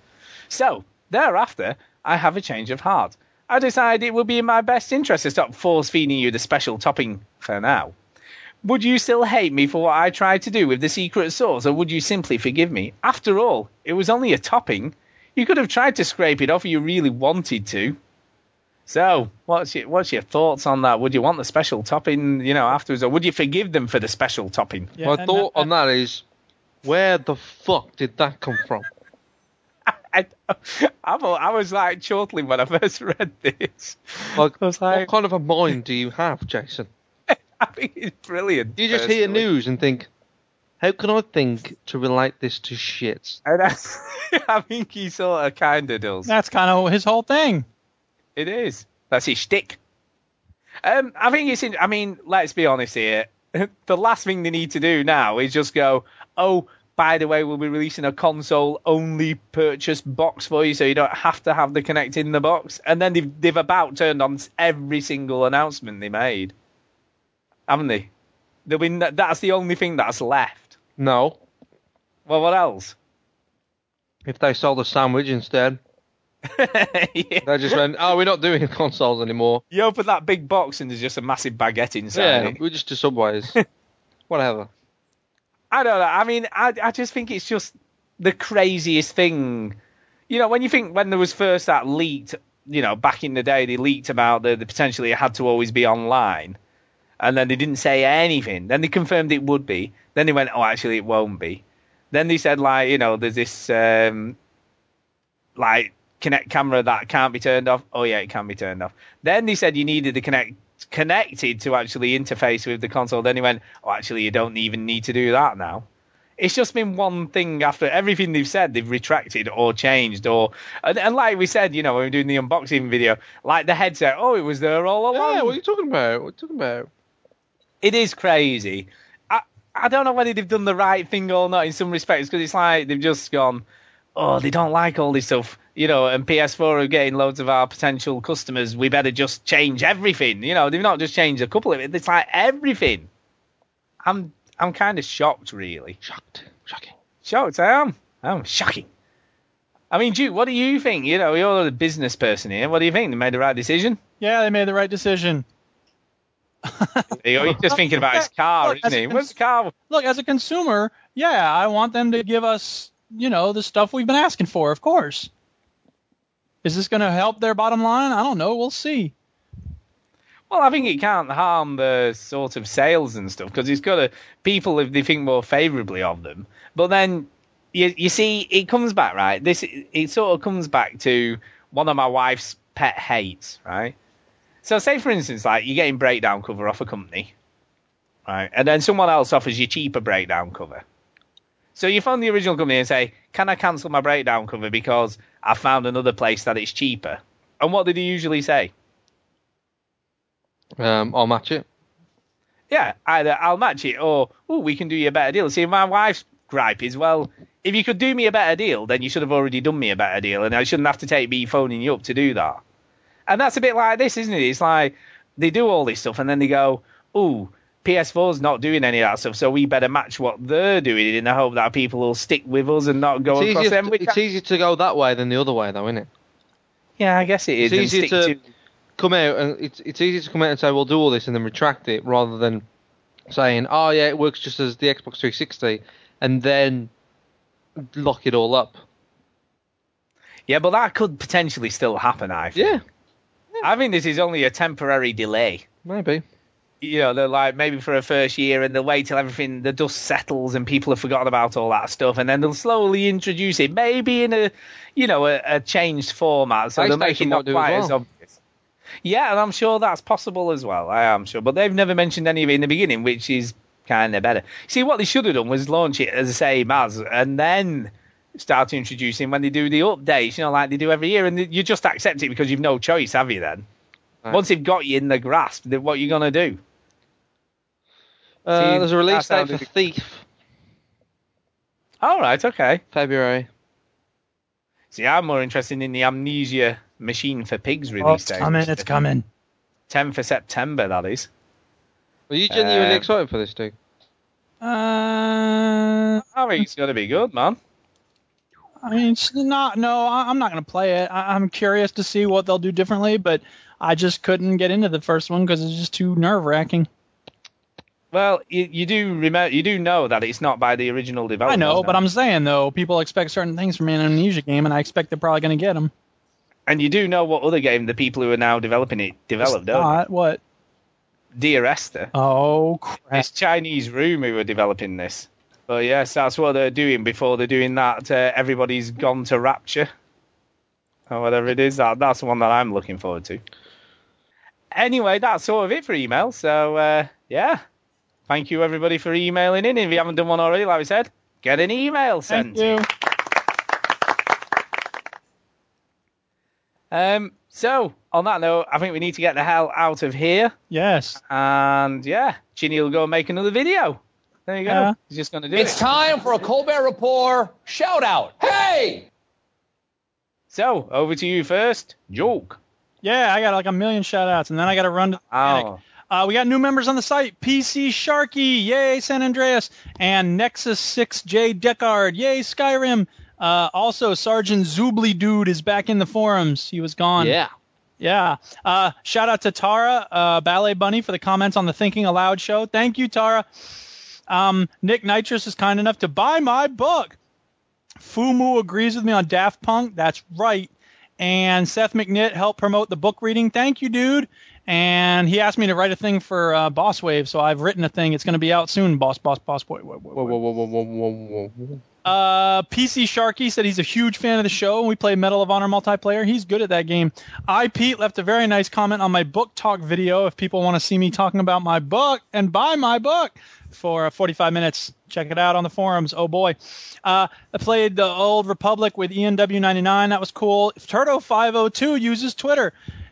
B: So, thereafter, I have a change of heart. I decide it would be in my best interest to stop force feeding you the special topping for now. Would you still hate me for what I tried to do with the secret sauce, or would you simply forgive me? After all, it was only a topping. You could have tried to scrape it off if you really wanted to. So, what's your, what's your thoughts on that? Would you want the special topping, you know, afterwards, or would you forgive them for the special topping?
K: Yeah,
C: My
K: and
C: thought
K: that-
C: on that is, where the fuck did that come from?
B: I, I'm all- I was like chortling when I first read this.
C: Like,
B: I was like,
C: what kind of a mind do you have, Jason?
B: I think it's brilliant.
C: Do you just hear
B: personally.
C: news and think, how can I think to relate this to shit?
B: And I, I think he sort of kind of does.
K: That's kind of his whole thing.
B: It is. That's his shtick. Um, I think it's. In, I mean, let's be honest here. the last thing they need to do now is just go. Oh, by the way, we'll be releasing a console-only purchase box for you, so you don't have to have the Connect in the box. And then they've they've about turned on every single announcement they made, haven't they? There'll be no, that's the only thing that's left.
C: No.
B: Well, what else?
C: if they sold a sandwich instead. They just went, oh, we're not doing consoles anymore.
B: You open that big box and there's just a massive baguette inside
C: yeah,
B: it.
C: we're just to Subways. Whatever.
B: I don't know. I mean, I, I just think it's just the craziest thing. You know, when you think when there was first that leaked, you know, back in the day, they leaked about the, the potentially it had to always be online, and then they didn't say anything. Then they confirmed it would be. Then they went, oh, actually, it won't be. Then they said like, you know, there's this um, like connect camera that can't be turned off. Oh yeah, it can be turned off. Then they said you needed to connect connected to actually interface with the console. Then he went, oh, actually, you don't even need to do that now. It's just been one thing after everything they've said, they've retracted or changed or and, and like we said, you know, when we were doing the unboxing video, like the headset, oh, it was there all along.
C: Yeah, what are you talking about? What are you talking about?
B: It is crazy. I I don't know whether they've done the right thing or not in some respects because it's like they've just gone, oh, they don't like all this stuff, you know, and PS4 are getting loads of our potential customers. We better just change everything, you know. They've not just changed a couple of it; it's like everything. I'm I'm kind of shocked, really.
C: Shocked, shocking,
B: shocked. I am. I'm shocking. I mean, Duke, what do you think? You know, you're the business person here. What do you think? They made the right decision?
K: Yeah, they made the right decision.
B: You're just thinking about his car,
K: Look,
B: isn't
K: as a
B: he?
K: cons-
B: Where's the car?
K: Look, as a consumer, yeah, I want them to give us, you know, the stuff we've been asking for, of course. Is this going to help their bottom line? I don't know. We'll see.
B: Well, I think it can't harm the sort of sales and stuff because it's got to people if they think more favourably of them. But then you you see it comes back right. This it sort of comes back to one of my wife's pet hates, right? So say for instance, like you're getting breakdown cover off a company, right? And then someone else offers you cheaper breakdown cover. So you phone the original company and say, "Can I cancel my breakdown cover because I found another place that it's cheaper?" And what did he usually say?
C: Um, I'll match it.
B: yeah, either I'll match it or oh, we can do you a better deal. See, my wife's gripe is well, if you could do me a better deal, then you should have already done me a better deal, and I shouldn't have to take me phoning you up to do that. And that's a bit like this, isn't it? It's like they do all this stuff and then they go, ooh, PS4's not doing any of that stuff, so we better match what they're doing in the hope that people will stick with us and not go
C: It's
B: across
C: easier,
B: them.
C: to,
B: which
C: it's e-
B: I-
C: easier to go that way than the other way, though, isn't it?
B: yeah, I guess it is.
C: It's
B: and
C: easier
B: stick
C: to, come out and it's it's easier to come out and say we'll do all this and then retract it rather than saying oh yeah it works just as the Xbox 360 and then lock it all up.
B: Yeah, but that could potentially still happen, I think.
C: Yeah,
B: I think this is only a temporary delay.
C: maybe.
B: you know, they're like maybe for a first year and they'll wait till everything, the dust settles and people have forgotten about all that stuff. And then they'll slowly introduce it, maybe in a, you know, a, a changed format. So they're
C: PlayStation
B: making
C: might
B: it
C: do as
B: quite as
C: well.
B: obvious. Yeah, and I'm sure that's possible as well. I am sure. But they've never mentioned any of it in the beginning, which is kind of better. See, what they should have done was launch it as the same as and then start introducing when they do the updates, you know, like they do every year. And you just accept it because you've no choice, have you then? Once they've got you in the grasp, then what are you going to do?
C: Uh,
B: See,
C: there's a release
B: that
C: date for
B: sounded-
C: Thief
B: All right, okay.
C: February.
B: See, I'm more interested in the Amnesia Machine for Pigs release
K: Oh,
B: date.
K: it's coming. It's coming.
B: 10th of September, that is.
C: Are you genuinely
B: Um,
C: excited for this, dude?
K: Uh,
B: I think it's going to be good, man.
K: I mean, it's not. No, I, I'm not going to play it. I, I'm curious to see what they'll do differently, but I just couldn't get into the first one because it's just too nerve wracking.
B: Well, you, you do remember, you do know that it's not by the original developer.
K: I know,
B: though.
K: but I'm saying though, people expect certain things from an amnesia game, and I expect they're probably going to get them.
B: and you do know what other game the people who are now developing it developed, don't you?
K: Not what?
B: Dear Esther.
K: Oh crap!
B: It's Chinese Room who are developing this. But yes, that's what they're doing before they're doing that. Uh, Everybody's gone to Rapture, or whatever it is. That that's the one that I'm looking forward to. Anyway, that's sort of it for email. So uh, yeah, thank you everybody for emailing in. If you haven't done one already, like we said, get an email sent.
K: Thank you.
B: Um. So on that note, I think we need to get the hell out of here.
K: Yes.
B: And yeah, Ginny will go and make another video. There you go.
K: Yeah.
B: He's just gonna do
E: It's
B: it.
E: time for a Colbert Report shout out. Hey!
B: So over to you first, Joke.
K: Yeah, I got like a million shout outs, and then I got to run to the
B: Oh.
K: mechanic. Uh, we got new members on the site PC Sharky, yay, San Andreas, and Nexus 6J Deckard, yay, Skyrim.
A: Uh, also, Sergeant Zubly Dude is back in the forums. He was gone.
C: Yeah.
A: Yeah. Uh, shout out to Tara, uh, Ballet Bunny, for the comments on the Thinking Aloud show. Thank you, Tara. Um, Nick Nitrous is kind enough to buy my book. Fumu agrees with me on Daft Punk. That's right. And Seth McNitt helped promote the book reading. Thank you, dude. And he asked me to write a thing for uh, Boss Wave, so I've written a thing. It's going to be out soon. Boss, boss, boss. Boy, whoa, whoa, whoa, whoa, whoa, whoa, whoa. Uh, PC Sharky said he's a huge fan of the show, and we play Medal of Honor multiplayer. He's good at that game. I Pete left a very nice comment on my book talk video. If people want to see me talking about my book and buy my book for uh, 45 minutes, check it out on the forums. Oh boy, uh, I played the Old Republic with E ENW99. That was cool. Turtle502 uses Twitter.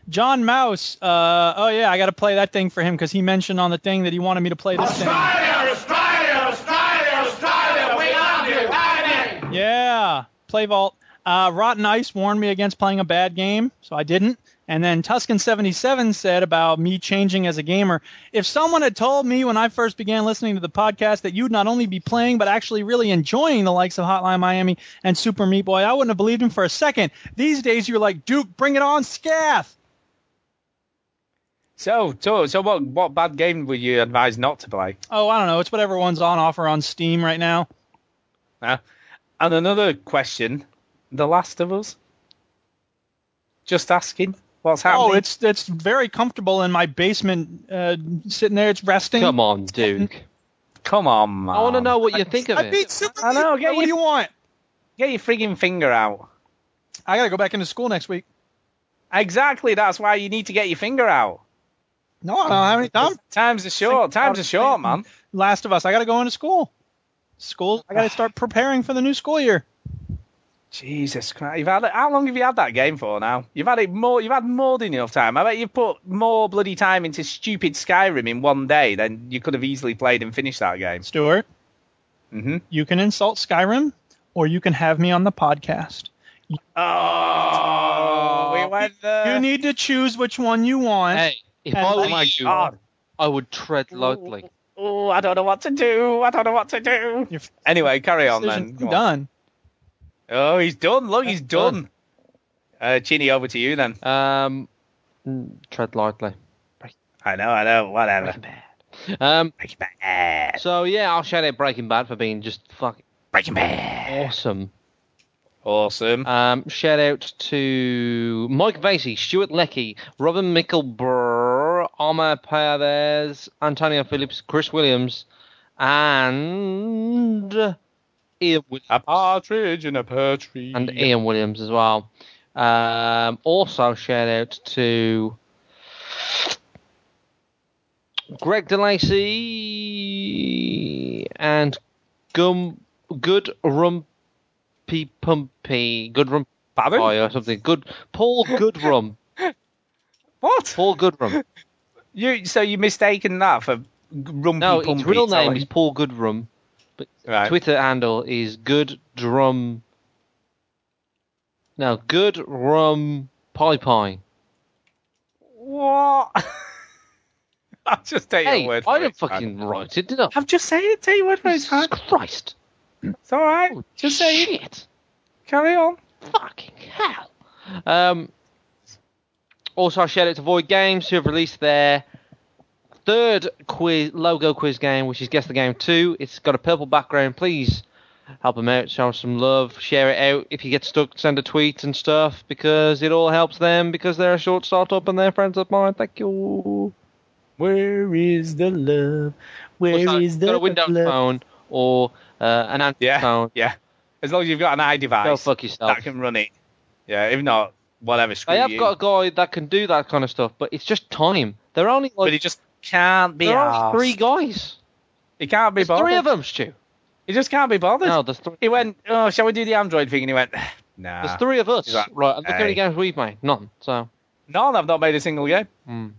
A: John Mouse. Uh, oh yeah, I got to play that thing for him because he mentioned on the thing that he wanted me to play this thing.
R: Australia, Australia, Australia, Australia, we love you, honey.
A: Yeah, play vault. Uh, Rotten Ice warned me against playing a bad game, so I didn't. And then Tuscan77 said about me changing as a gamer. If someone had told me when I first began listening to the podcast that you'd not only be playing, but actually really enjoying the likes of Hotline Miami and Super Meat Boy, I wouldn't have believed him for a second. These days, you're like, Duke, bring it on, Scath!
B: So, so, so what, what bad game would you advise not to play?
A: Oh, I don't know. It's whatever one's on offer on Steam right now.
B: Uh, and another question The Last of Us? Just asking what's happening.
A: Oh, it's it's very comfortable in my basement, uh, sitting there. It's resting.
C: Come on, Duke.
B: Come on, man.
C: I want to know what you think of
A: Um, I
C: it.
A: beat Super
B: I
A: Meat
B: know,
A: Boy.
B: get
A: What do
B: your-
A: you want?
B: Get your frigging finger out.
A: I gotta go back into school next week.
B: Exactly, that's why you need to get your finger out.
A: No, I don't have any time.
B: Times are short. Times are short, man.
A: Last of Us. I gotta go into school. School. I gotta start preparing for the new school year.
B: Jesus Christ! You've had it, how long have you had that game for now? You've had it more. You've had more than enough time. I bet you've put more bloody time into stupid Skyrim in one day than you could have easily played and finished that game.
A: Stuart,
B: Mm-hmm.
A: you can insult Skyrim, or you can have me on the podcast.
B: Oh, we went there.
A: you need to choose which one you want.
C: Hey, if
A: And
C: I were
A: oh my
C: you,
B: God.
C: I would tread lightly.
B: Oh, I don't know what to do. I don't know what to do.
A: Your
B: Anyway, carry on
A: decision.
B: then.
A: I'm
B: Go on.
A: done.
B: Oh, he's done. Look, he's
C: That's
B: done.
C: done.
B: Uh, Chini, over to you then.
C: Um, mm, tread lightly.
B: I know, I know. Whatever.
C: Um,
B: Breaking Bad.
C: so yeah, I'll shout out Breaking Bad for being just fucking
B: Breaking Bad.
C: awesome.
B: Awesome.
C: Um, shout out to Mike Vasey, Stuart Leckie, Robin Mickelbrr, Omar Perez, Antonio Phillips, Chris Williams, and Ian Williams.
B: A partridge in a pear tree.
C: and Ian Williams as well. Um, also, shout out to Greg DeLacy and Gum Good Rumpy Pumpy Good Rump
B: Pardon?
C: Boy or something. Good Paul Goodrum.
B: What?
C: Paul Goodrum.
B: You so you mistaken that for Rumpy
C: No,
B: Pumpy?
C: his real name
B: telling-
C: is Paul Goodrum. But
B: Right.
C: Twitter handle is Good Drum. No, Good Rum Pie Pie.
B: What? I'll just take
C: Hey,
B: your word. for
C: I didn't
B: it, man.
C: fucking write it, did I?
B: I'm just saying it. Take your word for it. it's fine.
C: Jesus Christ.
B: It's all right. just
C: Just
B: say it.
C: shit.
B: Carry on.
C: Fucking hell. Um, also, shout out to Void Games who have released their third quiz logo quiz game, which is Guess the Game 2. It's got a purple background. Please help them out, show 'em some love, share it out. If you get stuck, send a tweet and stuff because it all helps them because they're a short startup and they're friends of mine. Thank you.
B: Where is the love? Where is
C: also, got a Windows phone or uh, an Android
B: Yeah,
C: phone.
B: yeah. As long as you've got an iDevice
C: Go fuck yourself.
B: that can run it. Yeah. If not, whatever. Screw
C: They have
B: you.
C: got a guy that can do that kind of stuff, but it's just time. They're only like
B: but he just can't be
C: there
B: arsed.
C: are three guys.
B: He can't be
C: There's
B: bothered.
C: three of them, Stu.
B: He just can't be bothered.
C: No, there's three.
B: He went, oh, shall we do the Android thing? And he went, nah.
C: There's three of us.
B: He's like,
C: right, and look how
B: Ah. hey.
C: many games we've made. None. So,
B: None. I've not made a single game.
C: mm.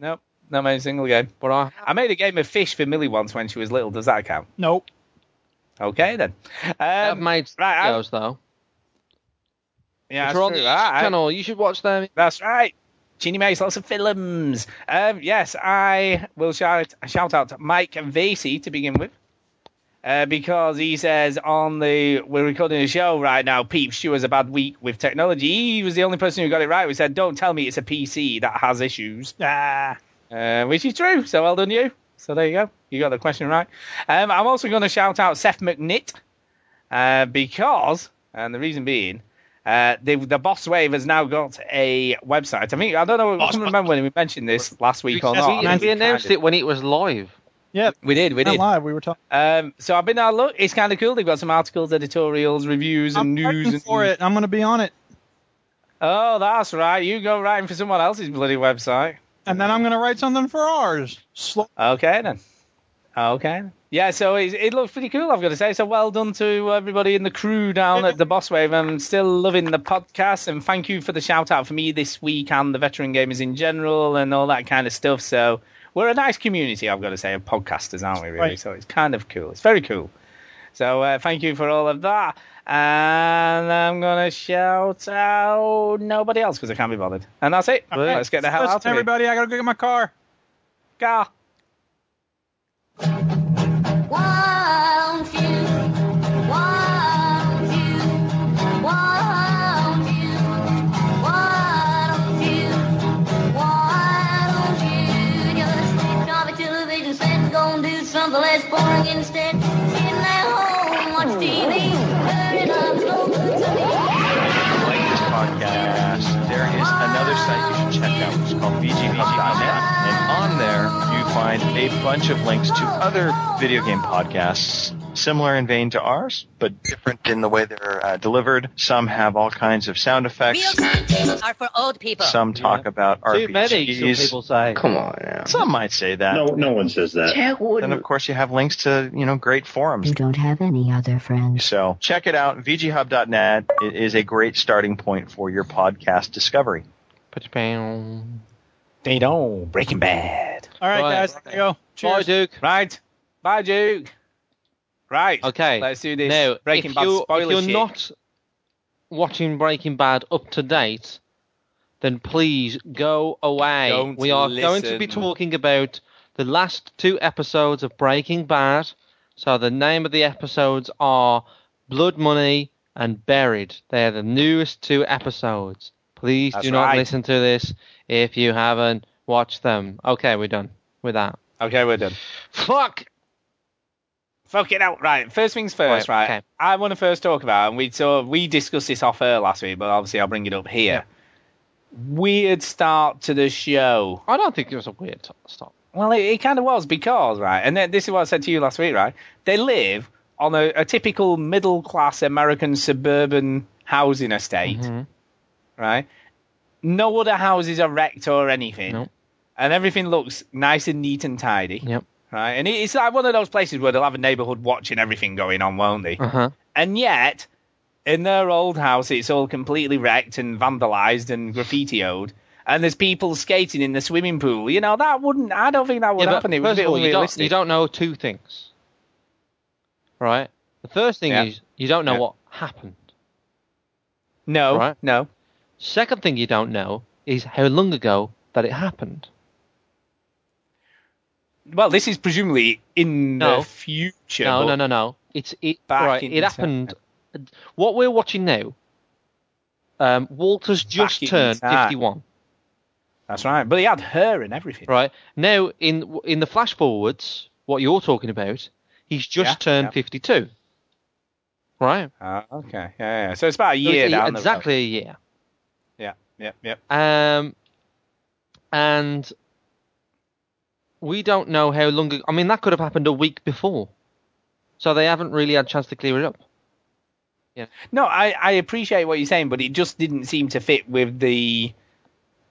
B: Nope. Not made a single game.
C: but I
B: I made a game of fish for Millie once when she was little. Does that count?
A: Nope.
B: Okay then. Um,
C: have made
B: right, I'm-
C: videos though.
B: yeah,
C: which
B: that's
C: are on
B: true.
C: the
B: All right.
C: channel. You should watch them.
B: That's right. Chini makes lots of films. Um, yes, I will shout shout out to Mike Vasey to begin with. uh, because he says on the we're recording a show right now. Peep Stewart's a bad week with technology. He was the only person who got it right. We said, "Don't tell me it's a PC that has issues,"
K: ah.
B: uh, which is true. So well done you. So there you go. You got the question right. Um, I'm also going to shout out Seth McNitt uh, because, and the reason being. Uh, the, the Boss Wave has now got a website. I mean, I don't know. I can't remember when we mentioned this last week or not.
C: We, we announced it when it was live.
K: Yeah,
B: we did. We did.
K: Live, we were talking.
B: Um, so I've been out. Look, it's kind of cool. They've got some articles, editorials, reviews, and
K: I'm
B: news. And
K: for it, I'm going to be on it.
B: Oh, that's right. You go writing for someone else's bloody website.
K: And then I'm going to write something for ours. Slow.
B: Okay then. Okay. Yeah, so it, it looks pretty cool, I've got to say. So well done to everybody in the crew down at the Boss Wave. I'm still loving the podcast, and thank you for the shout out for me this week and the veteran gamers in general and all that kind of stuff. So we're a nice community, I've got to say, of podcasters, aren't we, really?
K: Right.
B: So it's kind of cool. It's very cool. So uh, thank you for all of that. And I'm going to shout out nobody else because I can't be bothered. And that's it.
K: Okay.
B: Let's get the hell
K: Listen,
B: out of here.
K: everybody. I got to go get my car.
B: Car.
J: Won't you? Won't you? Won't you? Won't you? Won't you just take off the television set and go and do something less boring instead? Sitting at home, watch TV,
S: Oh.
J: turning on slow cooks and
R: like this podcast, there is another site you should check out, which is called VGVG.net. And on there, you find a bunch of links to other video game podcasts similar in vein to ours, but different in the way they're uh, delivered. Some have all kinds of sound effects.
T: games are for old people.
R: Some talk about
T: Too
R: RPGs.
T: many, some people say.
R: Come on now. Some might say that.
T: No- no one says that. Jack
R: And of course, you have links to you know great forums.
S: You don't have any other friends.
R: So check it out, VGHub.net. It is a great starting point for your podcast discovery.
B: They don't Breaking Bad.
K: All right,
B: Right.
K: guys. I gotta Go. Cheers.
C: Bye, Duke.
B: Right. Bye, Duke. Right.
C: Okay.
B: Let's do this.
C: Now,
B: Breaking
C: if
B: Bad
C: you're,
B: spoiler
C: if you're
B: shit.
C: not watching Breaking Bad up to date, then please go away.
B: Don't
C: we are going to be
B: listen.
C: talking about the last two episodes of Breaking Bad. So the name of the episodes are Blood Money and Buried. They're the newest two episodes. Please
B: That's
C: do not
B: right.
C: listen to this if you haven't watched them. Okay, we're done with that.
B: Okay, we're done.
C: Fuck.
B: Fuck it out. Right. First things first.
C: Right,
B: Right.
C: okay.
B: I want to first talk about, and we so we discussed this off air last week, but obviously I'll bring it up here. Weird start to the show.
C: I don't think it was a weird start.
B: Well, it, it kind of was because right, and then, this is what I said to you last week, right? They live on a, a typical middle class American suburban housing estate,
C: Mm-hmm.
B: right? No other houses are wrecked or anything, and everything looks nice and neat and tidy,
C: Yep.
B: right? And it, it's like one of those places where they'll have a neighborhood watching everything going on, won't they?
C: Uh huh.
B: And yet, in their old house, it's all completely wrecked and vandalized and graffitioed. And there's people skating in the swimming pool. You know, that wouldn't, I don't think that would
C: Yeah, but
B: happen. It was a
C: first
B: bit
C: of all, you don't,
B: unrealistic.
C: you don't know two things, right? The first thing
B: Yeah.
C: is you don't know
B: Yeah.
C: what happened.
B: no,
C: right?
B: no.
C: Second thing you don't know is how long ago that it happened.
B: Well, this is presumably in
C: No.
B: the future.
C: no,
B: but
C: no, no, no. It's it.
B: Back
C: right,
B: in
C: it happened. What we're watching now. Um, Walter's just
B: in
C: turned
B: time.
C: 51.
B: That's right. But he had her and everything.
C: Right now, in in the flash forwards, what you're talking about, he's just
B: Yeah,
C: turned
B: yeah.
C: 52. Right.
B: Ah, okay. Yeah, yeah. So it's about a
C: So
B: year
C: it's
B: down
C: exactly a year.
B: the road. Yeah, yeah, yeah.
C: Um, and we don't know how long. ag- I mean, that could have happened a week before, so they haven't really had a chance to clear it up.
B: No, I, I appreciate what you're saying, but it just didn't seem to fit with the,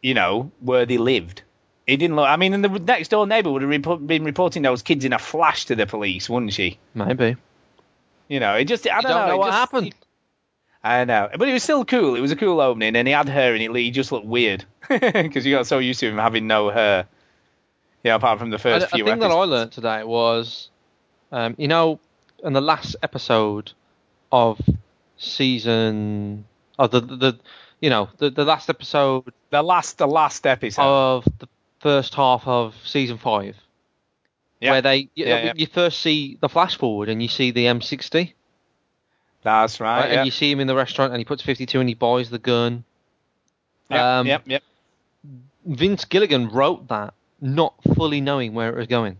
B: you know, where they lived. It didn't look. I mean, and the next door neighbour would have report, been reporting those kids in a flash to the police, wouldn't she?
C: Maybe.
B: You know, it just. I
C: You
B: don't,
C: don't know
B: it
C: what
B: just-
C: happened.
B: I know, but it was still cool. It was a cool opening, and he had her in it. He just looked weird because you got so used to him having no hair. Yeah, apart from the
C: I,
B: first
C: I
B: few.
C: think that I learnt today was, um, you know, in the last episode of season of the the, the you know the, the last episode Oh,
B: the last the last episode
C: of the first half of season five
B: Yeah.
C: where they you,
B: Yeah, yeah.
C: you first see the flash forward and you see the M60.
B: That's right.
C: and
B: yeah.
C: you see him in the restaurant and he puts 52 and he buys the gun.
B: Yeah,
C: um,
B: yep, yep.
C: Vince Gilligan wrote that not fully knowing where it was going.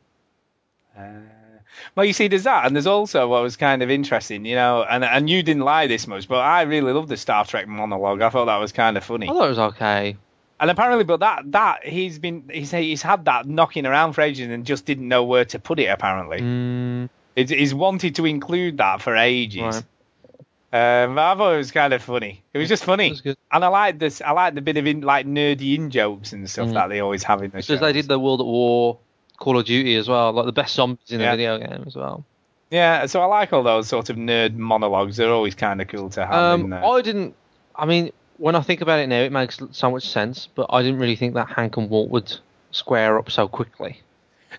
B: Well, you see, there's that, and there's also what was kind of interesting, you know, and and you didn't like this much, but I really loved the Star Trek monologue. I thought that was kind of funny. I
C: thought it was okay.
B: And apparently, but that that he's been he's he's had that knocking around for ages and just didn't know where to put it. Apparently,
C: Mm,
B: He's- he's wanted to include that for ages. Um, I thought it was kind of funny. It was just funny, and I like this. I like the bit of in, like nerdy in jokes and stuff that they always have in the show.
C: Because they did the World at War, Call of Duty as well, like the best zombies in
B: Yeah.
C: the video game as well.
B: Yeah, so I like all those sort of nerd monologues. They're always kind of cool to have in
C: Um,
B: there.
C: I didn't. I mean, when I think about it now, it makes so much sense. But I didn't really think that Hank and Walt would square up so quickly.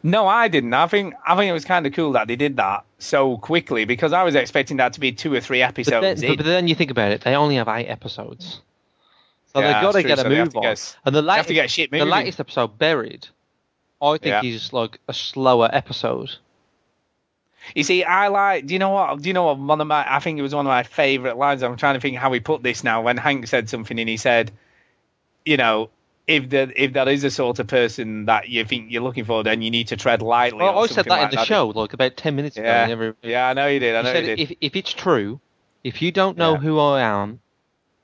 B: No, I didn't. I think I think it was kind of cool that they did that so quickly because I was expecting that to be two or three
C: But then,
B: episodes
C: but,
B: in.
C: then you think about it, they only have eight episodes, so
B: Yeah,
C: they've got
B: that's
C: to
B: true,
C: get a
B: so they have
C: move
B: to
C: on.
B: get-
C: and the
B: they have
C: latest,
B: to get shit
C: the
B: moving.
C: latest episode, Buried, I think
B: Yeah.
C: is like a slower episode.
B: You see, I like. Do you know what? Do you know what? One of my, I think it was one of my favorite lines. I'm trying to think how he put this now. When Hank said something and he said, you know, if the if that is the sort of person that you think you're looking for, then you need to tread lightly.
C: Well,
B: or
C: I Oh, said
B: something
C: that
B: like
C: in the show, like about ten minutes
B: Yeah.
C: ago. in every-
B: Yeah, I know you did. I
C: You
B: know
C: said
B: you did.
C: If, if it's true, if you don't know who I am,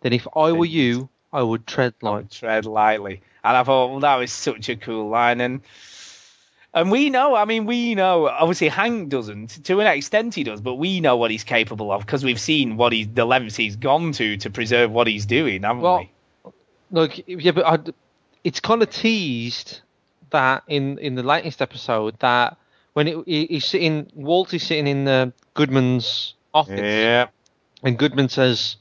C: then if I were you, I would tread light.
B: tread lightly. And I thought, well, that was such a cool line. And and we know, I mean, we know. Obviously, Hank doesn't to an extent. He does, but we know what he's capable of because we've seen what he's the lengths he's gone to to preserve what he's doing, haven't we?
C: Look, yeah, but i it's kind of teased that in in the latest episode that when it, he, he's sitting, Walt is sitting in the Goodman's office.
B: Yeah.
C: And Goodman says,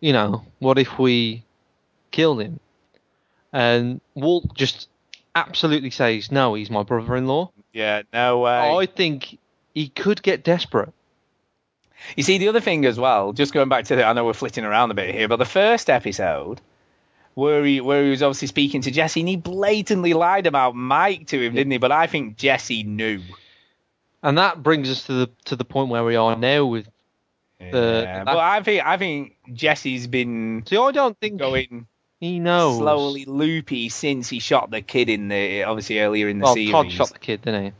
C: you know, what if we killed him? And Walt just absolutely says, no, he's my brother-in-law.
B: Yeah, no way.
C: I think he could get desperate.
B: You see, the other thing as well, just going back to the, I know we're flitting around a bit here, but the first episode where he, where he was obviously speaking to Jesse, and he blatantly lied about Mike to him, didn't he? But I think Jesse knew.
C: And that brings us to the to the point where we are now with the.
B: Yeah, but I think I think Jesse's been.
C: See, I don't think
B: going.
C: He knows.
B: slowly loopy since he shot the kid in the obviously earlier in the
C: well,
B: series.
C: Todd shot the kid, didn't he?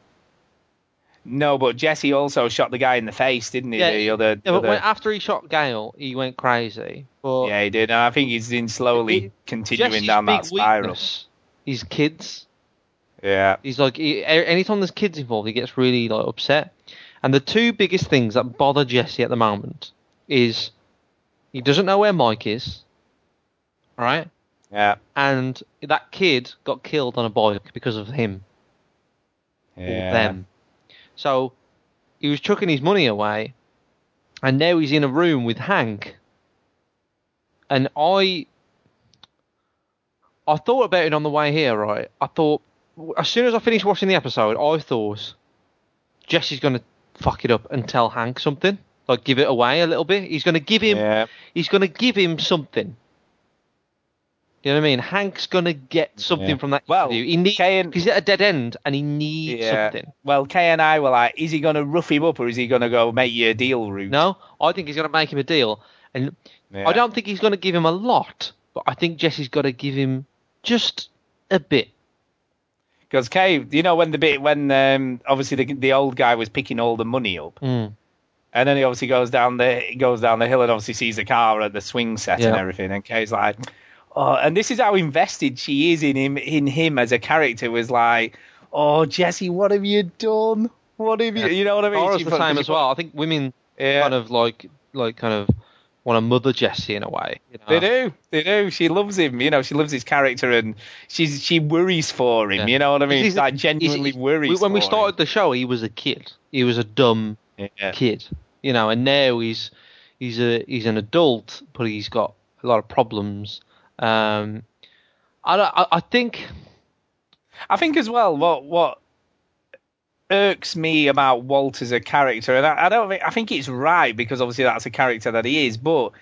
B: No, but Jesse also shot the guy in the face, didn't he?
C: Yeah,
B: the other.
C: Yeah, but uh,
B: other-
C: when, after he shot Gale, he went crazy. But
B: yeah, he did. And I think he's been slowly continuing
C: Jesse's
B: down that
C: big
B: spiral.
C: weakness is kids.
B: Yeah.
C: He's like, he, a- anytime there's kids involved, he gets really like upset. And the two biggest things that bother Jesse at the moment is he doesn't know where Mike is, right?
B: Yeah.
C: And that kid got killed on a bike because of him
B: Yeah.
C: or them. So he was chucking his money away, and now he's in a room with Hank. And I, I thought about it on the way here. Right, I thought as soon as I finished watching the episode, I thought Jesse's gonna fuck it up and tell Hank something, like give it away a little bit. He's gonna give him, he's gonna give him something. You know what I mean? Hank's gonna get something
B: Yeah.
C: from that interview. He needs, he's at a dead end, and he needs
B: Yeah.
C: something.
B: Well, Kay and I were like, is he going to rough him up or is he going to go make you a deal, Ruth?
C: No, I think he's going to make him a deal, and
B: Yeah.
C: I don't think he's going to give him a lot, but I think Jesse's got to give him just a bit.
B: Because Kay, you know when the bit when um, obviously the the old guy was picking all the money up,
C: Mm.
B: and then he obviously goes down the he goes down the hill and obviously sees the car at the swing set and
C: Yeah.
B: everything, and Kay's like, oh, and this is how invested she is in him in him as a character was like, oh Jesse, what have you done? What have you? You know what I mean?
C: Laura's
B: She
C: the
B: put-
C: same
B: she
C: as
B: put-
C: well. I think women kind of like like kind of want to mother Jesse in a way. you know?
B: They do, they do. She loves him, you know. She loves his character, and she's she worries for him. You know what I mean?
C: He's-
B: like
C: he's-
B: genuinely
C: he's-
B: worries.
C: we- When we
B: for him.
C: started the show, he was a kid. He was a dumb kid, you know, and now he's he's a he's an adult, but he's got a lot of problems. Um, I don't, I, I think
B: I think as well what what irks me about Walt as a character, and I, I don't think I think it's right because obviously that's a character that he is, but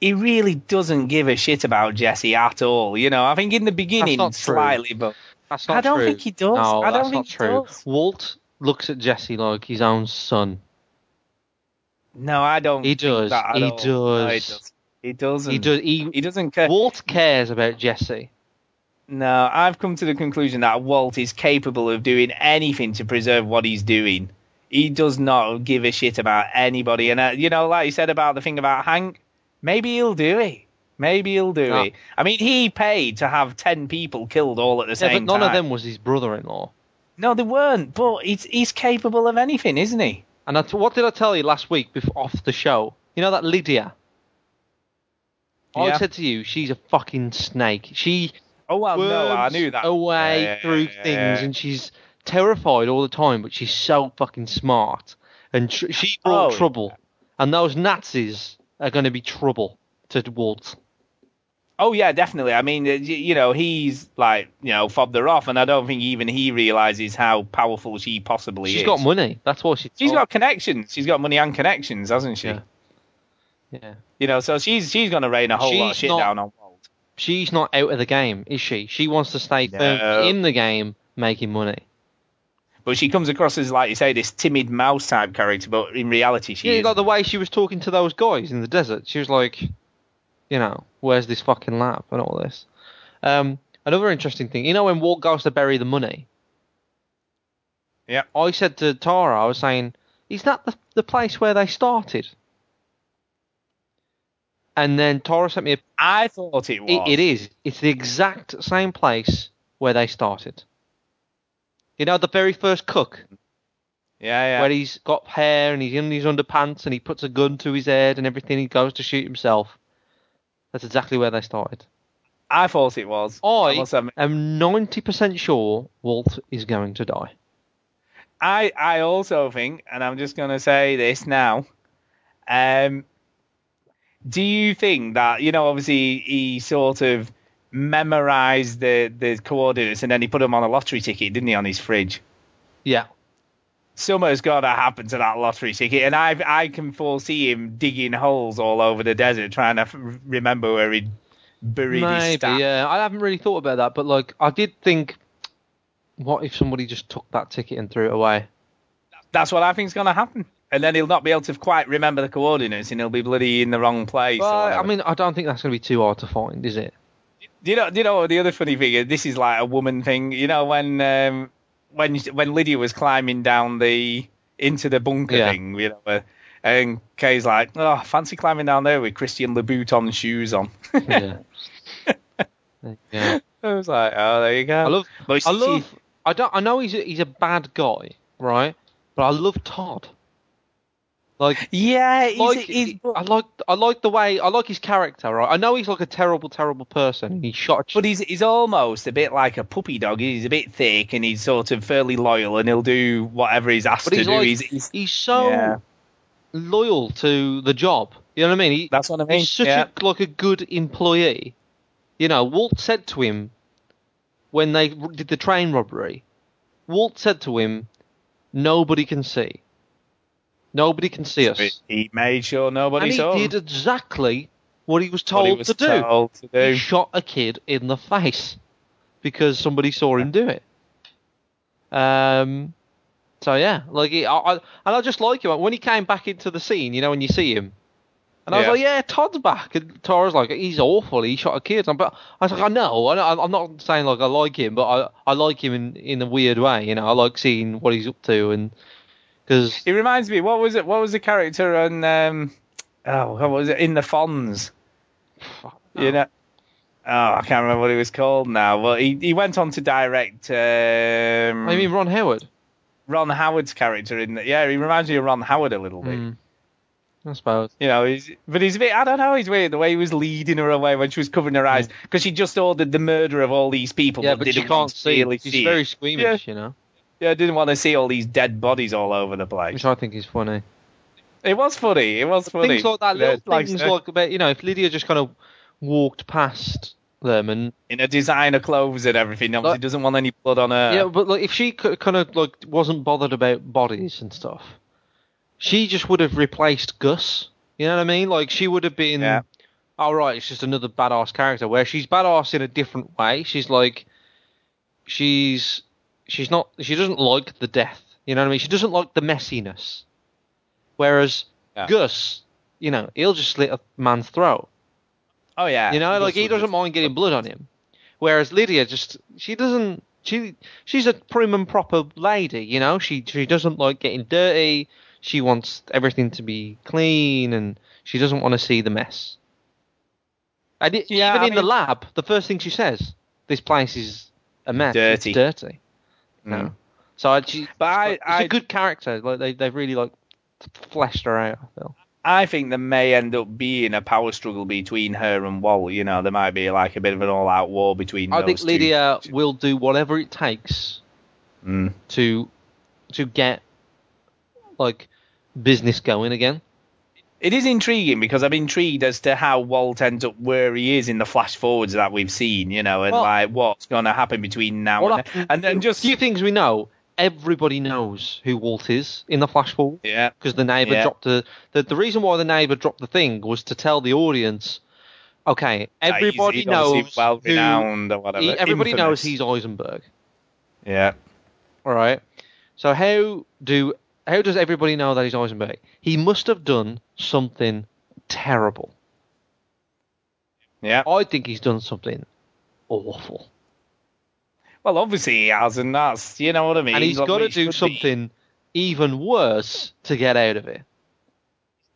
B: he really doesn't give a shit about Jesse at all. You know, I think in the beginning
C: not true.
B: slightly, but
C: That's
B: I
C: not
B: don't
C: true.
B: think he does.
C: No,
B: I don't
C: that's
B: think
C: not
B: he
C: true.
B: does.
C: Walt looks at Jesse like his own son.
B: No, I don't.
C: He does.
B: that at
C: he
B: all.
C: does.
B: No, he does. He doesn't.
C: He does. He,
B: Mm. he doesn't care.
C: Walt cares about Jesse.
B: No, I've come to the conclusion that Walt is capable of doing anything to preserve what he's doing. He does not give a shit about anybody. And, uh, you know, like you said about the thing about Hank, maybe he'll do it. Maybe he'll do
C: No.
B: it. I mean, he paid to have 10 people killed all at the
C: Yeah,
B: same
C: but none
B: time.
C: of them was his brother-in-law.
B: No, they weren't. But he's, he's capable of anything, isn't he?
C: And I t- what did I tell you last week before, off the show? You know that Lydia. I
B: Yeah.
C: said to you, she's a fucking snake. She
B: oh well, no, I
C: worms
B: knew that.
C: away
B: Yeah, yeah,
C: through
B: yeah,
C: things,
B: yeah.
C: and she's terrified all the time. But she's so fucking smart, and tr- she brought
B: Oh.
C: trouble. And those Nazis are going to be trouble to Walt.
B: Oh yeah, definitely. I mean, uh, y- you know, he's like, you know, fobbed her off, and I don't think even he realizes how powerful she possibly
C: She's
B: is.
C: got money. That's why she.
B: She's got connections. She's got money and connections, hasn't she?
C: Yeah.
B: You know, so she's she's gonna rain a whole lot of
C: She's
B: shit
C: not-
B: down on.
C: She's not out of the game, is she? She wants to stay
B: No.
C: firm in the game, making money.
B: But she comes across as like you say, this timid mouse type character, but in reality she
C: yeah,
B: is.
C: like the way she was talking to those guys in the desert. She was like, you know, where's this fucking lab and all this. Um, another interesting thing, you know, when Walt goes to bury the money.
B: Yeah.
C: I said to Tara, I was saying, is that the, the place where they started? And then Tara sent me a.
B: I thought it was.
C: it is. It's the exact same place where they started. You know, the very first cook
B: Yeah, yeah.
C: where he's got hair and he's in his underpants and he puts a gun to his head and everything. He goes to shoot himself. That's exactly where they started.
B: I thought it was. I, must admit.
C: I'm 90% sure Walt is going to die.
B: I I also think, and I'm just gonna say this now. Um, do you think that you know? Obviously, he sort of memorized the the coordinates and then he put them on a lottery ticket, didn't he, on his fridge?
C: Yeah.
B: Summer's gotta happen to that lottery ticket, and I I can foresee him digging holes all over the desert trying to f- remember where he buried his
C: Maybe,
B: stack.
C: yeah. I haven't really thought about that, but like, I did think, what if somebody just took that ticket and threw it away?
B: That's what I think's gonna happen, and then he'll not be able to quite remember the coordinates, and he'll be bloody in the wrong place. or
C: Well, I- I
B: whatever.
C: mean, I don't think that's going to be too hard to find, is it?
B: Do you know? Do you know the other funny thing? is, This is like a woman thing. You know when um, when when Lydia was climbing down the into the bunker
C: Yeah.
B: thing, you know, uh, and Kay's like, "Oh, fancy climbing down there with Christian Louboutin shoes on."
C: Yeah. yeah.
B: I was like, "Oh, there you go."
C: I love.
B: But she-
C: I love. I don't. I know he's a, he's a bad guy, right? But I love Todd. Like
B: yeah, he's,
C: like,
B: he's,
C: I like I like the way I like his character. Right? I know he's like a terrible, terrible person. and He shot.
B: but he's he's almost a bit like a puppy dog. He's a bit thick and he's sort of fairly loyal, and he'll do whatever he's asked
C: But
B: to
C: he's
B: do.
C: like
B: He's,
C: he's,
B: he's
C: so
B: Yeah.
C: loyal to the job. You know what I mean? He,
B: that's what I mean.
C: he's such
B: yeah.
C: a, like a good employee. You know, Walt said to him when they r- did the train robbery. Walt said to him, "Nobody can see. Nobody can see us."
B: He made sure nobody
C: and he
B: saw. him.
C: did exactly what he was
B: What
C: told,
B: he was
C: to, do.
B: told to do.
C: He shot a kid in the face because somebody saw him do it. Um, so yeah, like he, I, I, and I just like him when he came back into the scene. You know, when you see him, and I was
B: Yeah.
C: like, yeah, Todd's back, and Tara's like, he's awful. He shot a kid. I'm, but I was like, I know. I know I'm not saying like I like him, but I, I like him in, in a weird way. You know, I like seeing what he's up to, and because
B: It reminds me. What was it? What was the character on? Um, oh, what was it? In the Fonz. You know. Oh, I can't remember what he was called now. Well, he, he went on to direct. Um,
C: I mean Ron Howard.
B: Ron Howard's character in the, yeah. He reminds me of Ron Howard a little bit.
C: Mm, I suppose.
B: You know, he's, but he's a bit. I don't know. He's weird the way he was leading her away when she was covering her eyes because she just ordered the murder of all these people.
C: Mm. Yeah,
B: but,
C: but
B: didn't
C: you
B: want
C: can't
B: to
C: see.
B: really
C: it. She's
B: see
C: very
B: it.
C: squeamish, you know,
B: Yeah, didn't want to see all these dead bodies all over the place.
C: which I think is funny.
B: It was funny. It was funny.
C: Things like that,
B: Yeah,
C: little
B: like-
C: things like about you know, if Lydia just kind of walked past them and
B: in her designer clothes and everything. Obviously,
C: Like-
B: doesn't want any blood on her.
C: yeah, but like if she kind of like wasn't bothered about bodies and stuff, she just would have replaced Gus. You know what I mean? Like she would have been,
B: Yeah.
C: all right, it's just another badass character. Where she's badass in a different way. She's like, she's she's not she doesn't like the death You know what I mean? She doesn't like the messiness. Whereas Gus, you know, he'll just slit a man's throat.
B: Oh yeah.
C: You know,
B: Gus
C: like he
B: would
C: doesn't mind getting blood on him. Whereas Lydia just she doesn't she she's a prim and proper lady, you know? She she doesn't like getting dirty. She wants everything to be clean and she doesn't want to see the mess. And it,
B: Yeah,
C: even
B: I
C: in the
B: mean-
C: lab, the first thing she says, this place is a mess. It's
B: Dirty. Mm.
C: dirty. No. So I, she,
B: But I,
C: it's
B: I
C: a good character. Like they they've really like fleshed her out. I feel.
B: I think there may end up being a power struggle between her and Walt. You know, there might be like a bit of an all-out war between.
C: I
B: those
C: think
B: two.
C: Lydia will do whatever it takes
B: Mm.
C: to to get like business going again.
B: It is intriguing because I'm intrigued as to how Walt ends up where he is in the flash forwards that we've seen. You know, and
C: Well-
B: like what's going to happen between now
C: Well,
B: and then. and then just
C: few things we know. Everybody knows who Walt is in the flash forward.
B: Yeah.
C: Because the neighbor
B: Yeah.
C: dropped the, the the reason why the neighbor dropped the thing was to tell the audience, okay,
B: he's-
C: everybody
B: he's obviously
C: knows
B: well
C: who-
B: renowned or whatever,
C: he- everybody knows
B: infamous.
C: he's Eisenberg.
B: yeah,
C: All right. So how do how does everybody know that he's Eisenberg? He must have done something terrible.
B: yeah.
C: I think he's done something awful,
B: Well, obviously he has, and that's you know what I mean.
C: and he's
B: Like,
C: got to
B: we
C: do
B: should be-
C: something even worse to get out of it.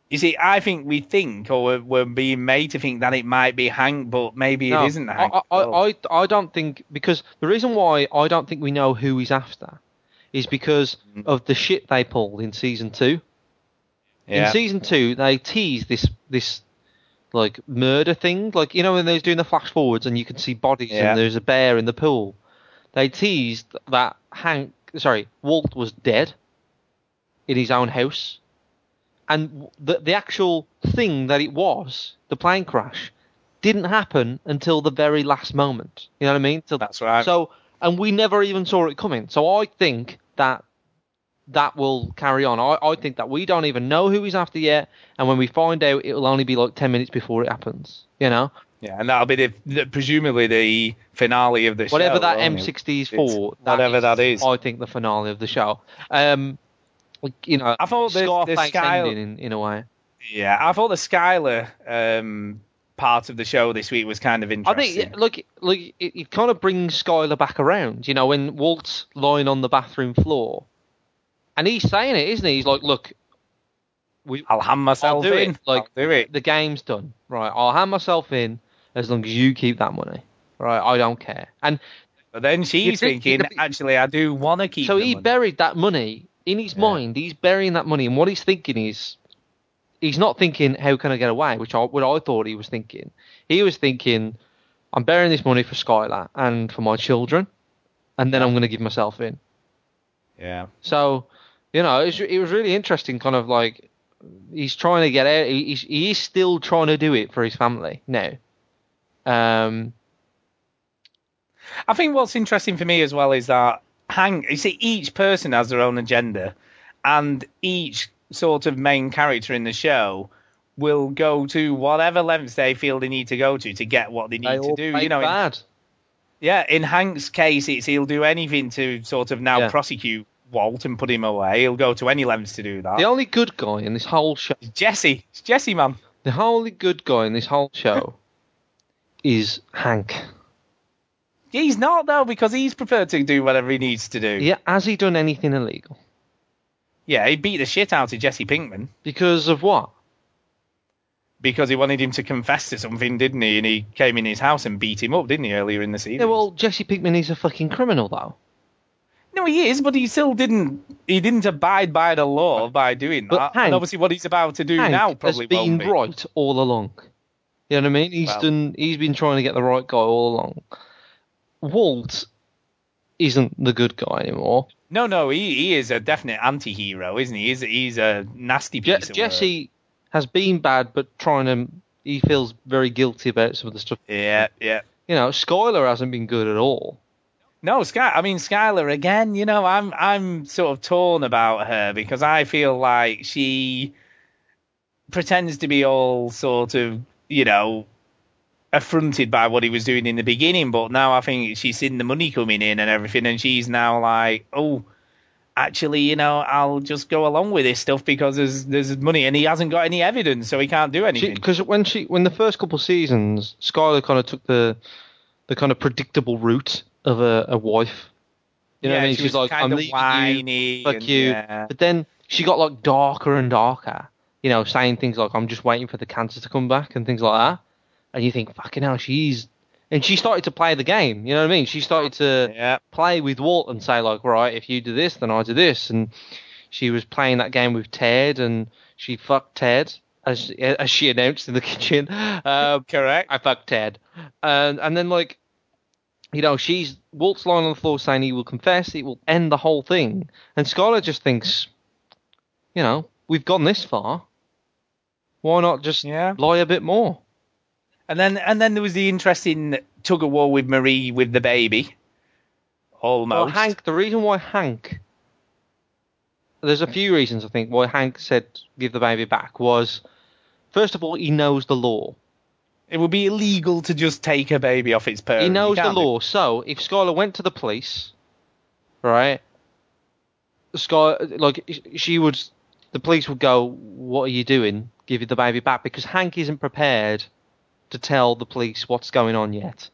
B: You see, I think we think, or we're, we're being made to think that it might be Hank, but maybe
C: No,
B: it isn't Hank.
C: I, I,
B: at all.
C: I, I don't think because the reason why I don't think we know who he's after is because
B: Mm.
C: of the shit they pulled in season two.
B: Yeah.
C: In season two, they tease this this like murder thing, like you know when they was doing the flash forwards and you can see bodies
B: Yeah.
C: and there's a bear in the pool. They teased that Hank, sorry, Walt was dead in his own house, and w- the the actual thing that it was, the plane crash, didn't happen until the very last moment. You know what I mean? Till-
B: That's right.
C: So, and we never even saw it coming. So I think that that will carry on. I, I think that we don't even know who he's after yet, and when we find out, it will only be like ten minutes before it happens. You know,
B: Yeah, and that'll be the, the presumably the finale of the
C: whatever
B: show,
C: that
B: won't it?
C: M60 is
B: It's-
C: for, that
B: whatever
C: is,
B: that is.
C: I think the finale of the show. Um, like, you know,
B: I thought the- the
C: Scarface
B: Sky-
C: ending in, in a way.
B: Yeah, I thought the Skylar um, part of the show this week was kind of
C: I
B: interesting.
C: think yeah, look, look, it, it kind of brings Skylar back around. You know, when Walt's lying on the bathroom floor, and he's saying it, isn't he? He's like, "Look, we,
B: I'll hand myself
C: do
B: in.
C: it. Like,
B: I'll do it.
C: the game's done, right? I'll hand myself in as long as you keep that money, right? I don't care." And
B: But then she's
C: think
B: thinking,
C: it'd be-
B: actually, I do want to keep.
C: so
B: the
C: he
B: money.
C: buried that money in his mind. He's burying that money, and what he's thinking is, he's not thinking, "How can I get away?" Which I what I thought he was thinking. He was thinking, "I'm burying this money for Skylar and for my children, and then I'm going to give myself in."
B: yeah,
C: So, you know, it was, it was really interesting. Kind of like he's trying to get out. He, he's- he is still trying to do it for his family now. Um,
B: I think what's interesting for me as well is that Hank. You see, each person has their own agenda, and each sort of main character in the show will go to whatever lengths they feel they need to go to to get what they need
C: they
B: to
C: all
B: do.
C: played
B: You know, in-
C: bad.
B: Yeah, in Hank's case, it's he'll do anything to sort of now
C: Yeah.
B: prosecute Walt and put him away. He'll go to any lengths to do that.
C: The only good guy in this whole show,
B: Jesse, it's Jesse, man.
C: the only good guy in this whole show, is Hank.
B: He's not though because he's prepared to do whatever he needs to do.
C: Yeah, has he done anything illegal?
B: Yeah, he beat the shit out of Jesse Pinkman
C: Because of what?
B: because he wanted him to confess to something, didn't he? And he came in his house and beat him up, didn't he, earlier in the season?
C: Yeah, well, Jesse Pinkman is a fucking criminal, though.
B: no, he is, but he still didn't. He didn't abide by the law by doing
C: But
B: that.
C: Hank-
B: and obviously, what he's about to do
C: Hank
B: now probably
C: has been
B: won't be.
C: right all along. You know what I mean? He's
B: Well-
C: done. He's been trying to get the right guy all along. Walt isn't the good guy anymore.
B: No, no, he, he is a definite anti-hero, isn't he? He's, he's a nasty
C: Je-
B: piece of work.
C: Jesse has been bad, but trying to. He feels very guilty about some of the stuff.
B: Yeah, yeah.
C: You know, Skylar hasn't been good at all.
B: No, Sky. I mean, Skylar again. You know, I'm I'm sort of torn about her because I feel like she pretends to be all sort of, you know, affronted by what he was doing in the beginning, but now I think she's seen the money coming in and everything, and she's now like, oh, actually, you know, I'll just go along with this stuff because there's there's money, and he hasn't got any evidence, so he can't do anything.
C: Because when she, when the first couple seasons, Skylar kind of took the the kind of predictable route of a, a wife. You know
B: Yeah,
C: what I mean?
B: she
C: She's
B: was
C: like,
B: kind
C: I'm
B: of
C: leaving
B: whiny
C: you, fuck
B: and-
C: you.
B: yeah.
C: But then she got like darker and darker. You know, saying things like, I'm just waiting for the cancer to come back and things like that. And you think, fucking hell, she's. And she started to play the game. You know what I mean? She started to play with Walt and say like, right, if you do this, then I do this. And she was playing that game with Ted, and she fucked Ted as as she announced in the kitchen. Um,
B: Correct.
C: I fucked Ted, and and then like, you know, she's Walt's lying on the floor saying he will confess, it will end the whole thing, and Skylar just thinks, you know, we've gone this far, why not just lie a bit more?
B: And then and then there was the interesting tug of war with Marie with the baby. Almost.
C: Well, Hank, the reason why Hank, there's a few reasons I think why Hank said give the baby back was, first of all, he knows the law.
B: It would be illegal to just take a baby off its parent.
C: He knows the
B: can't do-
C: law. So if Skylar went to the police, right, Sky like sh- she would, the police would go, "What are you doing? Give the baby back?" Because Hank isn't prepared to tell the police what's going on yet.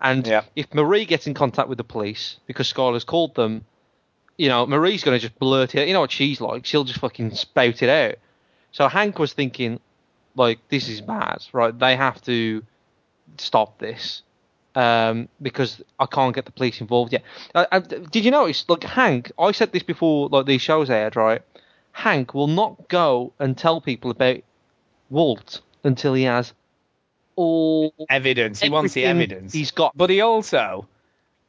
C: And if Marie gets in contact with the police because Skylar's called them, you know, Marie's going to just blurt it. You know what she's like? She'll just fucking spout it out. So Hank was thinking, like, this is bad, right? They have to stop this um, because I can't get the police involved yet. Uh, uh, did you notice? Like Hank, I said this before, like these shows aired, right? Hank will not go and tell people about Walt until he has all
B: evidence. He wants the
C: everything
B: evidence.
C: He's got,
B: but he also,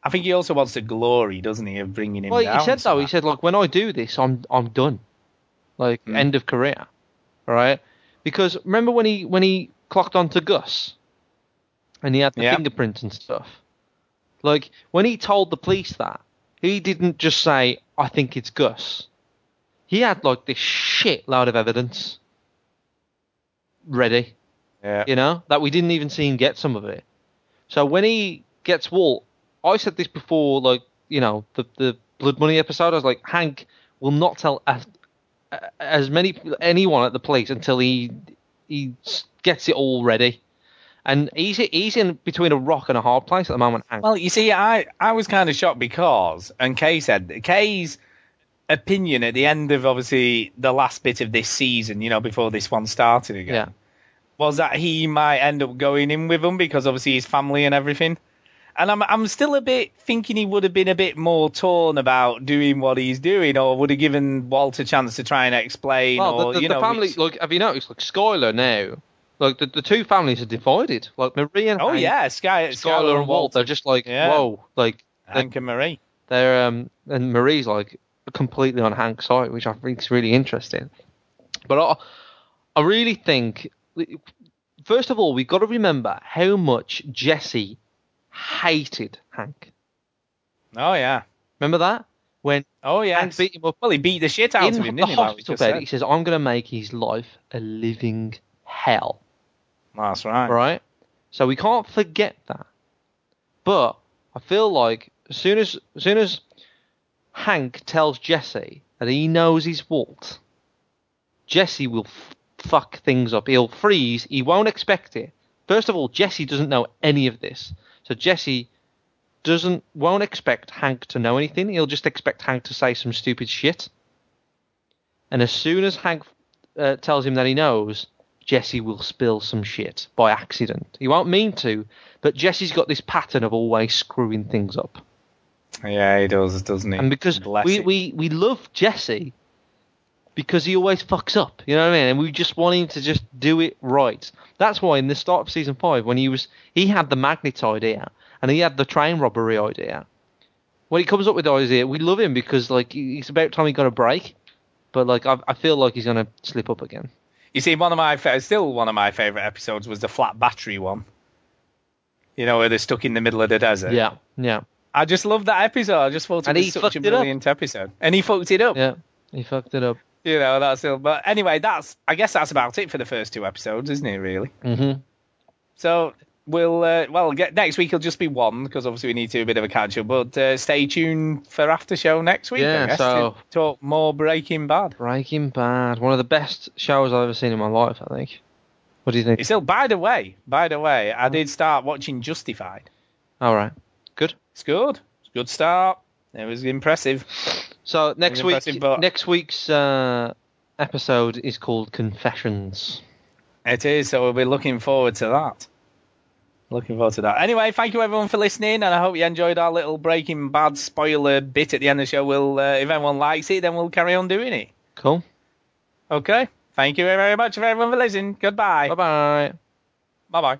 B: I think he also wants the glory, doesn't he, of bringing him
C: Well,
B: down?
C: he said though, he said like when I do this, I'm I'm done, like end of career, right? Because remember when he when he clocked on to Gus, and he had the fingerprints and stuff. Like when he told the police that, he didn't just say, "I think it's Gus." He had like this shit load of evidence ready.
B: Yeah.
C: You know that we didn't even see him get some of it. So when he gets Walt, I said this before, like you know the the Blood Money episode. I was like, Hank will not tell a, a- as many anyone at the police until he he s- gets it all ready. And he's he's in between a rock and a hard place at the moment. Hank.
B: Well, you see, I, I was kind of shocked because, and Kay said, Kay's opinion at the end of obviously the last bit of this season, you know, before this one started again, was that he might end up going in with them because obviously his family and everything. And I'm I'm still a bit thinking he would have been a bit more torn about doing what he's doing, or would have given Walt a chance to try and explain,
C: Well,
B: or
C: the, the,
B: you
C: the
B: know,
C: family,
B: which-
C: like, have you noticed? Like Skylar now, like the, the two families are divided. Like Marie and
B: oh
C: Hank,
B: yeah, Sky,
C: Skylar and Walt, they're just like,
B: Yeah.
C: whoa, like
B: Hank and Marie.
C: They're um, and Marie's like completely on Hank's side, which I think is really interesting. But I, I really think, first of all, we've got to remember how much Jesse hated Hank.
B: Oh yeah,
C: Remember that when
B: oh yeah, Hank
C: beat him up.
B: Well, he beat the shit out
C: in
B: of him,
C: the
B: didn't he? like we
C: hospital
B: just
C: bed,
B: said?
C: he says, "I'm going to make his life a living hell."
B: That's right.
C: Right. So we can't forget that. But I feel like as soon as as soon as Hank tells Jesse that he knows he's Walt, Jesse will f- fuck things up. He'll freeze. He won't expect it. First of all, Jesse doesn't know any of this, so Jesse doesn't won't expect Hank to know anything. He'll just expect Hank to say some stupid shit. And as soon as Hank uh, tells him that he knows, Jesse will spill some shit by accident. He won't mean to, but Jesse's got this pattern of always screwing things up.
B: Yeah, he does, doesn't he?
C: And because we, we, we love Jesse because he always fucks up, you know what I mean? And we just want him to just do it right. That's why in the start of season five, when he was he had the magnet idea and he had the train robbery idea. When he comes up with the idea, we love him because like he- it's about time he got a break. But like I, I feel like he's gonna slip up again.
B: You see, one of my fa- still one of my favorite episodes was the flat battery one. You know where they're stuck in the middle of the desert.
C: Yeah, yeah.
B: I just loved that episode. I just thought it
C: And he
B: was such
C: fucked
B: a
C: it up.
B: brilliant episode, and he fucked it up.
C: Yeah, he fucked it up.
B: You know that's it. But anyway, that's I guess that's about it for the first two episodes, isn't it? Really.
C: Mm-hmm.
B: So we'll uh, well get, next week. Will just be one because obviously we need to do a bit of a catch up. But uh, stay tuned for after show next week.
C: Yeah,
B: I guess,
C: so-
B: to talk more Breaking Bad.
C: Breaking Bad, one of the best shows I've ever seen in my life. I think. What do you think?
B: It's still. By the way, by the way,
C: Mm.
B: I did start watching Justified.
C: All right. Good.
B: It's good. It's a good start. It was impressive.
C: So
B: It
C: next
B: was
C: week,
B: impressive, but-
C: next week's uh, episode is called Confessions.
B: It is. So we'll be looking forward to that. Looking forward to that. Anyway, thank you everyone for listening, and I hope you enjoyed our little Breaking Bad spoiler bit at the end of the show. We'll, uh, if everyone likes it, then we'll carry on doing it.
C: Cool.
B: Okay. Thank you very much for everyone for listening. Goodbye. Bye
C: bye.
B: Bye bye.